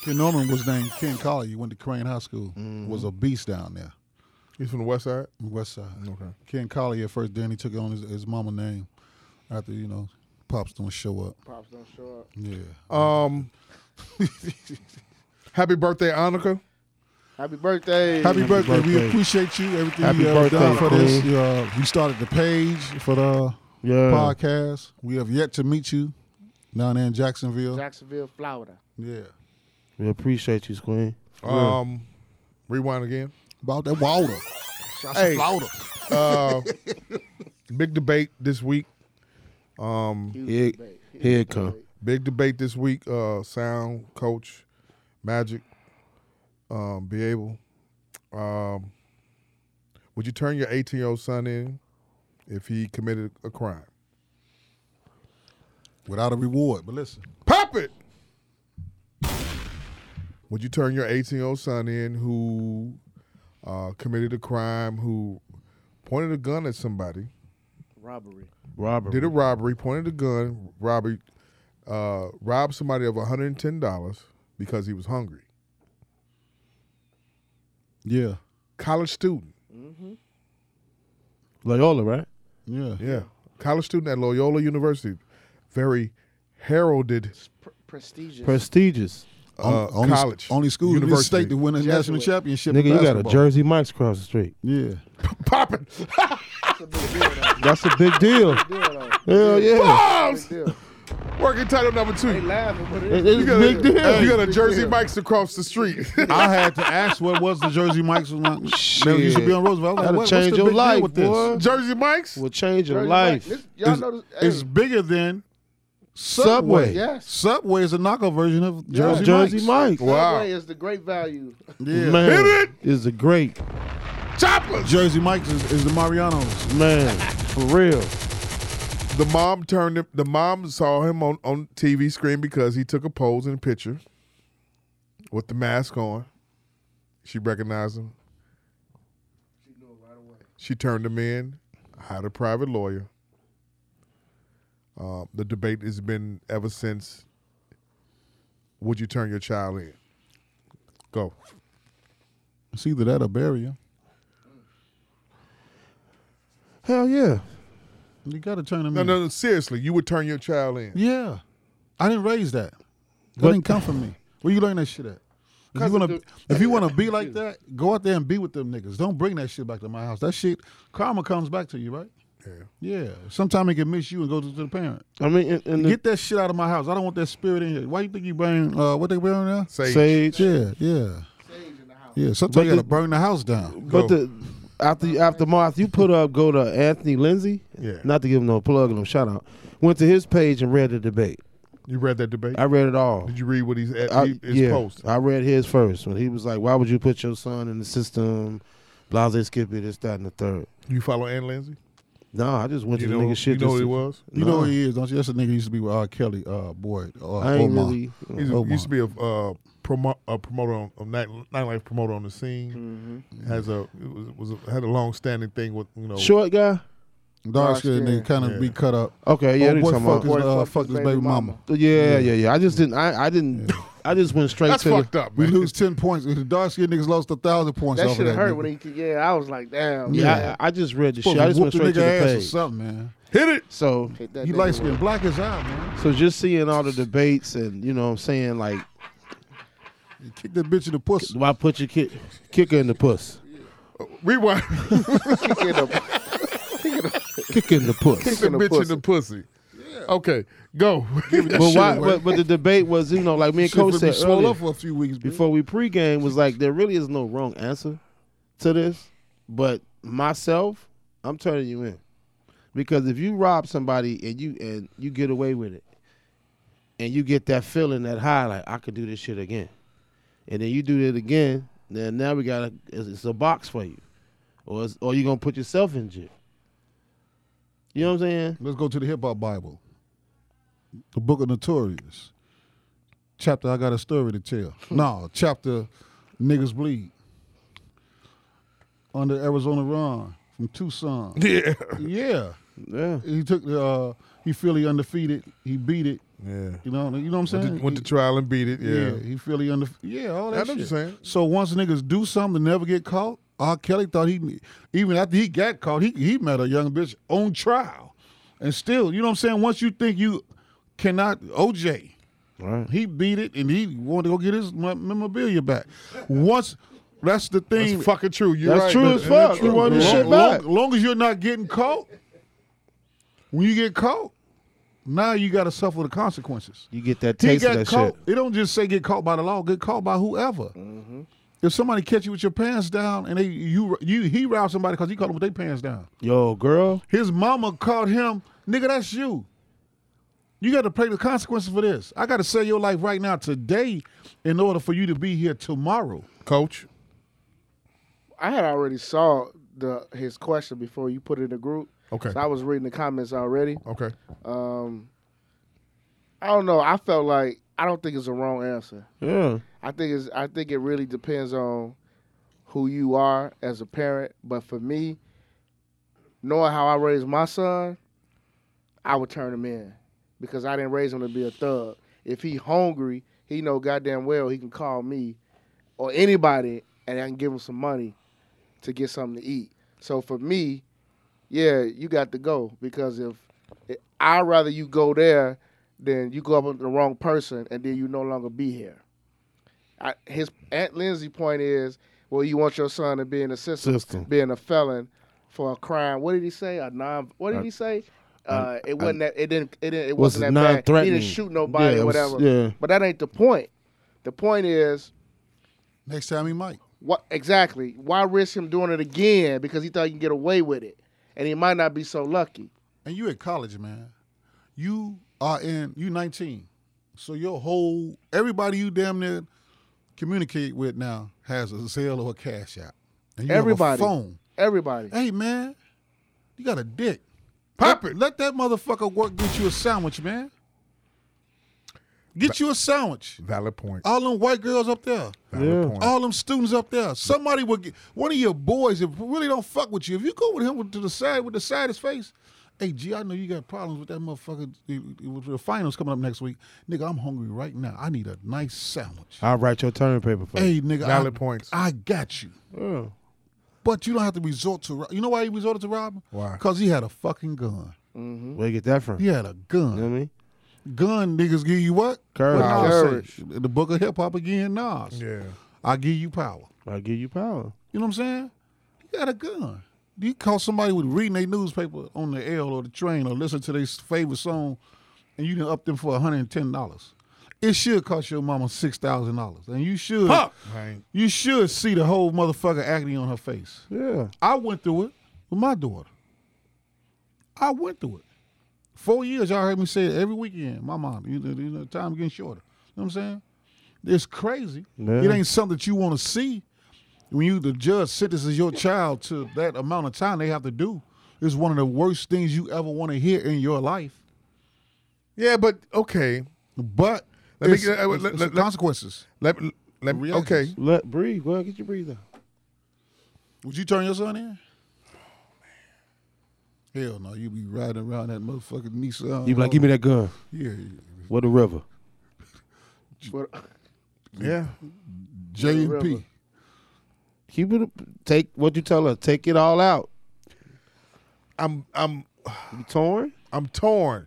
S2: Ken Norman was named Ken Collie. He went to Crane High School.
S5: Mm-hmm.
S2: Was a beast down there,
S10: He's from the West Side.
S2: on the West Side. Okay. Ken Collie at first, then he took on his, his mama name after you know, pops don't show up.
S3: Pops don't show up.
S2: Yeah.
S10: Um, <laughs> happy birthday, Annika.
S3: Happy birthday.
S2: Happy, birthday.
S5: birthday.
S2: We appreciate you. Everything
S5: Happy
S2: you have done
S5: birthday,
S2: for this.
S5: Queen.
S2: Uh, we started the page for the
S5: Yeah.
S2: podcast. We have yet to meet you down there in Jacksonville.
S3: Jacksonville, Florida.
S2: yeah.
S5: We appreciate you, Queen. For real.
S10: Um, rewind again.
S2: About that water. Shots
S10: Hey.
S2: of water.
S10: Big debate this week.
S5: here, here it come.
S10: Big debate this week. Uh, sound coach, Magic, um, be able. Um, would you turn your 18 year old son in if he committed a crime?
S2: Without a reward. But listen.
S10: Pop it. Would you turn your 18 year old son in who uh, committed a crime, who pointed a gun at somebody,
S3: Robbery.
S5: Robert.
S10: did a robbery, pointed a gun, robbery, uh, robbed somebody of $110 because he was hungry?
S2: Yeah.
S10: College student.
S5: Loyola, right?
S2: Yeah.
S10: Yeah. College student at Loyola University. Very heralded <laughs>
S3: Pr- prestigious.
S5: Prestigious.
S10: uh,
S2: only,
S10: college.
S2: Only school in the
S10: university.
S2: state to win a national
S3: Jesuit.
S2: championship.
S5: Nigga,
S2: in
S5: you got a
S2: basketball.
S5: Jersey Mike's across the street.
S2: Yeah.
S10: Pop it.
S3: That's a big deal, though.
S5: That's a big deal.
S3: Deal, though.
S5: Hell yeah.
S10: Bombs!
S3: Big deal.
S10: Working title number
S3: They
S10: two.
S3: laughing, but it
S5: It- It's
S3: is.
S5: a big deal.
S10: Hey, you got a
S3: Big
S10: Jersey
S3: deal.
S10: Mike's across the street. <laughs>
S2: I had to ask what was the Jersey Mike's. Shit. You should be on Roosevelt. I was like,
S5: That'll
S2: what,
S5: change
S2: what's the
S5: your
S2: big deal
S5: life,
S2: with this?
S5: boy.
S10: Jersey Mike's?
S5: Will change your
S3: Jersey
S5: life.
S3: Mike. This- y'all
S2: It's-
S3: know this.
S2: It's
S3: hey,
S2: bigger than Subway.
S3: Yes.
S2: Subway is a knockoff version of Jersey,
S5: Jersey, Jersey Mike's.
S2: Mike's.
S3: Subway is the great value.
S2: Yeah.
S5: Man, is a great
S10: Choppers.
S2: Jersey Mike's is, is the Mariano's.
S5: man for real.
S10: The mom turned him. The mom saw him on on TV screen because he took a pose in a picture with the mask on. She recognized him. She turned him in, hired a private lawyer. Uh, the debate has been ever since. Would you turn your child in? Go.
S2: It's either that or bury him.
S5: Hell yeah.
S2: You got to turn him
S10: No,
S2: in.
S10: no, no. Seriously, you would turn your child in.
S2: Yeah, I didn't raise that. That
S5: But-
S2: didn't come from me. Where you learn that shit at? If you wanna, if you wanna be like that, go out there and be with them niggas. Don't bring that shit back to my house. That shit, karma comes back to you, right? Yeah. Yeah. Sometime it can miss you and go to, to the parent.
S5: I mean, and, and the-
S2: Get that shit out of my house. I don't want that spirit in here. Why you think you bring? Uh, what they burn now?
S10: Say,
S5: Sage.
S2: Yeah, yeah, yeah. Sometimes
S5: But
S2: you gotta
S5: the-
S2: burn the house down.
S5: But the after aftermath, you put up go to Anthony Lindsay.
S10: Yeah.
S5: Not to give him no plug and no shout out. Went to his page and read the debate.
S10: you read that debate?
S5: I read it all.
S10: Did you read what he's at,
S5: I,
S10: he- his
S5: yeah,
S10: post?
S5: I read his first when he was like, "Why would you put your son in the system?" Blase Skippy, this, that, and the third.
S10: You follow Ann Lindsay?
S5: No, I just went
S10: You
S5: to
S10: know,
S5: the nigga shit.
S10: you know
S5: just
S10: who he
S5: to-
S10: was?
S2: you know
S5: No.
S2: who he is, don't you? That's a nigga used to be with R. Kelly. Uh, boy, uh,
S5: I ain't
S2: Omar.
S5: really.
S10: He
S2: Oh,
S10: used to be a, uh, promo, a promoter, on, a night, nightlife promoter on the scene. Has a was, was a, had a long standing thing with you know.
S5: Short guy.
S2: Dark skinned
S3: skin.
S2: nigga, kind of be
S10: Yeah.
S2: cut up.
S5: Okay, yeah,
S2: Yeah,
S5: they
S2: boy,
S5: talking
S2: fuck his,
S5: about.
S2: uh, fuck his baby mama.
S5: Yeah, yeah, yeah. I just didn't. I, I didn't. I just went straight
S10: That's
S5: to. the-
S10: fucked up,
S2: We
S10: Uh, man.
S2: lose ten points. The dark skinned niggas lost a thousand points.
S3: That
S2: off
S3: should
S2: of
S3: have
S2: that
S3: hurt
S2: nigga.
S3: when he. Yeah, I was like, damn.
S5: Yeah,
S3: man.
S5: I, I just read the shit.
S2: Supposed
S5: I
S2: to
S5: just
S2: whoop the nigga
S5: went straight to the
S2: ass or
S5: page.
S2: something, man.
S10: Hit it.
S5: So,
S3: Hate that
S2: You
S3: nigga
S2: light skinned
S3: with-
S2: black as out, man.
S5: so just seeing all the debates and you know what I'm saying like,
S2: Kick that bitch in the pussy.
S5: why put your kick, kicker in the puss?
S10: Rewind.
S3: Kick in the-
S5: <laughs> Kick in the
S10: Kick
S5: puss.
S10: the
S3: in the
S10: bitch in
S3: pussy.
S10: the pussy. Okay, go.
S5: but why?
S2: away.
S5: But, but the debate was you know like
S10: <laughs>
S5: me and
S2: Shit,
S5: Coach
S2: we
S5: said
S2: swole
S5: earlier
S2: up for a few weeks before.
S5: before we pregame was like there really is no wrong answer to this, but myself, I'm turning you in because if you rob somebody and you and you get away with it, and you get that feeling that high like I could do this shit again, and then you do it again, then now we got a, it's, it's a box for you, or it's, or you gonna put yourself in jail. You know what I'm saying?
S2: Let's go to the hip hop Bible, the book of Notorious, chapter. I got a story to tell.
S5: Hmm.
S2: no, chapter. Niggas bleed. Under Arizona Ron from Tucson.
S10: <laughs> yeah.
S2: yeah.
S5: Yeah.
S2: He took the. Uh, he Philly undefeated. He beat it.
S10: Yeah.
S2: You know. You know what I'm saying?
S10: Went to, went to
S2: He-
S10: trial and beat it.
S2: yeah.
S10: Yeah.
S2: He Philly under. Yeah. All that
S10: I know what
S2: shit.
S10: you're saying.
S2: So once niggas do something to never get caught, R. Kelly thought he even after he got caught, he he met a young bitch on trial, and still, you know what I'm saying. Once you think you cannot, OJ,
S5: Right.
S2: he beat it and he wanted to go get his me- memorabilia back. Once. That's the thing.
S10: That's fucking true. You're
S5: That's
S10: right.
S5: true as fuck. You want this shit back.
S2: Long, long as you're not getting caught, when you get caught, now you got to suffer the consequences.
S5: You get that
S2: He
S5: taste of
S2: got
S5: that
S2: caught.
S5: shit.
S2: It don't just say get caught by the law. Get caught by whoever.
S5: Mm-hmm.
S2: If somebody catch you with your pants down and they you you he robbed somebody because he caught them with their pants down.
S5: Yo, girl.
S2: His mama caught him. Nigga, that's you. You got to pay the consequences for this. I got to save your life right now today in order for you to be here tomorrow.
S10: Coach.
S3: I had already saw the his question before you put it in the group.
S10: Okay.
S3: So I was reading the comments already.
S10: Okay.
S3: Um, I don't know. I felt like I don't think it's a wrong answer.
S5: Yeah.
S3: I think it's I think it really depends on who you are as a parent. But for me, knowing how I raised my son, I would turn him in because I didn't raise him to be a thug. If he hungry, he know goddamn well he can call me or anybody and I can give him some money to get something to eat. So for me, yeah, you got to go because if I'd rather you go there than you go up with the wrong person and then you no longer be here. I, his Aunt Lindsay point is, well, you want your son to be in the system,
S5: System.
S3: being a felon for a crime. What did he say? A non? What did he say? Uh, it wasn't that. It didn't. It didn't. It
S5: Was
S3: wasn't that bad. He
S5: non-threatening.
S3: didn't shoot nobody.
S5: Yeah,
S3: or
S5: it was-
S3: whatever.
S5: yeah.
S3: But that ain't the point. The point is,
S2: Next time he might.
S3: what exactly? Why risk him doing it again? Because he thought he can get away with it, and he might not be so lucky.
S2: And you at college, man. You are in you 19. So your whole everybody you damn near communicate with now has a Zelle or a Cash App. And you
S3: Everybody.
S2: have a phone.
S3: Everybody.
S2: Hey man, you got a dick. Pop it. Let that motherfucker work get you a sandwich, man. Get you a sandwich.
S10: Valid point.
S2: All them white girls up there.
S10: Valid point.
S2: All them students up there. Somebody would get one of your boys if really don't fuck with you. If you go with him to the side with the side of his face, hey G, I know you got problems with that motherfucker with the finals coming up next week. Nigga, I'm hungry right now. I need a nice sandwich.
S5: I'll write your turn paper for
S2: Hey nigga,
S10: Valid
S2: I,
S10: points.
S2: I got you.
S5: you.
S2: But you don't have to resort to ro- you know why he resorted to robbing?
S10: Why?
S2: Because he had a fucking gun.
S5: Yeah. Where you get that from?
S2: He had a gun.
S5: Mm-hmm. You know what I mean?
S2: Gun niggas give you what?
S5: Courage.
S2: What Nas
S3: Courage.
S2: say? The book of hip hop again, Nas.
S10: Yeah.
S2: I give you power.
S5: I give you power.
S2: You know what I'm saying? He got a gun. You caught somebody with reading their newspaper on the L or the train or listen to their favorite song, and you done up them for 110 dollars. It should cost your mama six thousand dollars, and you should
S10: Right.
S2: you should see the whole motherfucker agony on her face.
S5: Yeah.
S2: I went through it with my daughter. I went through it. Four years, y'all heard me say it every weekend. My mom, you know, you know time getting shorter. You know what I'm saying? It's crazy.
S5: Yeah.
S2: It ain't something that you want to see. When you the judge sentences your child to that amount of time they have to do, it's one of the worst things you ever want to hear in your life.
S10: Yeah, but okay.
S2: But
S10: Let me
S2: it's-
S10: get- uh,
S2: it's-
S10: let-
S2: it's
S10: let-
S2: the consequences.
S10: Let let me.
S2: Reactions.
S10: Okay.
S5: Let breathe. Well, get your breather.
S2: Would you turn your son in? Hell no, you be riding around that motherfucking Nissan.
S5: You be like, give me that gun.
S2: yeah, yeah.
S5: What the river?
S3: But
S10: Yeah.
S2: J and
S3: Whatever.
S2: P.
S5: Keep it. Take what you tell her. Take it all out.
S10: I'm I'm
S5: You torn,
S10: I'm torn.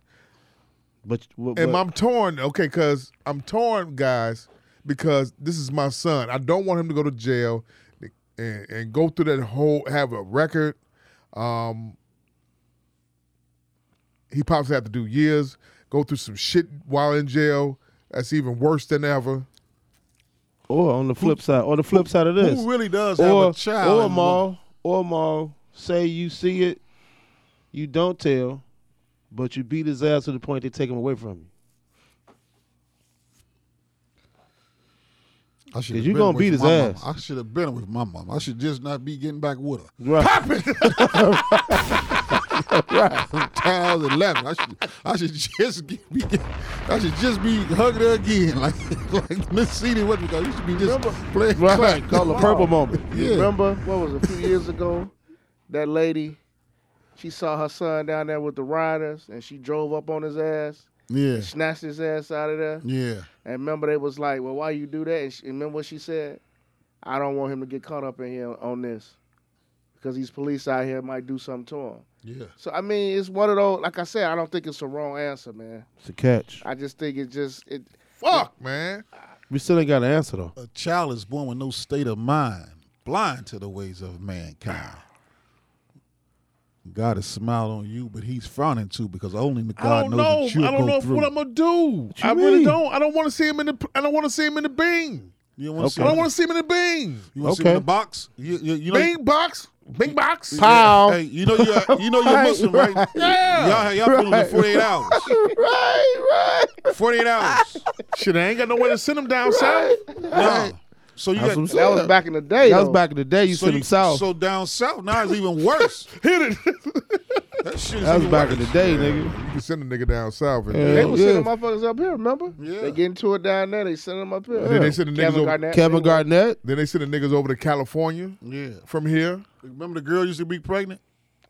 S5: but but,
S10: And
S5: but-
S10: I'm torn, okay, because I'm torn, guys, because this is my son. I don't want him to go to jail and, and go through that whole, have a record. Um, he probably have to do years, go through some shit while in jail. That's even worse than ever.
S5: or on the flip side, or the flip side of this,
S2: Who really does
S5: or
S10: Oh,
S2: have a child?
S5: or
S2: in the world?
S5: Maul, or Maul, say you see it, you don't tell, but you beat his ass to the point they take him away from you.
S2: I should
S5: 'Cause you gonna beat his ass.
S2: I should have been with my mom. I should just not be getting back with her.
S5: Right.
S2: From times eleven, I should I should just get, be get- I should just be hugging her again <laughs> like like Miss Cena what because you should be just playing
S5: Right. Call the purple moment.
S2: Yeah.
S3: remember what was it, a few years ago? That lady, she saw her son down there with the riders, and she drove up on his ass,
S2: <laughs> Yeah,
S3: snatched his ass out of there.
S2: yeah.
S3: And remember, they was like, "Well, why you do that?" And she, remember what she said? I don't want him to get caught up in here on this, because these police out here might do something to him.
S2: Yeah.
S3: So I mean, it's one of those. Like I said, I don't think it's a wrong answer, man.
S5: It's a catch.
S3: I just think it just it.
S10: Fuck, man.
S5: We still ain't got an answer though.
S2: A child is born with no state of mind, blind to the ways of mankind. God has smiled on you, but He's frowning too because only the
S10: I
S2: God
S10: don't
S2: knows
S10: know.
S2: what you'll
S10: I don't
S2: go
S10: know
S2: through.
S10: what I'm gonna do.
S5: you
S10: I really
S5: mean?
S10: don't. I don't want to see him in the. I don't want to see him in the bean.
S2: you don't wanna
S5: Okay.
S2: see
S10: I don't
S2: it?
S10: want to see him in the bean.
S2: You want to see
S5: Okay.
S2: in the box? You, you, you know,
S10: Bing box. Bing box.
S3: Pow.
S2: Hey, you know you're you know you're Muslim, right?
S10: Yeah.
S2: Y'all y'all put him in 48 hours.
S3: Right, right.
S2: 48 hours.
S10: Shit, I ain't got no way to send him down south.
S2: Nah. So you
S5: That's
S2: got
S5: what I'm
S3: That was
S5: Yeah.
S3: back in the day.
S5: that was
S3: though.
S5: back in the day. You
S2: so
S5: sent
S2: you-
S5: him south.
S2: So down south now it's even worse.
S10: <laughs> Hit it.
S2: That shit's
S5: that was
S2: even
S5: back in
S2: worse.
S5: the day, nigga.
S10: You can send a nigga down south. And
S5: Yeah.
S3: They was
S5: Yeah.
S3: sending motherfuckers up here, remember?
S2: Yeah.
S3: They getting to it down there. They sending them up here.
S10: Then they send the niggas
S3: Kevin
S10: over-
S3: Garnett.
S5: Kevin Garnett.
S10: Then they send the niggas over to California
S2: Yeah.
S10: from here.
S2: Remember the girl used to be pregnant?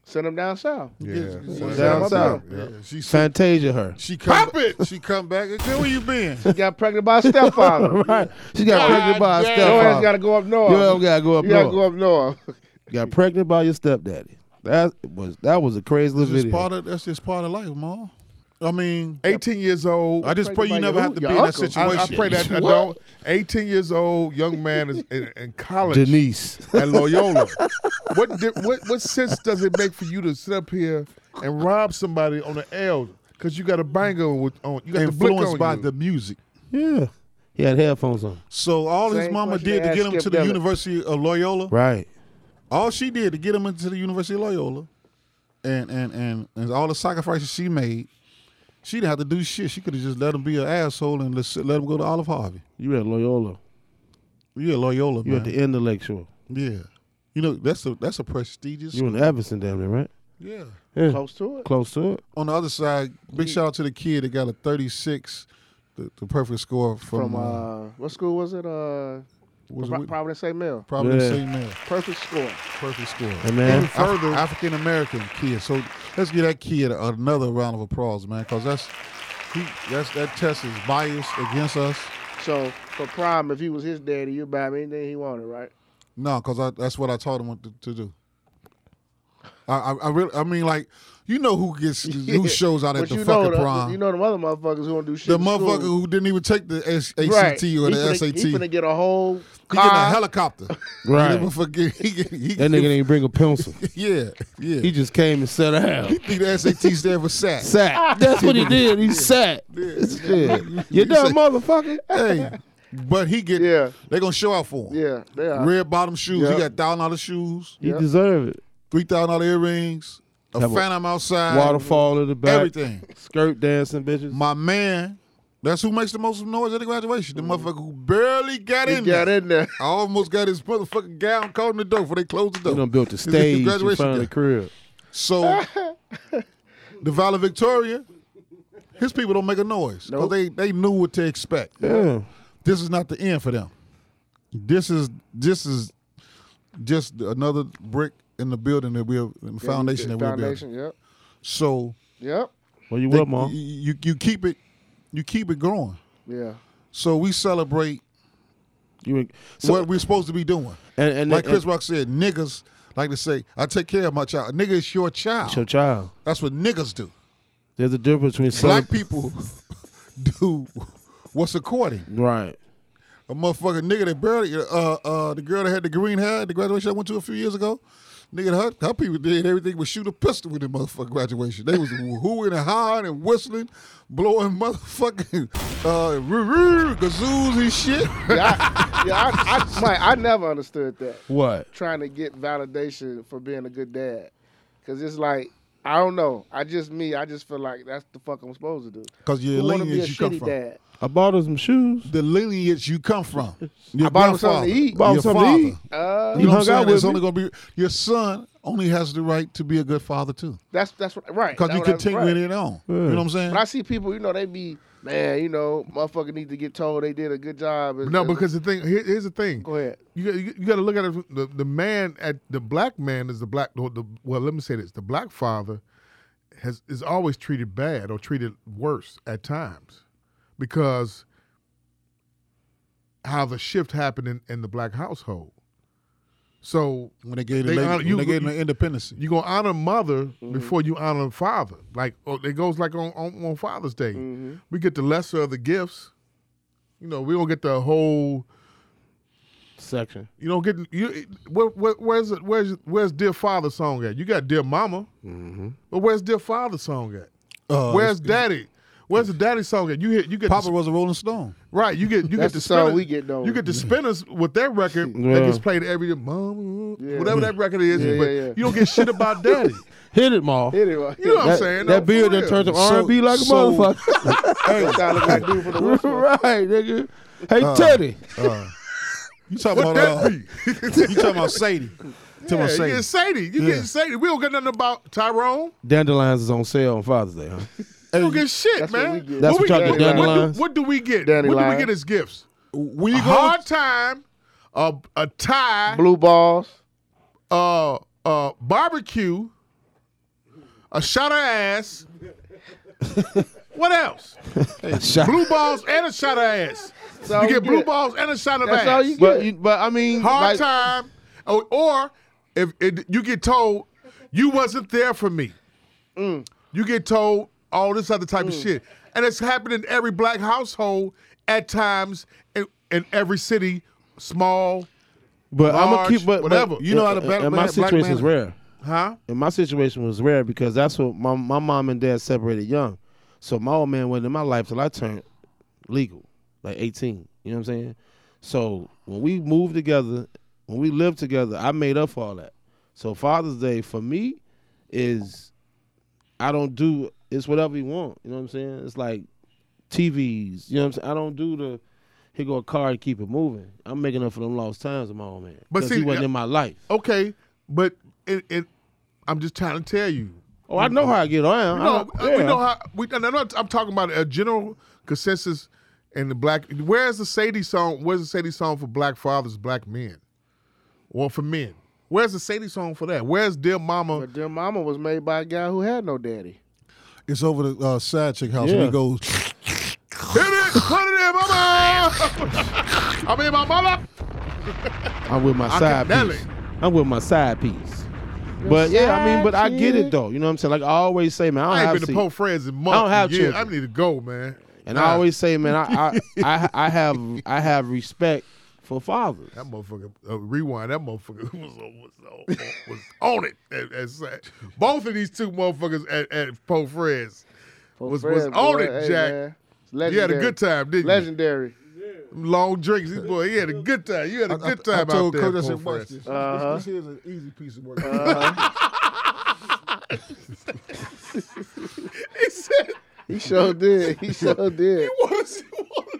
S3: Send them down south.
S10: Yeah.
S2: Yeah.
S10: Send
S5: Down
S10: them
S5: south.
S10: Yeah.
S2: She said
S5: Fantasia her.
S2: she come
S10: Pop
S2: ba-
S10: it!
S2: She come back. and Where you been?
S3: She got pregnant by a stepfather.
S5: <laughs> Right. She got pregnned by her
S10: damn.
S3: Your ass got
S5: stepfather.
S3: to go up north.
S5: Your ass gotta go up
S3: you got to
S5: north.
S3: go up north.
S5: Got pregnant by your stepdaddy. That was that was a crazy little
S2: That's just
S5: video.
S2: part of that's just part of life, mom. I mean,
S10: 18 years old.
S2: I just pray you
S3: Like
S2: never
S3: who?
S2: have to be
S3: Your
S2: in that
S3: uncle?
S10: I,
S2: situation.
S10: I pray
S2: <laughs>
S10: that I don't. 18 years old young man is in, in college
S5: Denise. <laughs>
S10: at Loyola.
S2: <laughs>
S10: what, di- what what sense does it make for you to sit up here and rob somebody on the L because you got a banger with on you got the blick
S2: influenced
S10: on
S2: by
S10: you.
S2: the music.
S5: Yeah. He had headphones on.
S2: So all his
S3: Same
S2: mama
S3: question
S2: did
S3: they
S2: to get
S3: asked
S2: him to
S3: Skip
S2: the
S3: Dillon.
S2: University of Loyola,
S5: Right.
S2: all she did to get him into the University of Loyola, and and and, and all the sacrifices she made, She didn't have to do shit. She could have just let him be an asshole and let, let him go to Olive Harvey.
S5: You at Loyola.
S2: You at Loyola,
S5: You
S2: man.
S5: at the intellectual.
S2: yeah. You know that's a that's a prestigious.
S5: You in Everson, damn it, right?
S2: yeah.
S5: Yeah.
S3: Close to it.
S5: Close to it.
S2: On the other side, big shout out to the kid that got a 36, the, the perfect score from,
S3: From
S2: uh,
S3: uh, what school was it? Uh,
S2: was it
S3: Pro-
S2: Whit-
S3: Providence St. Mill.
S2: probably the
S5: Yeah.
S2: same man.
S3: Perfect score.
S2: Perfect score.
S5: Hey, man.
S2: Even further, African American kid. So let's give that kid another round of applause, man, because that's he that's that test is biased against us.
S3: So for prime, if he was his daddy, you'd buy him anything he wanted, right?
S2: No, because I, that's what I taught him what to, to do. I, I, I really, I mean, like, you know who
S3: <laughs>
S2: gets who shows out at
S3: But
S2: the
S3: you know
S2: fucking
S3: the-
S2: prom?
S3: You know the other motherfuckers who don't do shit.
S2: the
S3: in
S2: motherfucker
S3: school.
S2: who didn't even take the S- ACT
S3: right.
S2: or
S3: he
S2: the
S3: finna,
S2: SAT.
S3: He finna get a whole
S2: He get in a
S3: car. <laughs>
S2: helicopter.
S5: Right.
S2: He never forget. He get, he
S5: That nigga didn't bring a pencil.
S2: yeah, yeah.
S5: He just came and sat down.
S2: He think the SAT stand for sack.
S5: Sat. That's what he did. He sat. That's it. You done,
S2: said-
S5: motherfucker.
S2: hey, but he get.
S3: Yeah.
S2: They gonna show out for him.
S3: yeah, they
S5: Uh,
S3: are.
S2: Red bottom shoes.
S3: Yeah.
S2: He got thousand dollar shoes.
S5: He deserve it.
S2: Three thousand dollar earrings. A
S5: Have a
S2: phantom outside.
S5: Waterfall in the back.
S2: Everything.
S5: Skirt dancing, bitches.
S2: My man. That's who makes the most noise at the graduation. The motherfucker who barely got
S3: He
S2: in
S3: got
S2: there.
S3: in there.
S2: I almost got his motherfucking gown caught in the door before they closed the door.
S5: You done built the
S2: His
S5: stage in
S2: graduation
S5: front of the
S2: gown.
S5: crib. <laughs>
S2: So the valedictorian, his people don't make a noise. 'cause
S3: Nope.
S2: They they knew what to expect.
S5: Yeah.
S2: This is not the end for them. This is this is just another brick in the building that we're in the foundation that we're
S3: Foundation.
S2: building.
S3: Yep.
S2: So
S3: Yep.
S5: Well, you
S2: they,
S5: what, mom?
S2: you you keep it you keep it growing.
S3: Yeah.
S2: So we celebrate
S5: You in- so, uh,
S2: what we're supposed to be doing.
S5: and, and
S2: like
S5: and-
S2: Chris Rock said, niggas like to say, I take care of my child. Nigga, it's your child.
S5: It's <laughs> your child.
S2: That's what niggas do.
S5: There's a difference between
S2: black
S5: cele-
S2: people <laughs> do what's according.
S5: right.
S2: A motherfucking nigga that barely, uh, uh, the girl that had the green hair, at the graduation I went to a few years ago, nigga, her, her people did everything but shoot a pistol with the motherfucking graduation. They was <laughs> hooing and hawing and whistling, blowing motherfucking uh, roo- roo, gazoos and shit. <laughs>
S3: Yeah. I, yeah. I, I, Mike, I never understood that.
S5: What?
S3: Trying to get validation for being a good dad, because it's like I don't know. I just me. I just feel like that's the fuck I'm supposed to do.
S2: Because your
S3: Who wanna be a
S2: lineage you come
S3: shitty
S2: from.
S3: dad?
S5: I bought her some shoes.
S2: The lineage you come from. Your
S3: I bought him something
S2: grandfather,
S3: to eat.
S5: Bought him
S2: your
S5: something to
S2: father.
S5: eat.
S3: Uh,
S2: You know what I'm
S5: hung out
S2: saying?
S5: with
S2: It's
S5: me.
S2: only gonna be your son. Only has the right to be a good father too,
S3: that's that's what- right.
S2: because
S3: That's
S2: you
S3: what I-
S2: continue
S3: right.
S2: it on. You know what I'm saying?
S3: But I see people, you know, they be man, you know, motherfucker need to get told they did a good job. and-
S10: No,
S3: and-
S10: because the thing here, here's the thing.
S3: go ahead.
S10: You, you, you got to look at it. The, the man at the black man is the black. The, the- well, let me say this: the black father has is always treated bad or treated worse at times because how the shift happened in, in the black household. So
S2: when they gave the
S10: They
S2: lady,
S10: honor-
S2: when
S10: you-
S2: they gave
S10: you-
S2: her independence.
S10: you gonna honor mother before you honor father. Like oh, it goes like on on, on Father's Day, we get the lesser of the gifts. You know, we don't get the whole.
S5: Section.
S10: You don't get you. Where, where, where's it, where's where's dear father song at? You got dear mama, but where's dear father song at?
S2: Uh,
S10: where's
S2: it's-
S10: daddy? Where's the daddy song at? You hit you get
S2: Papa
S10: the,
S2: was a Rolling Stone.
S10: right. You get you
S3: That's
S10: get the
S3: the song
S10: spinners,
S3: we get, though.
S10: You get the spinners with their record
S5: Yeah.
S10: that gets played every year, mama,
S3: Yeah.
S10: whatever that record is.
S3: <laughs> Yeah,
S10: but
S3: yeah, yeah.
S10: you don't get shit about daddy.
S5: Hit it, Ma.
S3: Anyway,
S10: You know what I'm
S5: That,
S10: saying?
S5: that
S10: though,
S5: beard
S10: for
S5: that
S10: real.
S5: turned to R&B like a
S2: so-
S5: motherfucker. <laughs>
S3: that sound like that dude from the Wolf
S10: <laughs>
S3: Man.
S5: right, nigga. Hey, Teddy.
S2: You talking
S10: What
S2: about?
S10: that
S2: Uh,
S10: be? <laughs>
S2: you talking about Sadie? Talking
S10: Yeah,
S2: about
S10: you
S2: Sadie.
S10: get Sadie. You
S2: Yeah.
S10: get Sadie. We don't get nothing about Tyrone.
S5: Dandelions is on sale on Father's Day, huh?
S10: We don't get shit,
S3: That's what
S10: man.
S3: we get.
S5: That's what y'all
S10: we
S5: get, Danny
S10: what,
S5: Lyons.
S10: do, what do we get?
S3: Danny
S10: what do we
S3: Lyons.
S10: get as gifts?
S2: When you
S10: a
S2: go,
S10: hard time, a, a tie,
S3: Blue balls.
S10: uh, uh, barbecue, a shot of ass. what else?
S5: Shot.
S10: Blue balls and a shot of ass.
S3: So
S10: You get blue balls and a shot of
S3: That's
S10: ass.
S3: all you
S5: But,
S3: get.
S5: you, but I mean,
S10: hard
S5: like,
S10: time, or, or if it, you get told you wasn't there for me, you get told all this other type of shit, and it's happened in every black household at times in, in every city, small,
S5: but I'm gonna
S10: large,
S5: keep. But
S10: whatever.
S5: But,
S10: You know how the
S5: and-
S10: black
S5: and
S10: man-
S5: my
S10: black
S5: situation
S10: man-
S5: is rare.
S10: huh?
S5: And my situation was rare because that's what my my mom and dad separated young. So my old man wasn't in my life till I turned legal, like 18. You know what I'm saying? So when we moved together, when we lived together, I made up for all that. So Father's Day for me is I don't do it's whatever he want. You know what I'm saying? It's like TVs. You know what I'm saying? I don't do the here go a car to keep it moving. I'm making up for them lost times of my old man.
S10: But
S5: 'Cause
S10: see,
S5: he wasn't
S10: uh,
S5: in my life.
S10: Okay, but it, it I'm just trying to tell you.
S5: Oh, I know how I get around.
S10: You know,
S5: I-
S10: We
S5: yeah.
S10: know how. We, and I'm, not, I'm talking about a general consensus in the black. Where's the Sadie song? Where's the Sadie song for black fathers, black men, or for men? Where's the Sadie song for that? Where's Dear Mama?
S3: But Dear Mama was made by a guy who had no daddy.
S2: It's over the uh, side chick house.
S3: Yeah.
S2: We go.
S10: Hit it, put it in mama. <laughs> I'm in my mama.
S5: I'm with my
S10: I
S5: side
S10: can tell
S5: piece.
S10: it.
S5: I'm with my side piece. But yeah, I mean, but I get
S10: side
S5: it though. You know what I'm saying? Like I always say, man, I don't
S10: I,
S5: have
S10: ain't been to
S5: se-
S10: Pope Fred's in months.
S5: I don't have
S10: yeah,
S5: children.
S10: I need to go, man.
S5: And I always say, man, I, I <laughs> I I have I have respect for fathers.
S10: That motherfucker, uh, rewind. That motherfucker <laughs> was on, was on, was on it. At, at, at- both of these two motherfuckers at, at Poe Fred's was, was
S3: Fred,
S10: on
S3: boy,
S10: it,
S3: hey, man.
S10: Jack.
S3: It's
S10: you had a
S3: legendary.
S10: good time, didn't
S3: Legendary.
S10: you? Long drinks, this boy. He had a good time. You had <laughs> a
S2: I,
S10: good time
S2: I told
S10: out there,
S2: Kurt, I
S10: at Poe
S2: said, watch
S10: Fred's.
S2: this.
S3: Uh-huh.
S2: This, this here's an easy piece of work.
S3: Uh-huh.
S10: He said,
S3: He sure did. He sure did.
S10: <laughs> "What is you want to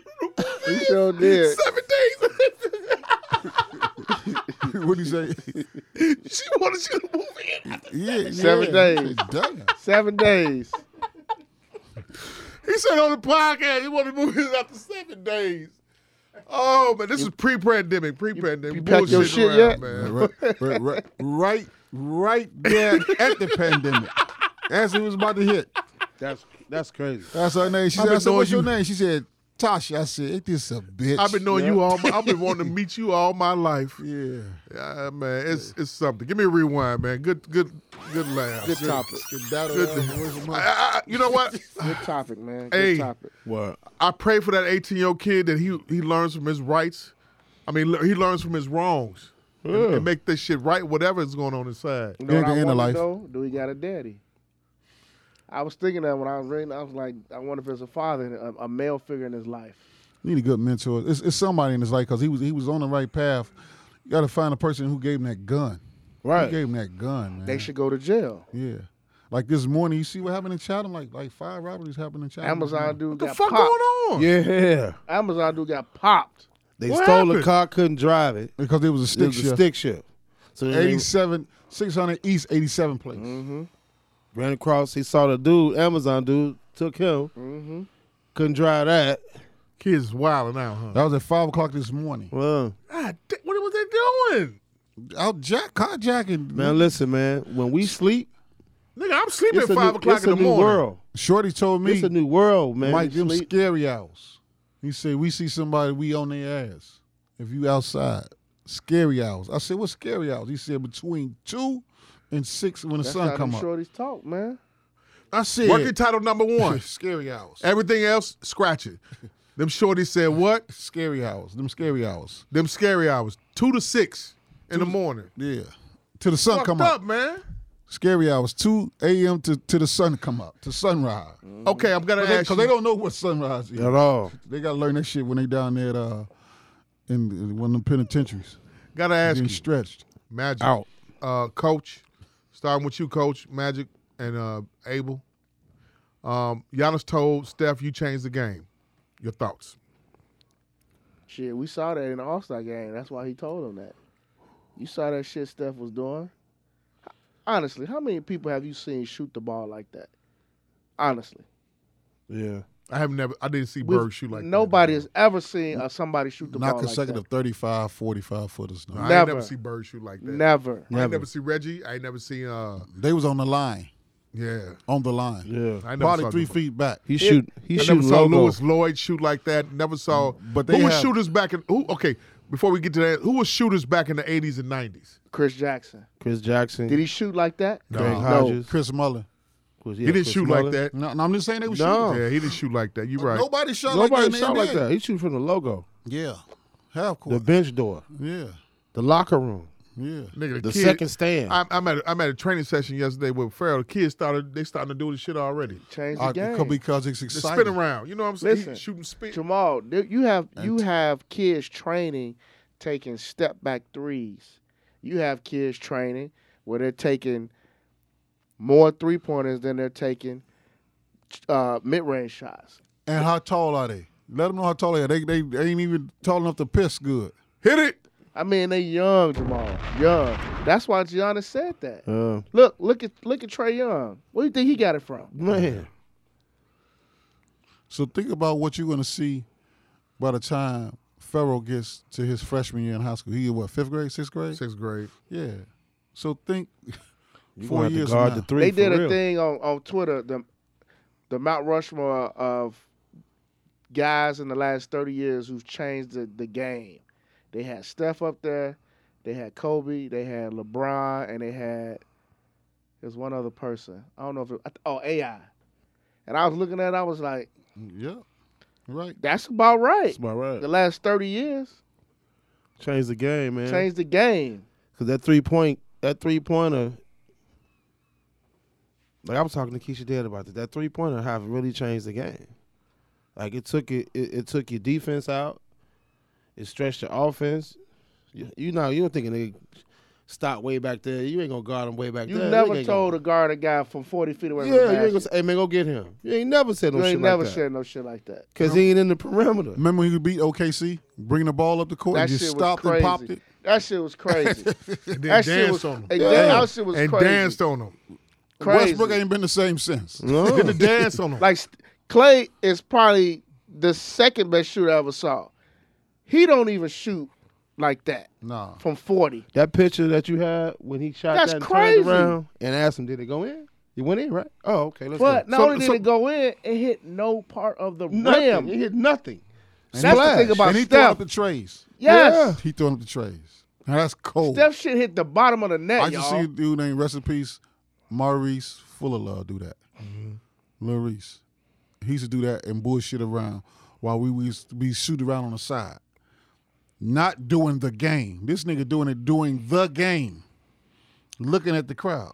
S10: do?"
S3: He sure did.
S10: Seven days.
S2: <laughs> what do you say?
S3: <laughs>
S10: she wanted you to move in.
S2: Yeah,
S3: Seven
S2: yeah.
S3: days.
S2: Damn.
S3: Seven days.
S10: He said on the podcast he wanted to move in after seven days. Oh man, this is pre-pandemic, pre-pandemic.
S3: you packed your
S10: bullshit
S3: shit
S10: around,
S3: yet?
S10: man.
S2: right, right, right, right, right there at the pandemic, as it was about to hit.
S5: That's that's crazy.
S2: That's her name. She
S10: I've
S2: said,
S10: been
S2: I said, what's
S10: knowing
S2: your name? She said, Tasha. I said, ain't this a bitch?
S10: I've been knowing you all. My,
S3: <laughs>
S10: I've been wanting to meet you all my life.
S2: Yeah.
S10: Yeah, man, it's it's something. Give me a rewind, man. Good, good, good laugh.
S3: Good topic.
S2: That
S10: Good- I- I- I- you know what?
S3: Good topic, man. Good
S10: Hey.
S3: topic.
S5: What?
S10: I pray for that 18 year old kid that he he learns from his rights. I mean, le- he learns from his wrongs and, and make this shit right, whatever is going on inside.
S3: You know what
S2: Nigga in
S3: I
S2: the
S3: wonder,
S2: life.
S3: though? Do he got a daddy? I was thinking that when I was reading, I was like, I wonder if there's a father, a, a male figure in his life.
S2: Need a good mentor. It's, it's somebody in his life because he was he was on the right path. You got to find a person who gave him that gun.
S5: Right.
S2: Who gave him that gun, man?
S3: They should go to jail.
S2: Yeah. Like this morning, you see what happened in Chatham? Like like five robberies happened in Chatham.
S3: Amazon dude
S10: What the
S3: got
S10: fuck
S3: popped.
S10: going on?
S5: Yeah.
S3: Amazon dude got popped.
S5: They
S10: What
S5: stole
S10: happened?
S5: a car, couldn't drive it.
S2: Because it was a
S5: It
S2: stick
S5: was a
S2: shift.
S5: stick shift. So then they
S2: 87, 600 East, 87 place.
S3: Mm-hmm.
S5: ran across. He saw the dude, Amazon dude, took him.
S10: Mm-hmm.
S5: Couldn't drive that.
S10: Kids wilding out, huh?
S2: That was at 5 o'clock this morning.
S5: Well,
S10: God, da- what was they doing?
S2: Out jack, carjacking.
S5: man, listen, man. When we sleep,
S10: Nigga, I'm sleeping at
S5: it's a
S10: five
S5: new,
S10: o'clock
S5: it's
S10: in
S5: a
S10: the
S5: new
S10: morning.
S5: world.
S2: Shorty told me,
S5: It's a new world, man.
S2: Mike,
S5: You
S2: them
S5: sleep-
S2: scary hours. He said, we see somebody, we on their ass. If you outside, scary hours. I said, what scary hours? He said, between 2 and 6 when the
S3: That's
S2: sun
S3: how
S2: come
S3: them
S2: up.
S3: shorties talk, man.
S2: I said,
S10: Working title number
S2: <laughs>
S10: one.
S2: scary hours.
S10: Everything else,
S2: <laughs>
S10: scratch it. Them shorties said what?
S2: Scary hours. Them scary hours.
S10: Them scary hours, two to six in the morning.
S2: Yeah. Till the sun
S10: Fucked
S2: come
S10: up, man.
S2: Scary hours, 2 a.m. To, to the sun come up, to sunrise.
S10: Okay, I'm gonna ask
S2: Because
S10: you.
S2: Mm. they don't know what sunrise is.
S5: at all.
S2: They got to learn that shit when they down there at, uh, in one of the penitentiaries.
S10: gotta ask
S2: Getting
S10: you,
S2: stretched.
S10: Magic.
S2: Out.
S10: Uh, coach, starting with you, Coach Magic and uh, Abel. Um, Giannis told Steph, "You changed the game." Your thoughts?
S3: Shit, we saw that in the All Star game. That's why he told him that. You saw that shit Steph was doing. Honestly, how many people have you seen shoot the ball like that? Honestly,
S5: Yeah.
S10: I have never. I didn't see
S3: We've-
S10: Bird shoot like
S3: nobody
S10: that.
S3: has ever seen uh, somebody shoot the
S2: Not
S3: ball
S2: consecutive 35, 45 footers. No.
S10: I ain't never
S3: never.
S10: see Bird shoot
S3: like
S10: like that.
S3: that. Never.
S10: I ain't never see Reggie. I ain't never seen. Uh,
S2: They was on the line,
S10: yeah,
S2: on the line.
S5: Yeah.
S10: I never
S2: Probably
S10: saw
S2: three
S10: them.
S2: feet back.
S5: He shoot. He
S10: I never
S5: shoot
S10: saw
S5: logo.
S10: Lewis Lloyd shoot like that. Never saw. But
S2: But they
S10: who was
S2: have-
S10: shooters back in? Who? Okay, before we get to that, who was shooters back in the eighties and nineties?
S3: Chris Jackson.
S5: Chris Jackson.
S3: Did he shoot like that?
S5: Greg
S10: No.
S5: Hodges.
S2: Chris Muller.
S5: Chris- yeah,
S10: He didn't
S5: Chris
S10: shoot
S5: Muller.
S10: like that.
S2: No, no, I'm just saying they was
S5: No.
S2: shooting.
S10: Yeah, he didn't shoot like that. You right?
S2: Nobody shot
S5: Nobody
S2: like that. in the
S5: shot like
S2: NBA.
S5: that. He shoot from the logo,
S2: Yeah. Half
S5: the
S2: court.
S5: bench door,
S2: yeah.
S5: the locker room,
S2: Yeah.
S10: Nigga,
S5: the
S10: kid-
S5: second stand.
S10: I'm, I'm at a, I'm at a training session yesterday with Farrell. The kids started they starting to do this shit already.
S3: Changed the
S2: Uh,
S3: game.
S2: because it's
S10: The
S2: exciting.
S10: spin around, you know what I'm saying? He
S3: Listen,
S10: shooting spin.
S3: Jamal, th- you have you have kids training taking step back threes. You have kids training where they're taking more three pointers than they're taking uh, mid range shots.
S2: And how tall are they? Let them know how tall they are. They, they, they ain't even tall enough to piss good.
S10: Hit it.
S3: I mean, they young, Jamal. Young. That's why Giannis said that.
S5: Uh,
S3: Look, look at look at Trey Young. Where do you think he got it from?
S5: man.
S2: So think about what you're going to see by the time Farrell gets to his freshman year in high school. He in what fifth grade, sixth grade?
S10: Sixth <laughs> grade.
S2: Yeah. So think
S5: You
S2: four
S5: gonna have to
S2: years.
S5: guard
S2: from
S5: the
S2: now.
S5: three.
S3: they did
S5: for
S3: a
S5: real.
S3: thing on, on Twitter, the the Mount Rushmore of guys in the last thirty years who've changed the, the game. They had Steph up there, they had Kobe, they had LeBron, and they had there's one other person. I don't know if it, I th- oh AI. And I was looking at, it, I was like,
S2: Yeah. Right.
S3: that's about right.
S5: That's about right.
S3: The last thirty years
S5: Change the game, man.
S3: changed the game.
S5: Cause that three point, that three pointer. Like I was talking to Keisha Dad about this. That three pointer have really changed the game. Like it took it, it, it took your defense out. It stretched your offense. You, you know, you don't think a nigga stop way back there. You ain't gonna guard him way back
S3: You
S5: there. Nigga
S3: never
S5: ain't
S3: told a guard a guy from forty feet away
S5: Gonna,
S3: from the
S5: yeah, you ain't
S3: basket.
S5: gonna say, "Hey man, go get him." You ain't never said no
S3: you
S5: shit
S3: ain't never
S5: like that.
S3: said no shit like that.
S5: Cause he ain't in the perimeter.
S2: Remember when he beat OKC, bringing the ball up the court,
S3: That
S2: and you
S3: shit
S2: stopped
S3: was
S2: and
S3: crazy.
S2: popped it.
S3: That shit
S2: <laughs>
S3: was crazy.
S10: And then
S3: that shit
S10: danced
S3: was,
S10: on
S3: Hey,
S10: them.
S3: that- that shit was
S10: And
S3: crazy.
S10: danced on them.
S3: crazy.
S2: Westbrook ain't been the same since.
S10: <laughs>
S5: No.
S10: Did the dance on them.
S3: like st- Clay is probably the second best shooter I ever saw. He don't even shoot like that
S2: Nah.
S3: from forty.
S5: That picture that you had when he shot
S3: That's
S5: that and
S3: crazy.
S5: turned around and asked him, did it go in? It went in, right? Oh, okay. Let's
S3: But
S5: go.
S3: not
S5: So-
S3: only did
S5: so
S3: it go in, it hit no part of the
S5: nothing. It
S3: rim.
S5: hit nothing.
S3: That's the thing
S2: Flash.
S3: about
S2: and he throwing
S3: Steph.
S2: up the trays.
S3: Yes,
S2: He throwing up the trays. Now that's cold.
S3: Steph shit hit the bottom of the net,
S2: I just
S3: y'all.
S2: see a dude named Rest in Peace, Maurice Fuller Love do that. Lil Reese. He used to do that and bullshit around while we used to be shooting around on the side. Not doing the game. This nigga doing it doing the game. Looking at the crowd.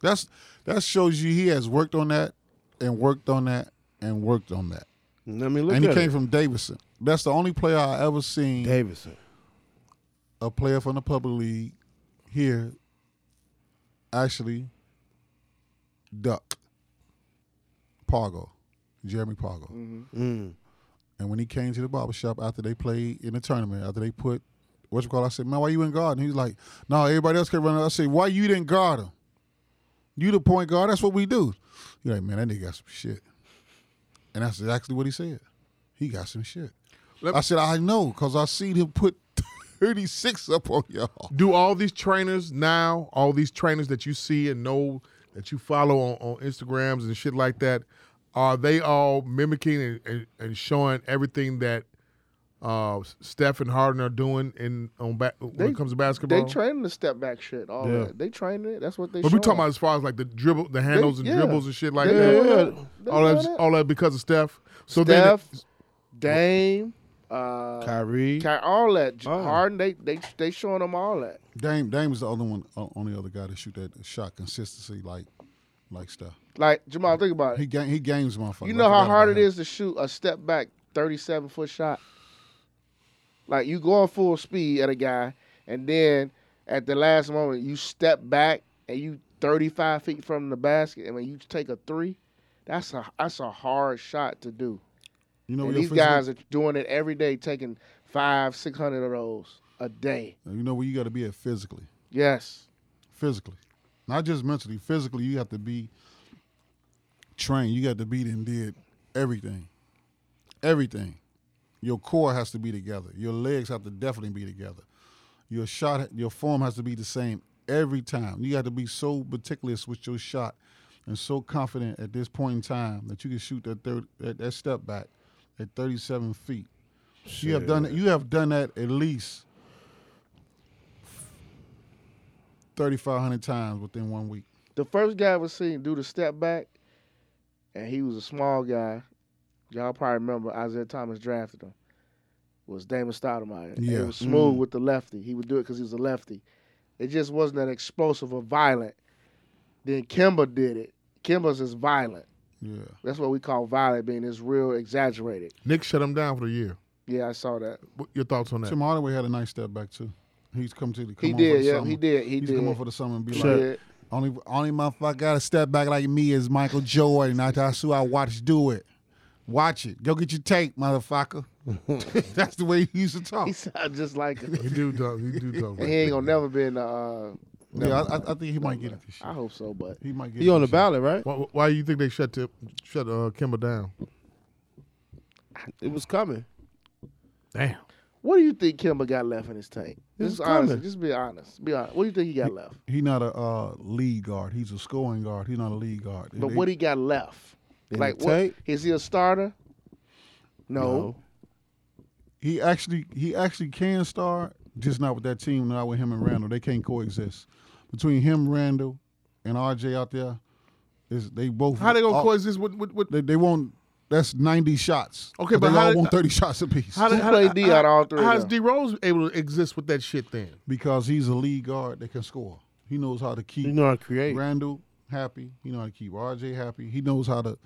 S2: That's that shows you he has worked on that and worked on that and worked on that.
S5: I mean, look
S2: and
S5: at
S2: he came
S5: it.
S2: from Davidson. That's the only player I ever seen
S5: Davidson.
S2: a player from the public league here actually duck Pargo, Jeremy Pargo. And when he came to the barbershop after they played in the tournament, after they put what you call, it, I said, man, why you in guard? And he was like, no, everybody else kept running. I said, why you didn't guard him? You the point guard. That's what we do. You're like, man, that nigga got some shit. And that's exactly what he said. He got some shit. I said, I know, because I seen him put <laughs> 36 up on y'all.
S10: do all these trainers now, all these trainers that you see and know that you follow on, on Instagrams and shit like that, are they all mimicking and, and, and showing everything that uh, Steph and Harden are doing in on ba- when
S3: They-
S10: it comes to
S3: They
S10: basketball?
S3: training the step back shit, all that. They training it. That's what they.
S10: but we
S3: showing.
S10: talking about as far as like the dribble, the handles and
S3: yeah.
S10: dribbles and shit like
S3: They
S10: that.
S3: doing that. They
S10: All that,
S3: doing that.
S10: all that because of Steph. So then,
S3: Steph, Dame, uh,
S5: Kyrie.
S3: Ky- all that. J-
S5: Oh.
S3: Harden, they they they showing them all that.
S2: Dame Dame is the only one, uh, only other guy to shoot that shot consistency like, like stuff.
S3: Like Jamal, think about
S2: He
S3: it.
S2: game he games motherfucker.
S3: You
S2: I
S3: know how
S2: forgot
S3: hard it
S2: about him.
S3: is to shoot a step back thirty-seven foot shot. Like you going full speed at a guy, and then at the last moment you step back and you thirty-five feet from the basket, and when you take a three, that's a that's a hard shot to do.
S2: You know where
S3: And
S2: your
S3: these
S2: physical-
S3: guys are doing it every day, taking five, six hundred of those a day.
S2: You know where you got to be at physically,
S3: Yes.
S2: physically, not just mentally. Physically, you have to be trained. You got to be and did everything, everything. Your core has to be together. Your legs have to definitely be together. Your shot, your form has to be the same every time. You got to be so meticulous with your shot and so confident at this point in time that you can shoot that third, that, that step back at 37 feet. You have done you have done that at least 3,500 times within one week.
S3: The first guy I ever seen do the step back, and he was a small guy. Y'all probably remember Isaiah Thomas drafted him. Was Damon Stoudemire. And
S2: Yeah.
S3: He was smooth with the lefty. He would do it because he was a lefty. It just wasn't that explosive or violent. Then Kimba did it. Kimba's is violent.
S2: Yeah.
S3: That's what we call violent, being it's real exaggerated.
S10: Nick shut him down for the year.
S3: Yeah, I saw that. <laughs>
S10: What your thoughts on that?
S2: Tim Hardaway had a nice step back too. He's come to the come
S3: He
S2: on
S3: did,
S2: for the
S3: yeah,
S2: summer.
S3: he did, he
S2: He's
S3: did.
S2: come on for the summer and be
S3: He
S2: like,
S3: did.
S2: Only only motherfucker got to step back like me is Michael Jordan. I, that's who I watch do it. Watch it. Go get your tape, motherfucker. <laughs> that's the way he used to talk.
S3: He sound just like him.
S2: <laughs>
S10: He do talk. <laughs> He do talk.
S3: And he ain't gonna never be in the. Uh,
S2: Yeah, I, I, I think he might get it this year.
S3: I hope so, but
S2: He might get
S5: He
S2: it
S5: on the
S2: this
S5: ballot, right?
S10: Why, why you think they shut the, shut uh, Kimba down?
S5: It was coming.
S10: Damn.
S3: what do you think Kimba got left in his tank?
S5: It's
S3: Just honest.
S5: coming.
S3: Just be honest. Be honest. What do you think he got left?
S2: year. He not a uh, lead guard. He's a scoring guard. He's not a lead guard.
S3: But
S2: They-
S3: what he got left?
S5: In
S3: like
S5: the
S3: what? Is
S5: tank?
S3: he a starter? No.
S2: he actually he actually can start, just not with that team, not with him and Randall. They can't coexist. Between him, Randall, and RJ out there, is they both
S10: How they gonna
S2: all-
S10: coexist with with, with
S2: They, they want that's ninety shots.
S10: Okay, but
S2: they
S10: how
S2: all
S10: did-
S2: want thirty shots apiece
S10: how did
S3: Who
S10: how
S3: played
S10: did-
S3: D
S10: how-
S3: out of all three of
S10: How's
S3: them?
S10: D Rose able to exist with that shit then?
S2: because he's a lead guard that can score. He knows how to keep
S5: You know how to create.
S2: Randall happy. He know how to keep RJ happy. He knows how to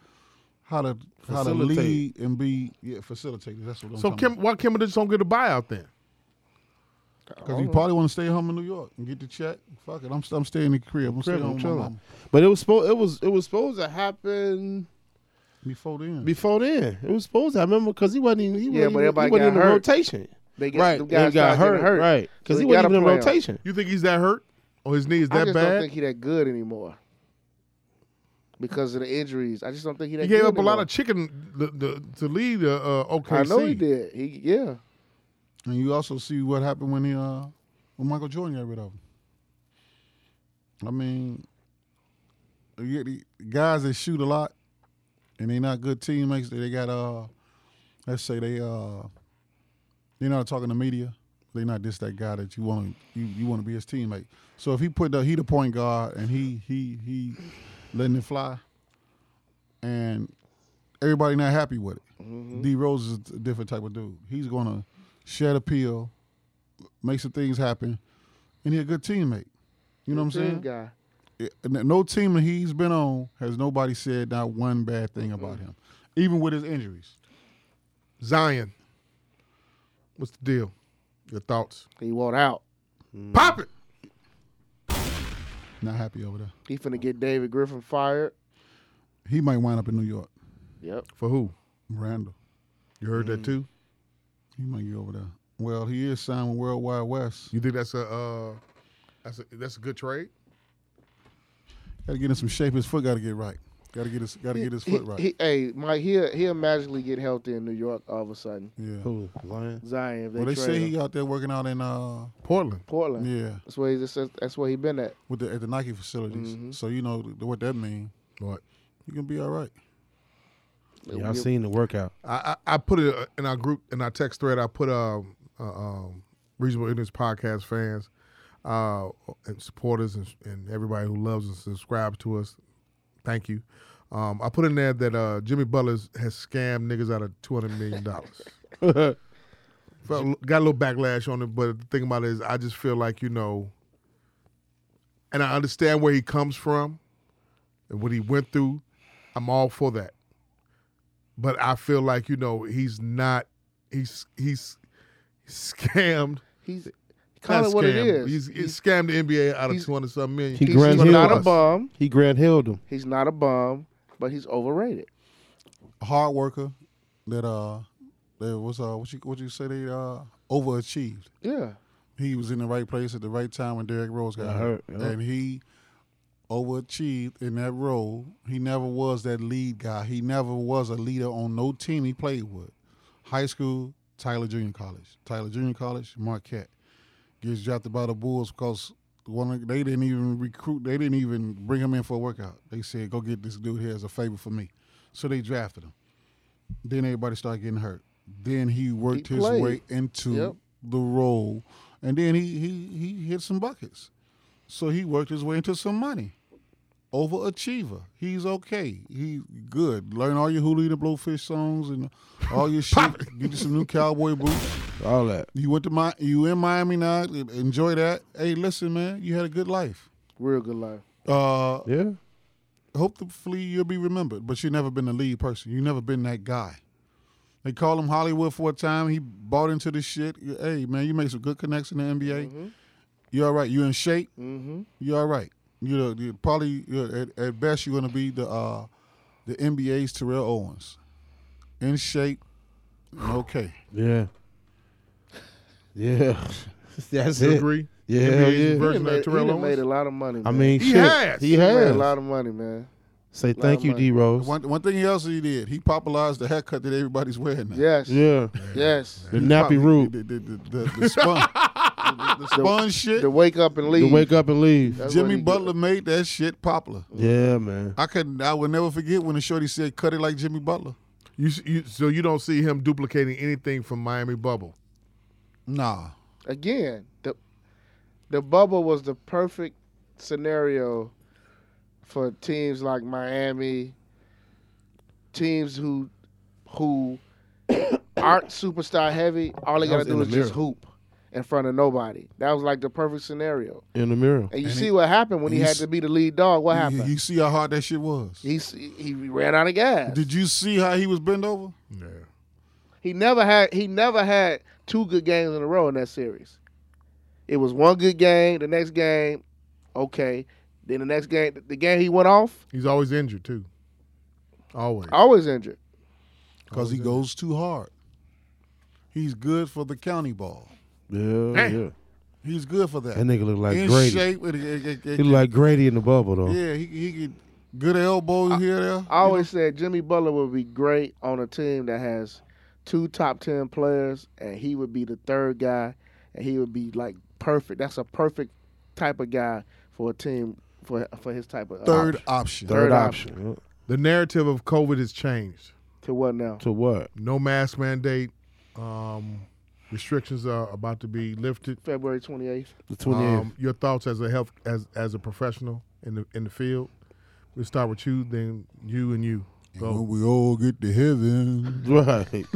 S2: how to how to
S5: Facilitate.
S2: lead and be yeah facilitated. That's what I'm
S10: So
S2: talking
S10: Kim, why Kimba just don't get a buyout then?
S2: Because he probably want to stay home in New York and get the check. Fuck it, I'm I'm staying in the crib. I'm staying
S5: Crib, I'm
S2: home with my
S5: chilling.
S2: mama.
S5: But it was supposed it was it was supposed to happen
S2: Before then,
S5: before then. It was supposed to. I remember because he wasn't even he
S3: Yeah,
S5: wasn't,
S3: but
S5: even,
S3: everybody
S5: he wasn't
S3: got
S5: in the
S3: hurt.
S5: rotation.
S3: They get,
S5: right,
S3: them
S5: and
S3: guys
S5: got
S3: started getting
S5: hurt, Right, because
S3: So
S5: he
S3: you
S5: wasn't
S3: gotta
S5: even in
S3: play 'em.
S5: rotation.
S10: You think he's that hurt, or his knee is
S3: I
S10: that
S3: just don't
S10: bad?
S3: think he that good anymore because of the injuries. I just don't think he that.
S10: He gave
S3: good
S10: up a lot
S3: anymore.
S10: of chicken the, the, to lead uh, uh, OKC.
S3: I know he did. He yeah.
S2: and you also see what happened when he uh when Michael Jordan got rid of him. I mean, you get the guys that shoot a lot and they not good teammates. They got uh, let's say they uh, they're not talking to media. They not just that guy that you want you you want to be his teammate. So if he put the he the point guard and he he he letting it fly, and everybody not happy with it. D Rose is a different type of dude. He's gonna shed a pill, make some things happen, and he a good teammate. You know what I'm
S3: Team
S2: saying?
S3: Guy.
S2: it- n- no team that he's been on has nobody said not one bad thing about him, even with his injuries.
S10: Zion. What's the deal? Your thoughts?
S3: He won't out. Mm.
S10: Pop it.
S2: Not happy over there.
S3: He finna get David Griffin fired.
S2: He might wind up in New York.
S3: Yep.
S10: For who?
S2: Randall,
S10: You heard
S3: Mm.
S10: that too.
S2: he might get over there. Well, he is signed with World Wide West.
S10: You think that's a uh, that's a that's a good trade?
S2: Got to get in some shape. His foot got to get right. Got to get his got to get his
S3: He,
S2: foot right.
S3: he, hey, Mike, he'll, he'll magically get healthy in New York all of a sudden.
S2: yeah.
S5: Who Lion?
S3: Zion, if they,
S2: Well, they
S3: trade
S2: say
S3: him.
S2: he out there working out in uh
S10: Portland.
S3: Portland.
S2: yeah
S3: That's where he's that's where he been at.
S2: with the at the Nike facilities.
S10: Mm-hmm.
S2: So you know th- what that mean.
S10: What?
S2: You can be all right.
S5: Y'all seen the workout?
S10: I, I I put it uh, in our group in our text thread. I put um, uh, um reasonable ignorance podcast fans, uh, and supporters and, and everybody who loves and subscribes to us. Thank you. Um, I put in there that uh, Jimmy Butler has scammed niggas out of two hundred million dollars. Felt- got a little backlash on it, but the thing about it is, I just feel like you know, and I understand where he comes from and what he went through. I'm all for that but I feel like you know he's not he's he's scammed.
S3: He's
S10: Not
S3: kind of what it
S10: scammed.
S3: is.
S10: He's, he's, scammed the NBA out of
S3: he's-
S10: two hundred something million.
S5: He
S3: he's,
S5: grand
S3: he's
S5: heel
S3: not a
S5: us.
S3: bum.
S5: He grand held him.
S3: He's not a bum, but he's overrated.
S2: a hard worker that uh that was uh what you what you say they uh overachieved.
S3: Yeah.
S2: He was in the right place at the right time when Derrick Rose got
S5: Got
S2: hurt,
S5: hurt, yeah.
S2: and he overachieved in that role. He never was that lead guy. He never was a leader on no team he played with. High school, Tyler Junior College, Tyler Junior College, Marquette gets drafted by the Bulls because one of- they didn't even recruit. They didn't even bring him in for a workout. They said, "Go get this dude here as a favor for me," so they drafted him. Then everybody started getting hurt. Then he worked his
S3: played.
S2: way into
S3: Yep.
S2: the role, and then he he he hit some buckets. So he worked his way into some money. Overachiever. He's okay. He's good. Learn all your Hulu the Blowfish songs and all your shit. Get you some new cowboy boots.
S5: All that.
S2: You went to my you in Miami now. Enjoy that. Hey, listen, man, you had a good life.
S3: Real good life.
S2: Uh
S5: Yeah.
S2: hopefully you'll be remembered, but you never been the lead person. You never been that guy. They call him Hollywood for a time. He bought into this shit. Hey man, you made some good connects in the NBA. You all right? You in shape? Mm-hmm. You all right? You know, you probably you're, at, at best you're going to be the uh, the NBA's Terrell Owens, in shape, and okay.
S5: Yeah. Yeah. <laughs> That's
S10: You
S5: it.
S10: agree?
S5: Yeah,
S10: NBA's
S5: hell
S3: He
S5: yeah.
S3: done
S10: version
S3: made,
S10: of
S3: he
S10: Terrell
S3: done
S10: Owens.
S3: made a lot of money. Man.
S5: I mean,
S10: He
S5: shit.
S10: has.
S5: He
S10: He
S3: he made a
S5: has.
S3: lot of money, man.
S5: Say
S3: lot
S5: thank
S3: of
S5: you,
S3: money.
S5: D Rose.
S2: One one thing else he did, he popularized the haircut that everybody's wearing now.
S3: Yes,
S5: Yeah.
S3: yes.
S5: The nappy root.
S2: The, the, the, the, the spun, <laughs> the, the spun shit.
S3: To wake up and
S5: To
S3: leave.
S5: wake up and leave.
S3: That's what
S2: Jimmy
S3: he
S2: Butler made that shit popular.
S5: Yeah, man.
S2: I could I would never forget when the shorty said, "Cut it like Jimmy Butler."
S10: You, s- you so you don't see him duplicating anything from Miami Bubble.
S2: Nah,
S3: did. Again, the the bubble was the perfect scenario for teams like Miami, teams who who <coughs> aren't superstar heavy. All they
S5: That
S3: gotta
S5: was
S3: do is
S5: in the
S3: just hoop in front of nobody. That was like the perfect scenario.
S5: In the mirror.
S3: And you
S2: And
S3: see
S2: he-
S3: what happened when
S2: and
S3: he
S2: you
S3: had
S2: s-
S3: to be the lead dog. What
S2: you,
S3: happened?
S2: you see how hard that shit was.
S3: He s- he ran out of gas.
S2: Did you see how he was bent over?
S10: Yeah.
S3: He never had he never had two good games in a row in that series. It was one good game, the next game, okay. Then the next game, the game he went off,
S10: He's always injured too. Always.
S2: Uh,
S3: always injured.
S2: Because he goes too hard. He's good for the county ball.
S5: Yeah, yeah.
S2: He's good for that.
S5: That nigga look like
S2: in
S5: Grady.
S2: shape. and- and- and-
S5: He look like Grady in the bubble though.
S2: yeah, he he could good elbow
S3: Uh,
S2: here there.
S3: I always said Jimmy Butler would be great on a team that has two top ten players, and he would be the third guy, and he would be like perfect. That's a perfect type of guy for a team for for his type of uh,
S2: Third option.
S5: Third
S3: Third
S5: option. Yeah.
S10: The narrative of COVID has changed.
S3: to what now?
S5: To what?
S10: No mask mandate. Um, restrictions are about to be lifted.
S3: February twenty eighth.
S5: The 28th.
S10: Um, your thoughts as a health as as a professional in the in the field. We'll start with you, then you and you.
S2: When
S10: Go.
S2: we all get to heaven,
S5: right.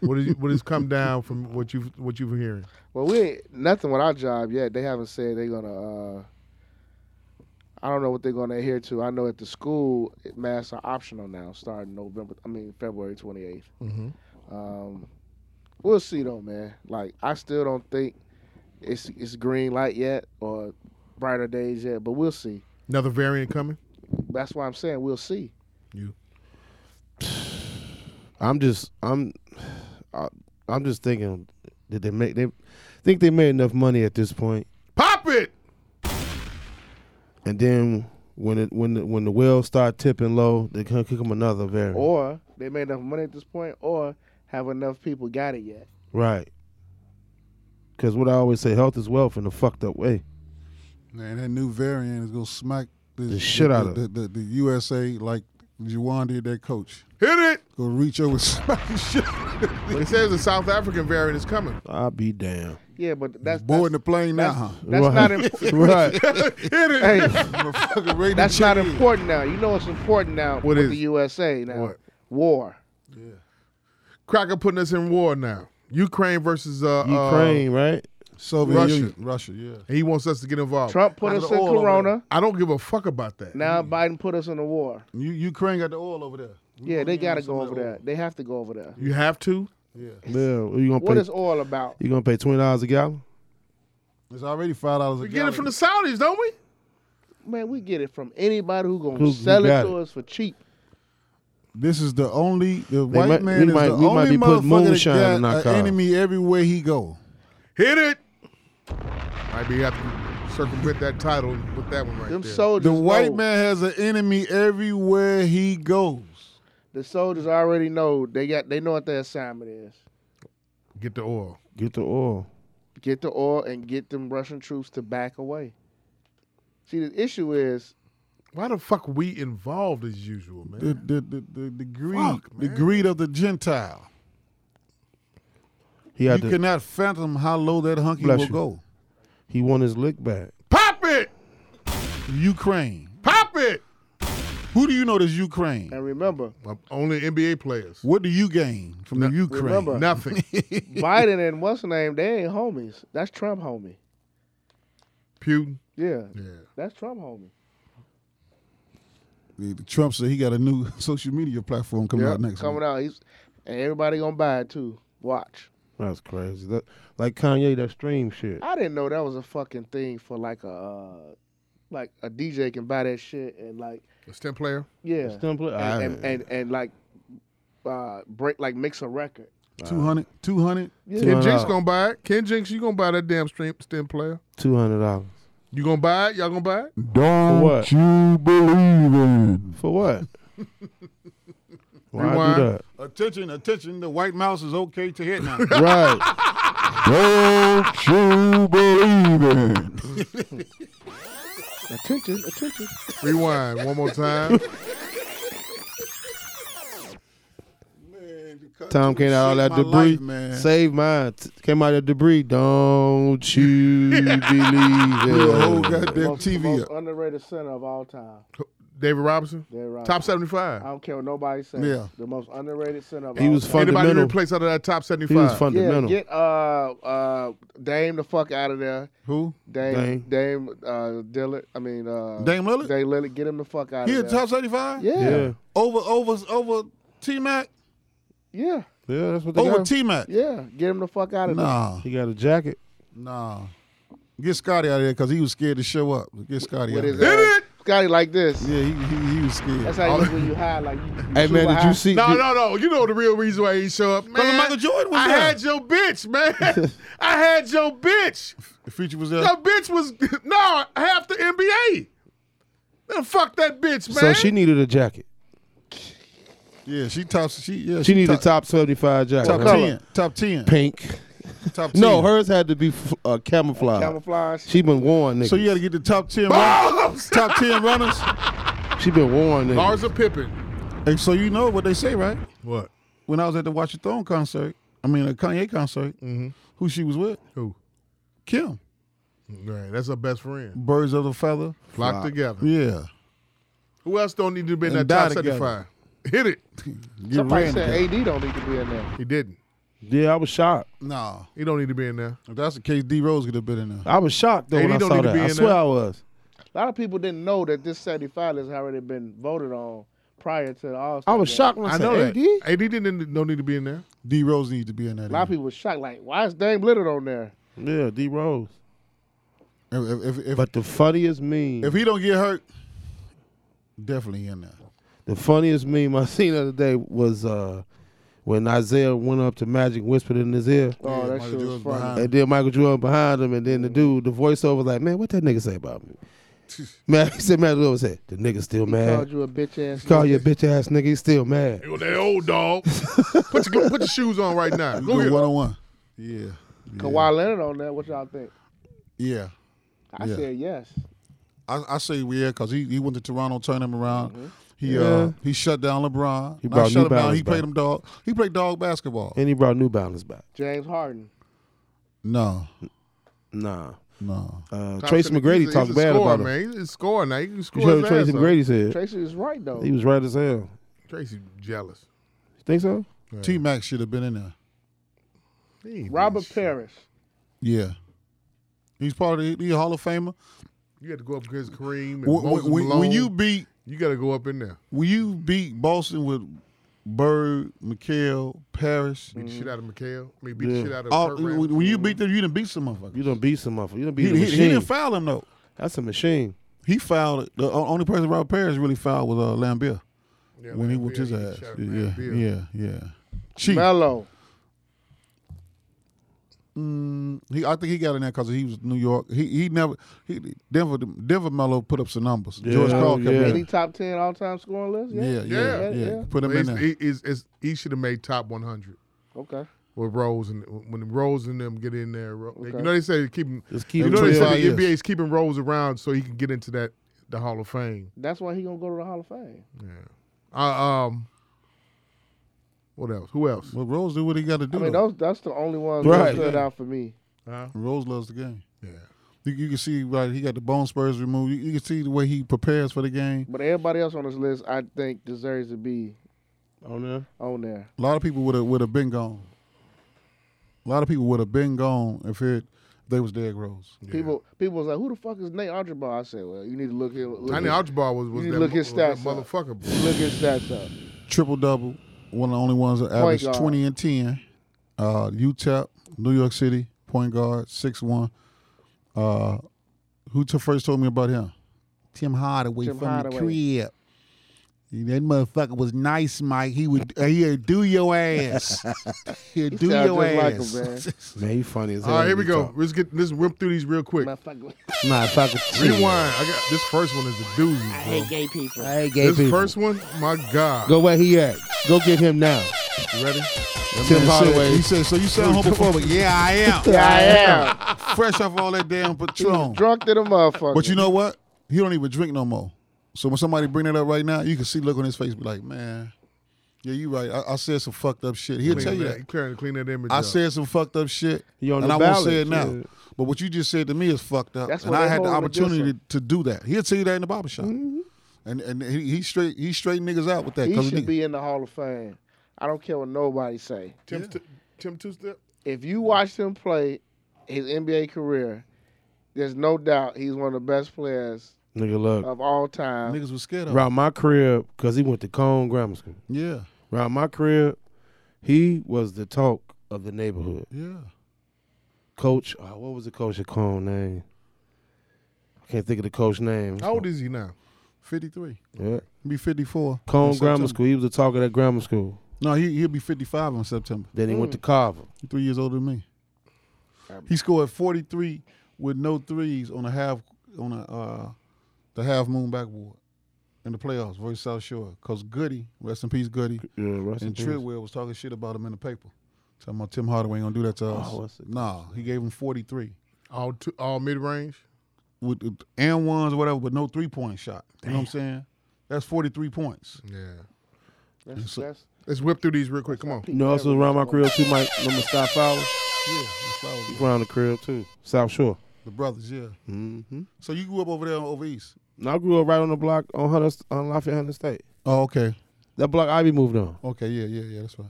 S10: what is what has come down from what you what you've been hearing?
S3: Well, we ain't nothing with our job yet. They haven't said they're gonna. Uh, I don't know what they're gonna adhere to. I know at the school it- masks are optional now, starting November. I mean February twenty
S10: Mm-hmm.
S3: Um, we'll see though, man. Like I still don't think it's it's green light yet or brighter days yet, but we'll see.
S10: Another variant coming.
S3: That's why I'm saying we'll see.
S5: I'm just I'm I, I'm just thinking did they make they think they made enough money at this point
S10: Pop it.
S5: and then when it when the, when the whales start tipping low they can kick them another variant.
S3: Or they made enough money at this point, or have enough people got it yet.
S5: Right. Cuz what I always say health is wealth in a fucked up way.
S2: man, that new variant is gonna smack the,
S5: The shit out of
S2: the, the, the, the USA like Juwan did that coach.
S10: Hit it.
S2: Gonna reach over, <laughs> smack the shit.
S10: They says the South African variant is coming.
S5: I'll be damn.
S3: Yeah, but that's
S2: Boarding the
S3: that's,
S2: plane now,
S3: that's,
S10: uh-huh.
S2: huh?
S3: that's not
S5: Right.
S10: <laughs>
S5: <laughs>
S3: important.
S5: Right.
S3: hey,
S2: <laughs> Motherfucker ready to
S3: That's not
S2: check in.
S3: important now. You know what's important now
S10: What
S3: with
S10: is
S3: the
S10: it?
S3: USA now?
S10: What?
S3: War.
S10: Cracker putting us in war now. Ukraine versus uh, uh,
S5: Ukraine, right?
S2: Soviet
S10: Russia.
S2: Union, Russia, yeah.
S10: and he wants us to get involved.
S3: Trump put us in Corona.
S10: I don't give a fuck about that.
S3: Now Biden put us in a war.
S2: You, Ukraine got the oil over there.
S3: Yeah, they got to go over
S2: there.
S3: there. They have to go over there.
S10: You have to.
S5: Yeah, you going to
S3: What
S5: pay
S3: is oil about?
S5: you going to pay $20 a gallon?
S2: It's already five dollars a
S10: We get
S2: gallon.
S10: it from the Saudis, don't we?
S3: Man, we get it from anybody who gonna
S5: Who- who
S3: sell it
S5: got
S3: to
S5: it?
S3: us for cheap.
S2: this is the only the white
S5: might-
S2: man
S5: we
S2: is
S5: might-
S2: the
S5: we might
S2: only
S5: be putting
S2: motherfucker
S5: moonshine
S2: that
S5: in our
S2: got
S5: car.
S2: an enemy everywhere he go.
S10: Hit it. Might be have to circumvent that title and put that one right
S3: Them
S10: there.
S3: soldiers.
S2: The white
S3: know-
S2: man has an enemy everywhere he goes.
S3: The soldiers already know they got. They know what their assignment is.
S10: get the oil.
S5: Get the oil.
S3: Get the oil and get them Russian troops to back away. See, the issue is
S10: Why the fuck we involved as usual, man?
S2: The the the, the, the greed,
S10: Fuck,
S2: the
S10: man.
S2: greed of the Gentile.
S5: He had
S2: you
S5: to,
S2: cannot fathom how low that hunky
S5: Bless
S2: will
S5: you.
S2: go.
S5: he won his lick back.
S10: Pop it.
S2: Ukraine.
S10: Pop it.
S2: Who do you know that's Ukraine?
S3: and remember,
S10: Uh, Only NBA players.
S2: What do you gain from the Ukraine? <laughs>
S3: remember-
S10: Nothing.
S3: Biden and what's the name? They ain't homies. That's Trump homie.
S10: Putin.
S3: Yeah,
S10: Yeah.
S3: that's Trump homie.
S2: The- the Trump said he got a new <laughs> social media platform coming
S3: Yeah,
S2: out next
S3: coming
S2: week.
S3: out. He's and everybody gonna buy it too. Watch.
S5: That's crazy. That like Kanye that stream shit.
S3: Ah, I didn't know that was a fucking thing for like a uh, like a DJ can buy that shit and like
S10: a stem player.
S3: Yeah,
S10: A stem player?
S3: and, and,
S10: Ah.
S3: and, and, like uh, break like mix a record.
S2: 200, 200.
S3: Yeah.
S10: Ken
S5: $200.
S10: Jinx gonna buy it. Ken Jinx, you gonna buy that damn stem stem player?
S5: Two hundred dollars.
S10: You gonna buy it? Y'all gonna buy it?
S2: Don't
S5: what?
S2: you believe in?
S5: For what? Why
S2: Rewind.
S5: do that?
S2: Attention, attention. The white mouse is okay to hit now.
S5: Right.
S2: Don't you believe in?
S3: Attention, attention.
S10: Rewind one
S3: <laughs>
S10: more time.
S5: Tom came out of that
S2: Saved my
S5: debris.
S2: life, man.
S5: Save mine. T- Came out of that debris. Don't you believe
S2: The whole
S5: it?
S2: goddamn TV
S3: Most
S2: up.
S3: underrated center of all time.
S10: David Robinson,
S3: They're right.
S10: top seventy-five.
S3: I don't care what nobody says.
S2: Yeah.
S3: The most underrated center of
S5: He
S3: all
S5: was
S3: time.
S5: fun-
S10: Anybody
S5: Fundamental.
S10: to replace out of that top
S5: He was
S10: seventy-five?
S5: fundamental.
S3: Yeah, get uh uh Dame the fuck out of there.
S2: <laughs> Who?
S3: Dame Dame, uh Dillard. I mean uh
S2: Dame Lillard?
S3: Dame Lillard, get him the fuck out
S2: He a
S3: of there.
S2: top 35?
S3: yeah. yeah.
S5: yeah.
S2: Over, over, over T Mac?
S3: Yeah.
S5: Yeah, that's what they
S2: Over
S5: got.
S2: T Mac?
S3: Get him the fuck out of
S2: Nah,
S5: he got a jacket.
S2: nah. Get Scotty out of there because he was scared to show up. Get Scotty
S3: there.
S2: out
S3: With
S2: of
S3: his
S2: there.
S3: ass. Scotty like this.
S2: Yeah, he, he, he was scared.
S3: That's how you look when you high like you, you
S5: Hey
S3: super
S5: man, did
S3: high.
S5: you see?
S10: No,
S5: did-
S10: no, no. You know the real reason why he show up, man.
S2: Michael Jordan was
S10: I
S2: there.
S10: had your bitch,
S2: <laughs>
S10: man. I had your bitch.
S2: the feature was there.
S10: That bitch was <laughs> no half the NBA. Man, fuck that bitch, man.
S5: So she needed a jacket.
S2: Yeah, she top. She yeah.
S5: She needed a top seventy-five jacket.
S2: top
S5: huh?
S2: ten. Top ten.
S5: Pink.
S2: Top ten.
S5: No, hers had to be f- uh, camouflage.
S3: camouflage?
S5: She been worn, nigga.
S2: So you got to get the top ten. Runners, top ten runners.
S5: she been worn, nigga.
S10: Lars of Pippen.
S2: And so you know what they say, right?
S10: What?
S2: When I was at the Watch Your Throne concert, I mean a Kanye concert, who she was with?
S10: Mm-hmm. Who?
S2: Kim.
S10: Right, that's her best friend.
S2: Birds of a feather.
S10: Flock together.
S2: Yeah.
S10: Who else don't need to be in
S2: And
S10: that top
S2: die together.
S10: seventy-five? Hit it.
S2: Get
S3: Somebody
S2: ran
S3: said
S2: together.
S3: AD don't need to be in there.
S10: He didn't.
S5: Yeah, I was shocked.
S2: Nah.
S10: He don't need to be in there.
S2: If that's the case, D Rose could have been in there.
S5: I was shocked though
S10: AD
S5: when I
S10: don't
S5: saw
S10: need to
S5: that.
S10: be
S5: I
S10: in
S5: swear
S10: there.
S5: I was.
S3: A lot of people didn't know that this 75 has already been voted on prior to the All Star.
S5: I was shocked when I,
S10: I
S5: said
S10: know that.
S5: AD.
S10: AD didn't don't need to be in there.
S2: D Rose needs to be in there.
S3: A lot of people was shocked, like, why is Dame Lillard on there?
S5: Yeah, D Rose.
S2: If if, if,
S5: But the funniest meme,
S2: if he don't get hurt, definitely in there.
S5: the funniest meme I seen the other day was uh, when Isaiah went up to Magic, whispered in his ear,
S3: Oh, that
S2: Michael
S3: shit was
S2: Jordan's
S3: funny.
S2: behind.
S5: and then Michael Jordan behind him, and then the dude, the voiceover was like, "Man, what that nigga say about
S10: <laughs>
S5: me?" Man, he said, "Magic Jordan said the nigga still
S3: Called
S5: mad.
S3: you a bitch ass.
S5: Call you a bitch ass nigga, he's still mad."
S10: Yo, that old dog. put your put your shoes on right now.
S2: We
S10: Go
S2: go
S10: here.
S2: one on one. Yeah.
S3: Kawhi Leonard on there. What y'all think?
S2: Yeah.
S3: I
S2: Yeah.
S3: said yes.
S2: I, I say yeah because he, he went to Toronto, turned him around.
S3: Mm-hmm.
S2: He
S5: Yeah.
S2: uh he shut down LeBron.
S5: He
S2: Not
S5: brought New
S2: shut him down.
S5: Balance
S2: He played
S5: back.
S2: him dog. He played dog basketball.
S5: And he brought New Balance back.
S3: James Harden.
S2: No,
S5: Nah,
S2: no.
S5: uh, Tracy McGrady
S10: He's a-
S5: talked
S10: he's a
S5: bad
S10: scorer,
S5: about him.
S10: man. He's a scorer now. He can
S5: You
S10: score.
S5: heard what
S10: his
S5: Tracy
S10: ass off.
S5: McGrady said
S3: Tracy is right, though.
S5: he was right as hell. You
S10: Tracy jealous.
S5: think so?
S2: T Mac should have been in there.
S10: He ain't
S3: Robert
S10: doing shit.
S3: Parrish.
S2: Yeah. He's part of the he a Hall of Famer.
S10: You got to go up against Kareem and
S2: When,
S10: Moses
S2: when- when- when
S10: Malone.
S2: you beat
S10: you got to go up in there.
S2: when you beat Boston with Bird, McHale, Parrish,
S10: Beat the shit out of McHale. I mean, beat
S5: Yeah.
S10: the shit out of
S2: all,
S10: Kurt Rambis.
S2: when, when you beat them, you didn't beat some motherfuckers.
S5: You done beat some motherfucker. You done beat
S2: He,
S5: a
S2: he,
S5: machine.
S2: he didn't foul him though.
S5: That's a machine.
S2: He fouled the o- only person Robert Parrish really fouled was uh, Lambeer.
S10: Yeah,
S2: when he
S10: Lambeer,
S2: whooped his ass.
S10: shot
S2: Yeah,
S10: Lambeer.
S2: yeah, yeah. Chief.
S3: Mello.
S2: Mm, He, I think he got in there because he was New York. He he never he Denver Denver Mello put up some numbers. George
S5: Yeah,
S2: Karl kept
S5: yeah.
S2: him.
S3: Any top 10 all time scoring list?
S2: Yeah, yeah, yeah,
S10: Yeah,
S3: yeah.
S2: Put him
S10: Well,
S2: in
S10: he's-
S2: there.
S10: He, is, is, he should have made top 100
S3: Okay.
S10: with Rose and when Rose and them get in there. Ro-
S3: Okay.
S10: You know they say they keep him.
S5: Just keep
S10: You
S5: him
S10: know they
S5: twelve
S10: say the
S2: years.
S10: NBA is keeping Rose around so he can get into that the Hall of Fame.
S3: That's why he going to go to the Hall of Fame.
S10: Uh, um, what else? Who else?
S2: But Rose do what he got to do.
S3: I mean,
S2: though.
S3: those, that's the only one
S5: Right.
S3: that stood out for me.
S2: Rose loves the game.
S10: Yeah.
S2: You, you can see like he got the bone spurs removed. You, you can see the way he prepares for the game.
S3: But everybody else on this list, I think, deserves to be
S5: on there.
S3: on there.
S2: A lot of people would have would have been gone. A lot of people would have been gone if it they was Derrick Rose.
S3: People, people was like, "Who the fuck is Nate Archibald?" I said, "Well, you need to look his look,
S10: I
S3: his,
S10: know Archibald was, was
S3: You
S10: that,
S3: look
S10: mo-
S3: his
S10: was that
S3: stats up.
S10: motherfucker. bro.
S3: look his stats up."
S2: Triple double, one of the only ones that averaged
S3: guard.
S2: twenty and ten. Uh, UTEP, New York City point guard, six one. Uh, who t- first told me about him?
S11: Tim Hardaway
S3: Tim
S11: from
S3: Hardaway.
S11: the crib. That motherfucker was nice, Mike. He would uh, he'd do your
S5: <laughs>
S11: ass. he'd do
S5: sound
S11: your ass.
S5: just like him, Man, you funny as hell.
S10: All right, here we
S5: when you
S10: go.
S5: talk.
S10: Let's get let's whip through these real
S2: <laughs>
S10: quick.
S5: Nah, fuck
S10: <laughs> Rewind. I got this first one is a doozy. Bro.
S5: hate
S3: gay
S2: Uh-huh.
S3: people.
S5: I hate gay
S10: this
S5: people.
S10: first one, my God.
S5: Go where he at. Go get him
S10: <laughs>
S5: now.
S10: You ready?
S5: Tim
S2: Man said-
S5: Hardaway.
S2: he said, "So
S11: <laughs>
S2: you sound homophobic?" yeah, I am.
S3: Yeah, I
S2: am. Fresh off all that damn Patron.
S3: Drunk to the motherfucker.
S2: But you know what? He don't even drink no more. So when somebody bring that up right now, you can see look on his face, be like, man, yeah, you right. I, I said some fucked up shit. He'll
S10: Clean
S2: tell you
S10: You
S2: that.
S10: trying to clean that image
S2: I
S10: up.
S2: said some fucked up shit,
S10: You on
S2: and
S10: the
S2: I won't
S10: ballot,
S2: say it now.
S10: yeah.
S2: But what you just said to me is fucked up,
S10: That's
S2: and
S10: what
S2: I
S10: they
S2: had the
S10: hold 'em against
S2: opportunity to, do that. He'll tell you that in the barbershop,
S10: Mm-hmm.
S2: and and he, he straight he straight niggas out with that.
S3: He
S2: 'cause
S3: should
S2: nigga-
S3: be in the Hall of Fame. I don't care what nobody say.
S10: Tim, T- Tim Two Step.
S3: If you watched him play his NBA career, there's no doubt he's one of the best players
S5: Nigga, look.
S10: Oh,
S3: of all time.
S2: Niggas was scared
S5: Around my crib, because he went to Cone Grammar School.
S2: Yeah.
S5: Around my crib, he was the talk of the neighborhood.
S2: Yeah.
S5: Coach, uh, what was the coach at Cone name? I can't think of the coach name.
S10: How old is he now?
S2: Fifty three.
S5: Yeah.
S2: He'll be fifty four.
S5: Cone Grammar School. He was the talk of that grammar school.
S2: No, he he'll be fifty five in September.
S5: Then he went to Carver.
S2: He three years older than me. He scored forty three with no threes on a half on a uh, the half moon backboard in the playoffs versus South Shore. Cause Goody, rest in peace, Goody,
S5: Yeah, rest in
S2: and
S5: peace.
S2: Treadwell was talking shit about him in the paper. Talking about Tim Hardaway ain't gonna do that
S5: Oh,
S2: to us.
S10: what's it-
S2: nah, he gave him forty three
S10: All two, all mid range.
S2: with with and ones or whatever, but no three point shot. You know what I'm saying? That's forty three points.
S10: Yeah.
S2: That's- So- that's-
S10: Let's whip through these real quick. Come on.
S5: You know, also around my crib too, Mike. Remember Scott Fowler?
S2: Yeah,
S5: He around the crib too. South Shore.
S2: the brothers. Yeah.
S5: Mm-hmm.
S2: So you grew up over there over east.
S5: And I grew up right on the block on Hunter, on Lafayette Hunter State.
S2: Oh, okay.
S5: That block Ivy moved on.
S2: Okay, yeah, yeah, yeah. That's right.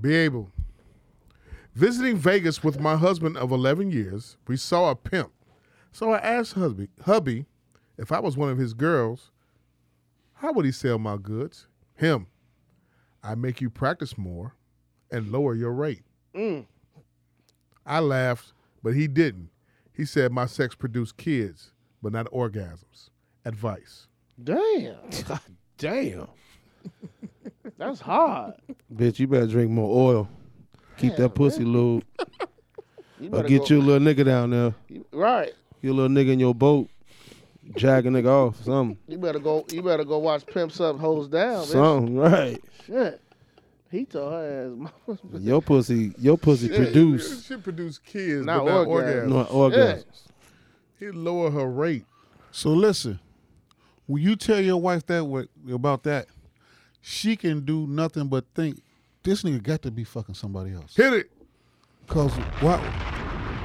S10: Be able. Visiting Vegas with my husband of 11 years, we saw a pimp. So I asked hubby, hubby if I was one of his girls, how would he sell my goods? Him. I make you practice more and lower your rate. Mm. I laughed, but he didn't. He said my sex produced kids, but not orgasms. Advice.
S3: Damn.
S5: Damn.
S3: That's hard.
S5: Bitch, you better drink more oil. Keep that pussy lube.
S3: You
S5: or
S3: better
S5: get
S3: go-
S5: you a little nigga down there.
S3: Right.
S5: You a little nigga in your boat. Jag a nigga off. Something.
S3: You better go you better go watch Pimps Up Hoes Down, Oh, bitch.
S5: Something, right.
S3: Shit. He told her ass <laughs> mama.
S5: Your pussy, your pussy produce.
S10: She produced kids,
S3: Not
S10: but not
S3: orgasms.
S10: orgasms.
S5: No orgasms.
S10: He lower her rate.
S2: So listen, when you tell your wife that way about that, she can do nothing but think this nigga got to be fucking somebody else.
S10: Hit it.
S2: Cause why?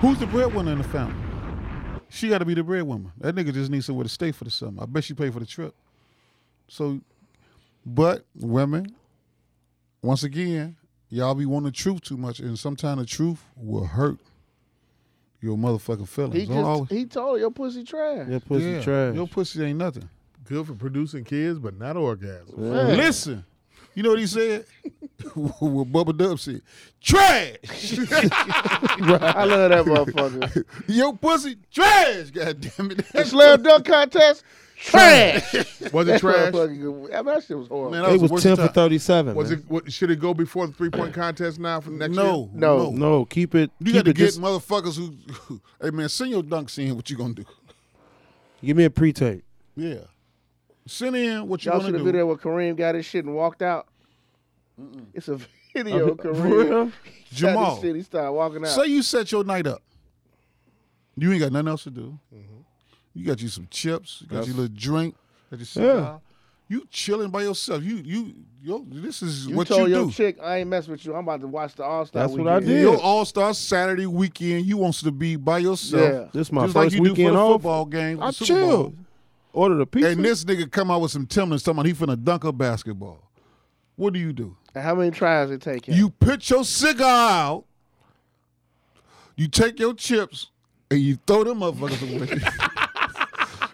S2: Who's the breadwinner in the family? She got to be the breadwinner. That nigga just needs somewhere to stay for the summer. I bet she paid for the trip. So, but women, once again, y'all be wanting the truth too much, and sometimes the truth will hurt your motherfucking feelings.
S3: He
S2: Don't always-
S3: just he told her your pussy trash.
S5: Your pussy
S2: Yeah,
S5: trash.
S2: Your pussy ain't nothing.
S10: Good for producing kids, but not orgasms.
S3: Man.
S2: Listen, you know what he said? <laughs> what Bubba Dub said? Trash.
S3: <laughs> I love that motherfucker.
S2: Your pussy trash. God damn it. <laughs>
S3: the slam dunk contest, trash.
S10: Was it
S3: That
S10: trash?
S3: motherfucker- I mean, that shit was horrible.
S2: Man, that
S5: It
S2: was,
S5: was,
S2: the worst
S5: 10
S2: time.
S5: for 37.
S10: Was
S5: man.
S10: it? What, should it go before the three point contest now for next
S2: No,
S10: year?
S2: no,
S3: No.
S5: No, keep it.
S2: You
S5: keep
S2: got to
S5: it
S2: get
S5: this-
S2: motherfuckers who, hey man, send your dunks in. What you gonna do?
S5: Give me a pre tape.
S2: Yeah, send in what you
S3: Y'all should
S2: gonna
S3: have
S2: do.
S3: been there when Kareem got his shit and walked out. It's a <laughs> video of
S5: For
S3: Kareem.
S5: real?
S2: Jamal.
S3: Got his shit, he started walking out.
S2: Say you set your night up. You ain't got nothing else to do.
S3: Mm-hmm.
S2: You got you some chips. You got
S5: That's-
S2: you a little drink. Got you
S5: Yeah.
S2: You chilling by yourself. You you yo. This is
S3: you
S2: what
S3: told
S2: you
S3: your
S2: do.
S3: chick, I ain't mess with you. I'm about to watch the All Star.
S5: That's what I did.
S2: Your All Star Saturday weekend. You wants to be by yourself.
S5: This my
S2: Just like
S5: first
S2: you do for
S5: weekend
S2: the
S5: off.
S2: football game.
S5: I
S2: the Super Bowl.
S5: chilled. Ordered a pizza.
S2: And this nigga come out with some Timberlands talking about he finna dunk a basketball. What do you do?
S3: And how many tries it take him?
S2: You put your cigar out, you take your chips, and you throw them motherfuckers away.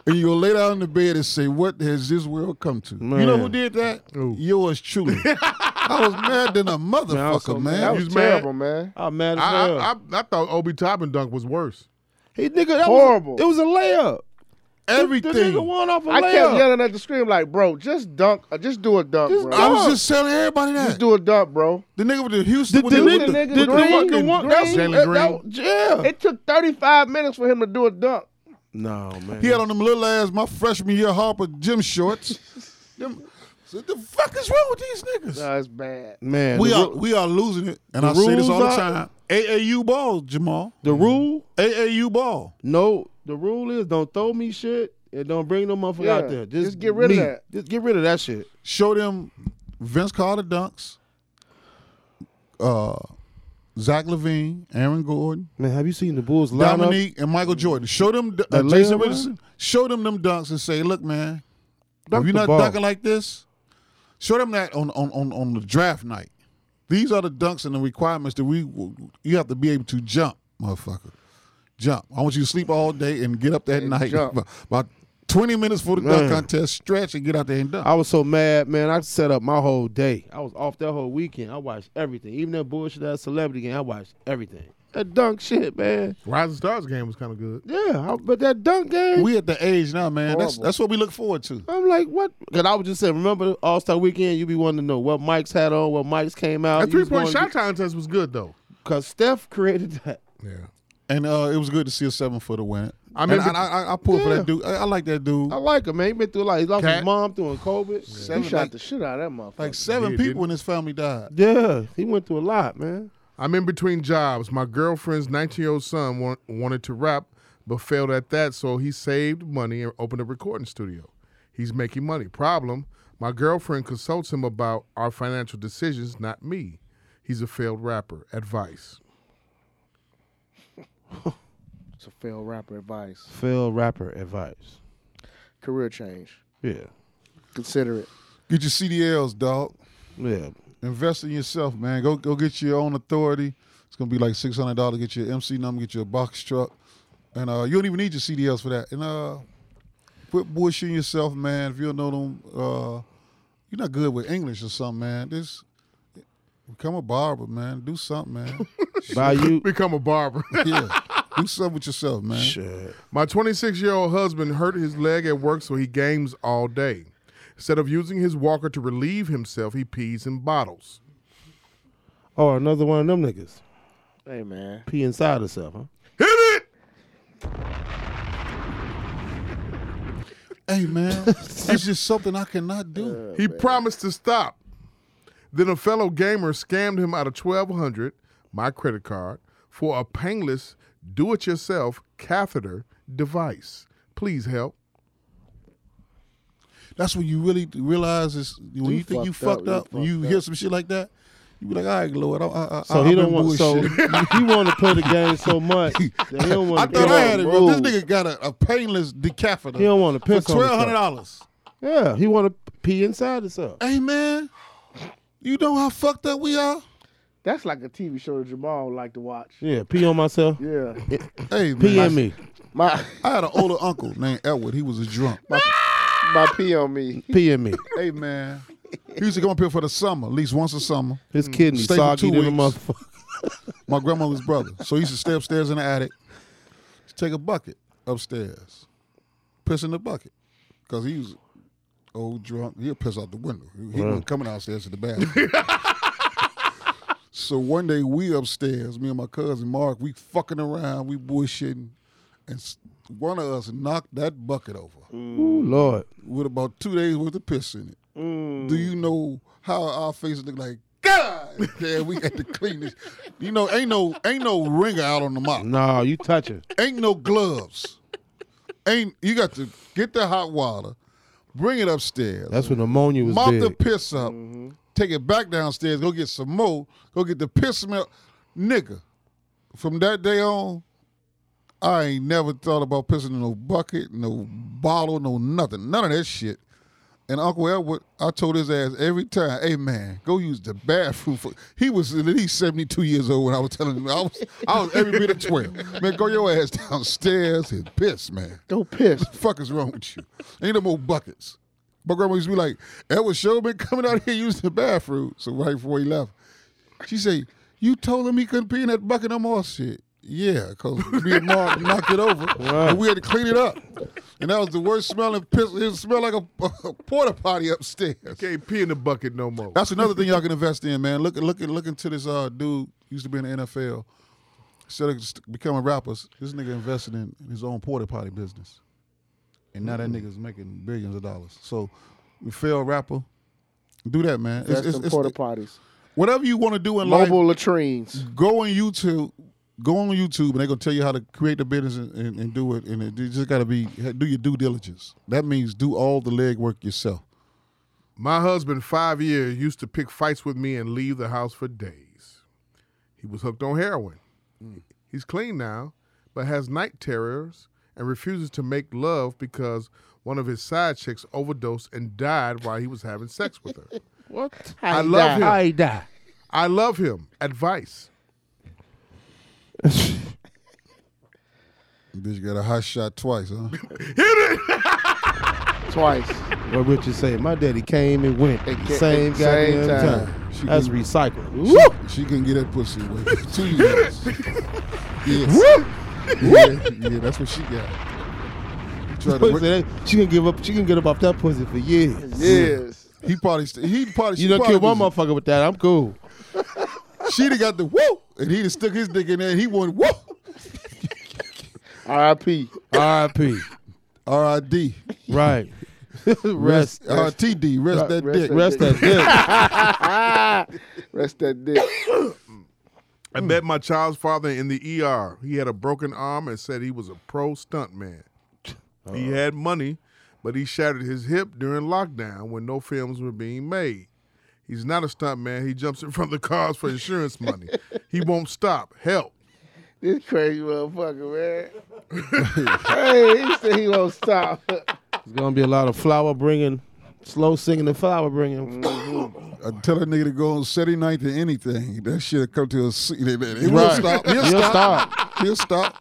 S2: <laughs> and you go lay down in the bed and say, What has this world come to? You know who
S5: Man.
S2: did that?
S10: Who?
S2: Yours truly. I was mad than a motherfucker, man.
S3: that
S10: you
S3: was
S10: was mad?
S3: terrible, man.
S5: I'm mad as
S10: I,
S5: hell.
S10: I, I, I thought Obi Toppin dunk was worse.
S5: He nigga, that
S3: Horrible.
S5: Was, it was a layup.
S2: everything.
S5: The nigga won off a
S3: I kept
S5: layup.
S3: yelling at the screen like, bro, just dunk, uh, just do a dunk, bro.
S2: I was just telling everybody that.
S3: Just do a dunk, bro.
S2: The nigga with the Houston,
S3: The-
S2: with the,
S3: the
S2: with
S3: nigga-
S2: the,
S3: the
S2: with the fucking-
S3: Green- Green-
S2: that's-
S3: Jalen
S2: that-
S3: Green.
S2: that- yeah.
S3: It took 35 minutes for him to do a dunk.
S5: No man.
S2: He had on them little ass my freshman year Harper gym
S3: <laughs>
S2: shorts. them, so the fuck is wrong with these niggas?
S3: Nah, it's bad.
S5: man.
S2: we
S5: the
S2: are
S5: ru-
S2: we are losing it, and
S5: the
S2: I say this
S5: rules
S2: all the
S5: are-
S2: time. AAU ball, Jamal.
S5: the rule.
S2: AAU ball.
S5: No, the rule is don't throw me shit and don't bring no motherfucker
S3: Yeah,
S5: out there. Just,
S3: just get rid of
S5: me.
S3: that.
S5: Just get rid of that shit.
S2: Show them Vince Carter dunks, uh, Zach Levine, Aaron Gordon,
S5: Man, have you seen the Bulls lineup?
S2: Dominique, and Michael Jordan. Show them d- uh,
S5: That
S2: Jason
S5: layup,
S2: Richardson. Show them them dunks and say, look, man,
S5: Dunk
S2: if you're
S5: the
S2: not
S5: ball.
S2: dunking like this, show them that on on on, on the draft night. These are the dunks and the requirements that we you have to be able to jump, motherfucker. Jump. I want you to sleep all day and get up that night
S3: jump.
S2: <laughs> about 20 minutes for the
S5: Man.
S2: dunk contest, stretch and get out there and dunk.
S5: I was so mad, man. I set up my whole day. I was off that whole weekend. I watched everything, even that bullshit that celebrity game. I watched everything. That dunk shit, man.
S10: Rising Stars game was kind of good.
S5: Yeah, I- but that dunk game.
S2: we at the age now, man. That's
S3: Horrible.
S2: that's what we look forward to.
S5: I'm like, what? Because I was just saying, remember All Star Weekend? You be wanting to know what Mike's had on, what Mike's came out.
S10: That three point shot contest was good though.
S5: Because Steph created that.
S10: Yeah.
S2: And uh, it was good to see a seven footer win it.
S10: I mean,
S2: And I, I, I pulled for that dude. I, I like that dude.
S5: I like him, man. He been through a lot. He lost
S10: Cat.
S5: his mom through COVID.
S3: He
S2: Seven,
S3: shot
S2: like,
S3: the shit out of that motherfucker.
S2: like seven
S10: Yeah,
S2: people
S10: didn't-
S2: in his family died.
S5: Yeah, he went through a lot, man.
S10: I'm in between jobs. My girlfriend's 19 year old son wa- wanted to rap, but failed at that, so he saved money and opened a recording studio. He's making money. Problem my girlfriend consults him about our financial decisions, not me. He's a failed rapper. Advice.
S3: it's a failed rapper advice.
S5: Phil rapper advice.
S3: Career change.
S5: Yeah,
S3: Consider it.
S2: Get your CDLs, dog. <laughs>
S5: yeah.
S2: Invest in yourself, man. Go go get your own authority. It's gonna be like six hundred dollars. Get your MC number. Get your box truck, and uh, you don't even need your CDLs for that. And uh, quit bullshitting yourself, man. If you don't know them, uh, you're not good with English or something, man. This become a barber, man. Do something, man.
S5: By you,
S10: Become a barber.
S2: <laughs>
S10: <laughs>
S2: yeah, do something with yourself, man.
S5: shit.
S10: My 26 year old husband hurt his leg at work, so he games all day. Instead of using his walker to relieve himself, he pees in bottles.
S5: Oh, another one of them niggas.
S3: Hey, man.
S5: Pee inside herself, huh?
S2: Hey, man, it's just something I cannot do.
S10: He promised to stop. Then a fellow gamer scammed him out of 1200 my credit card, for a painless do it yourself catheter device. Please help.
S2: That's when you really realize is when you think you
S3: fucked up,
S2: fucked up.
S3: you
S2: When you
S3: fucked
S2: hear some shit like that, you be like, "All right, Lord, I, I, I,
S5: So
S2: Oh, I've
S5: he
S2: been
S5: don't want. So
S2: bullshitting."
S5: he want to play the game
S2: <laughs>
S5: so much that he don't
S2: I
S5: want to.
S2: thought I had it wrong. This nigga got a, a painless decaffeinator.
S5: He don't wanna piss
S2: for
S5: on
S2: twelve hundred dollars.
S5: Yeah, he want to pee inside himself.
S2: Hey man, you know how fucked up we are.
S3: That's like a TV show that Jamal like to
S5: <laughs>
S3: watch.
S5: Yeah, pee on myself.
S3: Yeah.
S2: Hey man,
S5: Pee in me.
S3: <laughs> My
S2: I had an older uncle named Edward. He was a drunk.
S3: my pee on me.
S5: Pee in me.
S2: hey man, he used to come up here for the summer, at least once a summer.
S5: His kidney
S2: Stay for
S5: soggy
S2: two
S5: than a
S2: weeks.
S5: motherfucker.
S2: My grandmother's brother, so he used to stay upstairs in the attic, take a bucket upstairs, piss in the bucket, cause he was old drunk. He'll piss out the window. He, he wasn't coming downstairs to the bathroom. So one day we upstairs, me and my cousin Mark, we fucking around, we bullshitting, and s- one of us knocked that bucket over
S5: Ooh, Lord.
S2: with about two days worth of piss in it. Do you know how our faces look like? God, <laughs> damn, we had to clean this. You know, ain't no ain't no ringer out on the mop.
S5: Nah, you touch it.
S2: Ain't no gloves. Ain't you got to get the hot water, bring it upstairs.
S5: That's when pneumonia was
S2: Mop
S5: big.
S2: the piss up, take it back downstairs, go get some more, go get the piss smell. Nigga, from that day on, I ain't never thought about pissing in no bucket, no bottle, no nothing, none of that shit. And Uncle Edward, I told his ass every time, "Hey man, go use the bathroom." For, he was at least seventy-two years old when I was telling him. I was, I was every bit of twelve. Man, go your ass <laughs> downstairs and piss, man.
S3: Don't piss.
S2: What the fuck is wrong with you? Ain't no more buckets. My grandma used to be like, Edward Show been coming out here using the bathroom. So right before he left, she say, You told him he couldn't pee in that bucket no more. Shit. Yeah, because me and Mark <laughs> knocked it over, and we had to clean it up. And that was the worst smelling piss. It smelled like a, a porta potty upstairs.
S10: can't pee in the bucket no more.
S2: That's another thing y'all can invest in, man. Look, look, look into this uh, dude used to be in the NFL. Instead of just becoming rappers, this nigga invested in his own porta potty business, and now
S3: Mm-hmm.
S2: that nigga's making billions of dollars. So, you fail rapper, do that, man. It's-
S3: That's
S2: it's-
S3: some
S2: it's-
S3: porta
S5: <laughs>
S3: potties.
S2: Whatever you want to do in life,
S3: Mobile latrines.
S2: go on YouTube. Go on YouTube, and they're gonna tell you how to create the business and, and, and do it. And it, you just gotta be do your due diligence. That means do all the legwork yourself.
S10: My husband, five years, used to pick fights with me and leave the house for days. He was hooked on heroin. He's clean now, but has night terrors and refuses to make love because one of his side chicks overdosed and died while he was having sex with her.
S11: What?
S10: I love him.
S11: I die.
S10: I love him. Advice.
S2: Bitch got a hot shot twice, huh?
S5: <laughs>
S3: Twice.
S5: What would you say? My daddy came and went
S3: They
S5: the
S3: ca-
S5: same
S3: same
S5: goddamn
S3: time.
S5: time.
S2: She
S5: That's
S2: can-
S5: recycling.
S2: She, she couldn't get that pussy away. for
S5: <laughs>
S2: Two years. yes. Yeah, yeah, that's what she got. Tried to work-
S5: Pussy, that- she can give up. She can get up off that pussy for years.
S3: Yes.
S2: He probably, st- he probably, she
S5: You don't kill one
S2: probably was-
S5: motherfucker with that. I'm cool.
S2: She'd have got the whoop, and he'd have stuck his dick in there, and he went whoop.
S3: R.I.P.
S2: <laughs>
S5: R.I.P.
S2: R.I.D.
S5: Right. rest.
S2: R.T.D. Uh, Rest that
S3: rest
S2: dick.
S3: that-
S5: Rest that dick. Ah.
S3: <laughs> Rest that dick.
S10: I met my child's father in the ER. He had a broken arm and said he was a pro stuntman. He had money, but he shattered his hip during lockdown when no films were being made. He's not a stuntman. He jumps in front of the cars for insurance money. he won't stop. Help.
S3: This crazy motherfucker, man. hey, he said he won't stop.
S5: It's gonna be a lot of flower bringing, slow singing and flower bringing.
S2: I Uh, tell that nigga to go on Saturday night to anything. That shit come to a seat. It will
S5: Right.
S2: stop. He'll,
S5: He'll
S2: stop. He'll
S5: <laughs>
S2: stop.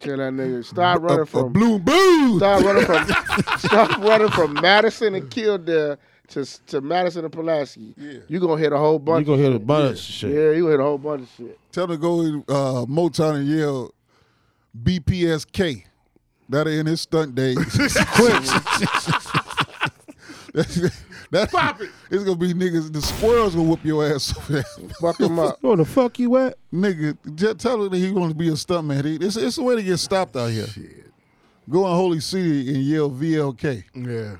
S3: Tell that nigga, stop running
S2: A
S3: from
S2: blue boo.
S3: stop running from stop running from Madison and Kildare to to Madison and Pulaski. You gonna hit a whole bunch.
S5: You gonna hear the
S3: of
S5: bunch
S3: shit.
S5: shit.
S3: Yeah, you gonna hit a whole bunch of shit.
S2: Tell him to go in uh, Motown and yell BPSK. That in his stunt
S10: <laughs>
S2: days. Quick. That's, that's, Stop it. It's gonna be niggas. The squirrels gonna whoop your ass over there. <laughs>
S3: Fuck him up.
S5: Where the fuck you at?
S2: Nigga, just tell him that he wants to be a stuntman. He- It's, it's a way to get stopped out here. Go in Holy City and yell VLK.
S10: Yeah.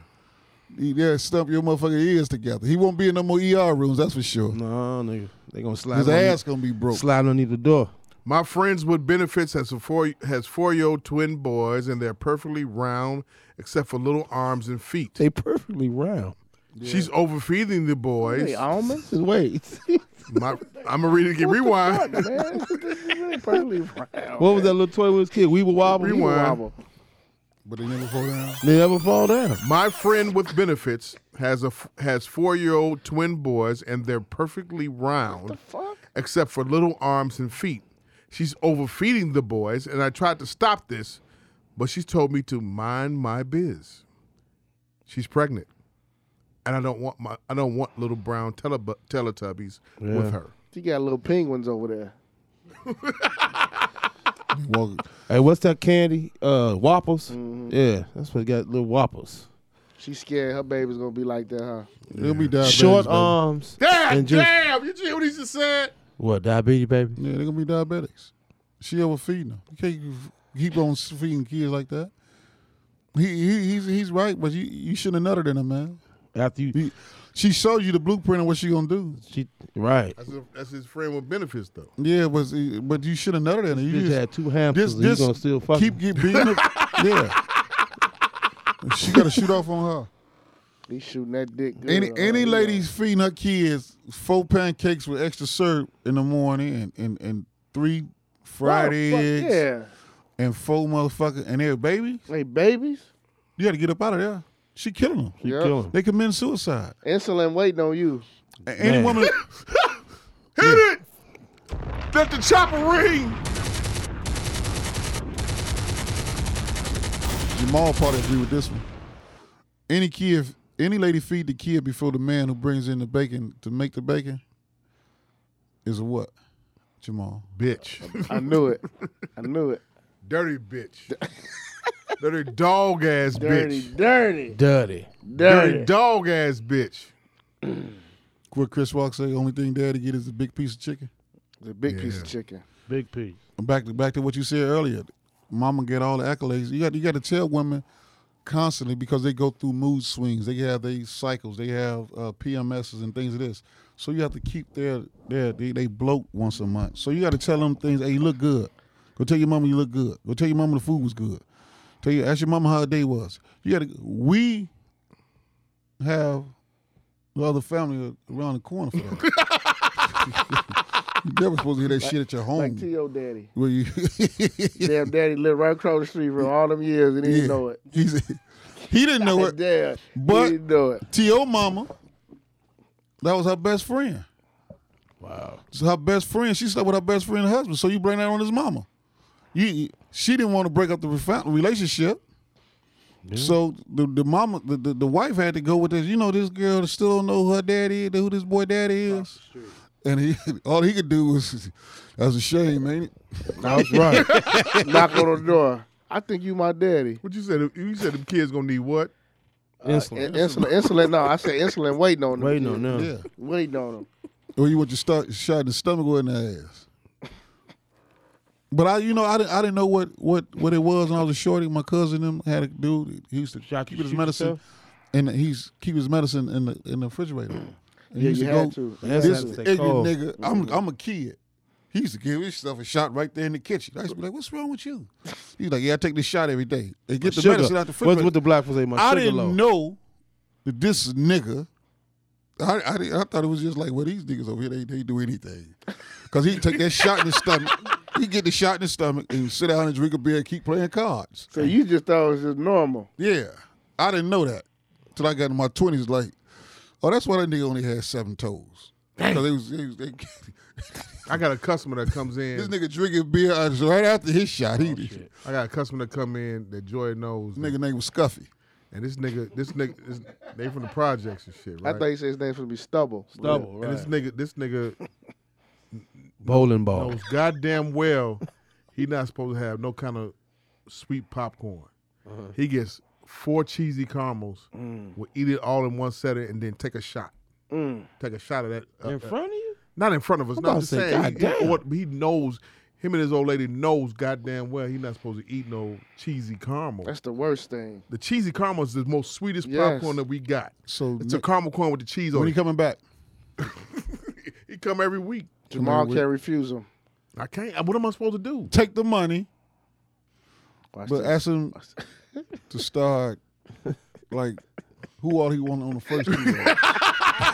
S2: He there stump your motherfucking ears together. He won't be in no more ER rooms, that's for sure.
S5: No, nigga. They gonna slide
S2: His
S5: on
S2: ass
S5: you-
S2: Uh, gonna be broke.
S5: slide underneath the door.
S10: My friends with benefits has a four has four year old twin boys and they're perfectly round except for little arms and feet.
S5: They perfectly round.
S10: She's overfeeding the boys.
S3: Hey, almonds,
S5: Wait.
S10: My, I'm gonna read it again.
S3: man.
S10: Rewind.
S3: This is really perfectly round.
S5: <laughs> What was that little toy when we was kid? We were wobble.
S10: Rewind.
S3: Wobble.
S2: But they never fall down.
S5: They never fall down.
S10: My friend with benefits has a f- has four year old twin boys, and they're perfectly round,
S3: Fuck.
S10: except for little arms and feet. She's overfeeding the boys, and I tried to stop this, but she's told me to mind my biz. She's pregnant, and I don't want my I don't want little brown teleb- Teletubbies with her.
S3: You got little penguins over there.
S2: Well,
S5: Hey, what's that candy? Uh, Whoppers. Yeah, that's what got little Whoppers.
S3: She scared her baby's gonna be like that, huh?
S2: it'll be diabetes.
S5: Short
S2: baby.
S5: arms.
S10: Damn,
S5: and just,
S10: damn! You see what he just said?
S5: What diabetes, baby?
S2: Yeah, they're gonna be diabetics. She overfeeding them. You can't keep on feeding kids like that. He, he he's he's right, but you, you shouldn't have nutted in her, man.
S5: After you,
S2: He, she showed you the blueprint of what she gonna do.
S5: she right.
S10: That's, a, that's his friend with benefits, though.
S2: Yeah, but see- but you should have nutted in her. You
S5: Bitch
S2: just
S5: had two
S2: this
S5: hamsters. and You
S2: this
S5: gonna still fuck?
S2: keep
S5: her.
S2: keep beating her. <laughs> yeah, she got to shoot off on her.
S3: He's shooting that dick. Good,
S2: Any
S3: huh?
S2: any
S3: You
S2: ladies feeding her kids four pancakes with extra syrup in the morning and and, and three
S3: know.
S2: fried
S3: Oh, Fuck
S2: eggs
S3: Yeah.
S2: and four motherfuckers and their babies,
S3: Hey, babies.
S2: you got to get up out of there. She killing them.
S5: She
S3: Yeah.
S5: killing.
S2: They commit suicide.
S3: Insulin waiting on you.
S2: A- Any
S5: Man.
S2: woman,
S10: <laughs> Hit it! Let the chopper ring.
S2: Jamal probably agree with this one. Any kid, any lady feed the kid before the man who brings in the bacon to make the bacon is a what?
S11: Jamal.
S10: Bitch.
S3: I knew it. I knew <laughs> it.
S10: <laughs> Dirty bitch. <laughs> Dirty dog ass
S3: Dirty,
S10: bitch.
S3: dirty.
S11: Dirty.
S10: Dirty, dog ass bitch.
S2: What Chris Rock say? Only thing daddy get is a big piece of chicken.
S3: The big piece of
S2: Yeah.
S3: chicken.
S12: Big P.
S2: Back to back to what you said earlier. Mama get all the accolades. You got you got to tell women constantly because they go through mood swings. They have these cycles. They have uh, PMSs and things of this. So you have to keep their their they, they bloat once a month. So you got to tell them things. Hey, you look good. Go tell your mama you look good. Go tell your mama the food was good. Tell you ask your mama how her day was. You got to. We have the other family around the corner for that. <laughs> you never supposed to hear that shit at your home.
S3: Like T.O. Daddy.
S2: Where you
S3: Damn daddy lived right across the street for all them years and he
S2: <laughs> Yeah.
S3: didn't know it.
S2: He's, he didn't know it.
S3: Damn.
S2: But
S3: he didn't know it.
S2: T.O. mama, that was her best friend. Wow. So her best friend, she slept with her best friend's husband. So you blame that on his mama. You- You, she didn't want to break up the refa- relationship. So the, the mama, the, the, the wife had to go with this. You know, this girl still don't know who her daddy is, who this boy daddy is. And he, <laughs> all he could do was, <laughs> that's a shame, ain't it?
S3: That's
S2: <laughs>
S3: right. Knock on the door. I think you my daddy.
S10: What you said? You said the kids gonna need what?
S3: Insulin. insulin. Insulin. No, I said insulin. Waiting on them.
S2: Waiting on them.
S3: Yeah. Waiting on them.
S2: Or you want your start, shot in the stomach or in the ass. But I, you know, I didn't, I didn't know what, what, what it was when I was a shorty. My cousin and him had a dude. He used to keep his
S12: shoot
S2: medicine,
S12: yourself?
S2: and he's keep his medicine in the in the refrigerator. And he
S12: Mm. Yeah,
S2: used
S12: you had to. Mm-hmm. You had
S2: This
S12: to.
S2: ignorant
S12: Cold.
S2: nigga, I'm I'm a kid. He used to give his stuff a shot right there in the kitchen. I used to be like, "What's wrong with you?" He's like, "Yeah, I take this shot every day and get the
S5: Sugar.
S2: medicine out the
S5: What's
S2: refrigerator."
S5: with the black folks say, my
S2: I
S5: sugar
S2: didn't
S5: low.
S2: know that this nigga I, I, didn't- I thought it was just like, well, these niggas over here, they, they do anything. Because he take that shot in his <laughs> stomach. He get the shot in his stomach and sit down and drink a beer and keep playing cards.
S3: So you just thought it was just normal.
S2: Yeah. I didn't know that till I got in my 20s. Like, oh, that's why that nigga only had seven toes. Because they was, they <laughs> was they,
S10: I got a customer that comes in.
S2: this nigga drinking beer uh, right after his shot. He,
S10: I got a customer that come in that Joy knows.
S2: Nigga name was Scuffy.
S10: And this nigga, this nigga, this, they from the projects and shit, right?
S3: I thought you said his name's supposed to be Stubble.
S10: And this nigga, this nigga
S5: Bowling ball.
S10: knows goddamn well he not supposed to have no kind of sweet popcorn.
S5: Uh-huh.
S10: He gets four cheesy caramels,
S3: Mm.
S10: will eat it all in one setting, and then take a shot. Take a shot of that uh,
S12: In
S10: uh,
S12: front of you?
S10: Not in front of us.
S12: I'm
S10: No,
S12: about
S10: I'm
S12: to
S10: just
S12: say,
S10: saying. he-
S12: goddamn.
S10: He, or- he knows. Him and his old lady knows goddamn well he not supposed to eat no cheesy caramel.
S3: That's the worst thing.
S10: The cheesy caramel is the most sweetest
S3: Yes.
S10: popcorn that we got.
S2: So
S10: it's a caramel corn with the cheese
S2: When
S10: on
S2: he
S10: it.
S2: coming back?
S10: he come every week.
S3: Jamal can't refuse him.
S10: I can't. What am I supposed to do?
S2: Take the money.
S3: Watch
S2: but
S3: this.
S2: ask him to start like who all he want on the first two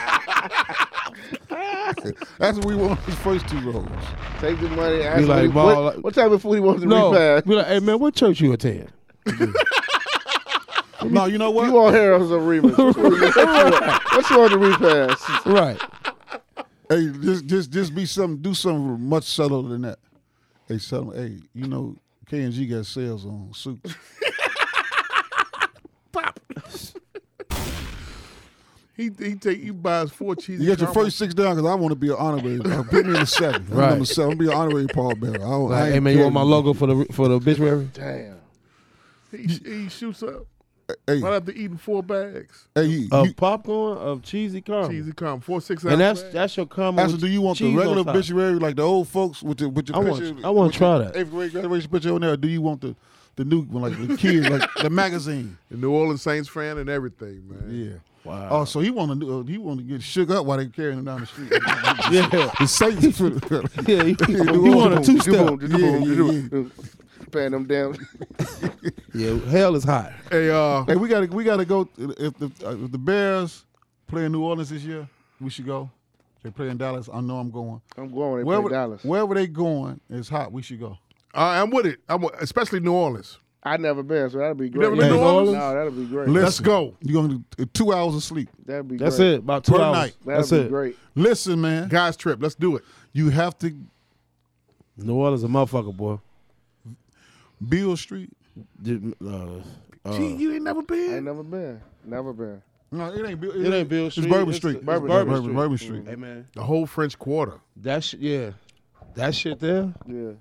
S5: <laughs>
S2: rows. That's what we want on the first two rows.
S3: Take the money.
S5: Be
S3: Ask
S5: like,
S3: like, him
S5: ball-
S3: what, what type of food he wants to repass.
S5: <laughs> be like, hey man, what church you attend?
S2: no, you know what?
S3: You all Harold's of Remus. What's on the repass?
S2: Right. Hey, just just just be something. Do something much subtler than that. Hey, something. Hey, you know K and G got sales on suits.
S10: He he take you buys four cheesy.
S2: You got your
S10: caramel-
S2: first six down because I want to be an honorary. Uh, Put me in the seven. I'm
S5: Right.
S2: number seven. I'm be an honorary Paul Bearer. I don't, I
S5: Like,
S2: ain't
S5: hey man, you want my
S2: caring.
S5: logo for the for the obituary?
S3: Damn.
S10: He, he shoots up
S2: Hey,
S10: right after eating four bags.
S2: hey, you-
S5: Oh,
S12: Of
S2: you-
S12: popcorn, of cheesy caramel.
S10: Cheesy caramel, four six. ounce
S12: And that's
S10: bags.
S12: that's your caramel.
S2: Pastor,
S12: with
S2: do you want the
S12: cheese on
S2: regular
S12: top. <laughs>
S2: obituary like the old folks with your with your
S12: I want-
S2: picture?
S12: I wanna
S2: with
S12: try
S2: your
S12: that.
S2: Eighth grade graduation picture on there. Or do you want the the new one like the kids like
S12: <laughs>
S2: the magazine?
S10: the New Orleans Saints fan and everything, man.
S2: Yeah. Wow. Oh, so he want to uh, he want to get shook up while they carrying him down
S12: <laughs>
S2: the street. yeah. The Saints for the
S12: Yeah, you,
S2: New
S12: you want a
S2: Orleans.
S12: two step?
S2: Yeah, yeah, yeah.
S3: <laughs> Paying them down.
S5: Yeah, hell is hot.
S10: Hey, uh,
S2: Hey, we gotta we gotta go. If the uh, if the Bears play in New Orleans this year, we should go. They play in Dallas. I know I'm going.
S3: <laughs> I'm going. They
S2: wherever
S3: play Dallas.
S2: wherever they going, it's hot. We should go.
S10: I, I'm with it. I'm with- especially New Orleans.
S3: I never been, so that'd be great.
S10: never been to New Orleans?
S3: No, that'd be great.
S2: Listen,
S10: Let's go.
S2: You're gonna do two hours of sleep
S3: That'd be
S12: That's
S3: great.
S12: it. About two
S2: per
S12: hours.
S2: night.
S3: That'd
S12: That's
S3: be
S12: it.
S3: great.
S2: Listen, man.
S10: Guys trip. Let's do it.
S2: You have to
S12: New Orleans a motherfucker, boy.
S2: Beale Street.
S12: Did- uh, uh,
S10: Gee, you ain't never
S3: I
S10: been.
S3: ain't never been. Never been.
S2: No, it ain't Beale.
S12: it ain't Bill
S2: It's
S12: Street.
S2: Bourbon
S12: it's
S2: Street.
S12: it's
S2: Bourbon
S12: Bourbon
S2: Street. Bourbon Street.
S12: Hey man,
S10: The whole French Quarter.
S12: that shit. Yeah,
S5: That shit there?
S3: Yeah.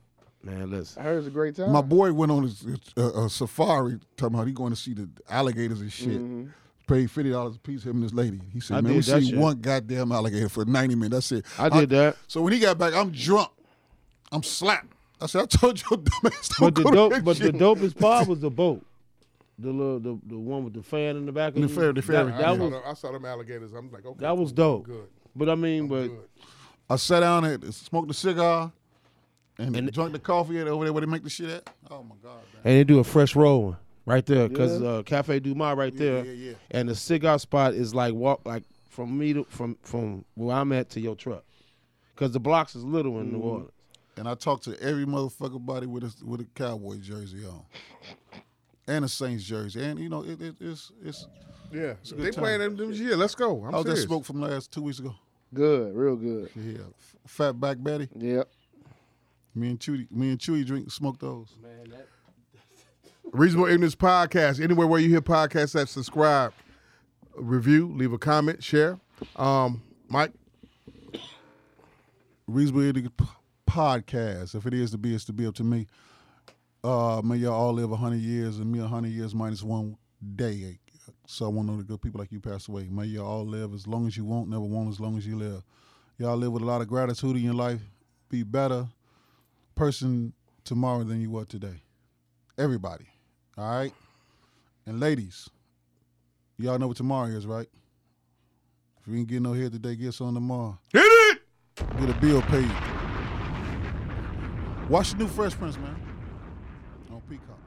S5: Man, listen.
S3: I heard it's a great
S5: Mm-hmm.
S3: time.
S2: My boy went on his, his, uh, a safari talking about he going to see the alligators and shit.
S3: Mhm.
S2: Paid fifty dollars a piece. Him and his lady. He said,
S5: Mm-hmm. I
S2: "Man, we
S5: did that
S2: see
S5: shit.
S2: one goddamn alligator for ninety minutes. That's it."
S5: I did that.
S2: So when he got back, I'm drunk. I'm slapped. I said, "I told you, dumb ass."
S5: But
S2: Don't
S5: the
S2: go to
S5: dope,
S2: that
S5: but the
S2: shit."
S5: dopest part was the boat, the little, the, the one with the fan in the back. of
S2: The ferry- the ferry,
S5: That,
S10: I,
S5: that
S10: saw
S5: was
S10: them, I saw them alligators. I'm like, okay.
S5: that was dope.
S10: Good.
S5: But I mean, but
S2: I sat down and smoked a cigar, and, drank the coffee over there where they make the shit at. Oh my god.
S5: and they do a fresh roll right there because
S2: Yeah.
S5: uh, Cafe Du Mar right there,
S2: yeah, yeah.
S5: and the cigar spot is like walk like from me to from from where I'm at to your truck, because the blocks is little in New
S2: Mhm.
S5: Orleans.
S2: And I talked to every motherfucker body with a with a cowboy jersey on, and a Saints jersey, and you know it, it, it's it's.
S10: Yeah,
S2: It's a good
S10: they
S2: time.
S10: playing them. them yeah, let's go. I'm
S2: I was
S10: serious.
S2: that smoke from last two weeks ago.
S3: Good, real good.
S2: Yeah, F- Fatback Betty.
S3: Yep.
S2: Me and Chewy, me and Chewy drink smoke those.
S10: Reasonable Ignorance Podcast. Anywhere where you hear podcasts, that subscribe, review, leave a comment, share. Um, Mike,
S2: Reasonable Idiot P- podcast. If it is to be, it's to be up to me. Uh, may y'all all live hundred years, and me hundred years minus one day. So I want to know the good people like you pass away. May y'all all live as long as you want, never want as long as you live. Y'all live with a lot of gratitude in your life. Be better person tomorrow than you were today. Everybody, all right. And ladies, y'all know what tomorrow is, right? If you ain't get no head today, get some tomorrow. Hit it! Get a bill paid. Watch the new Fresh Prince, man. On Peacock.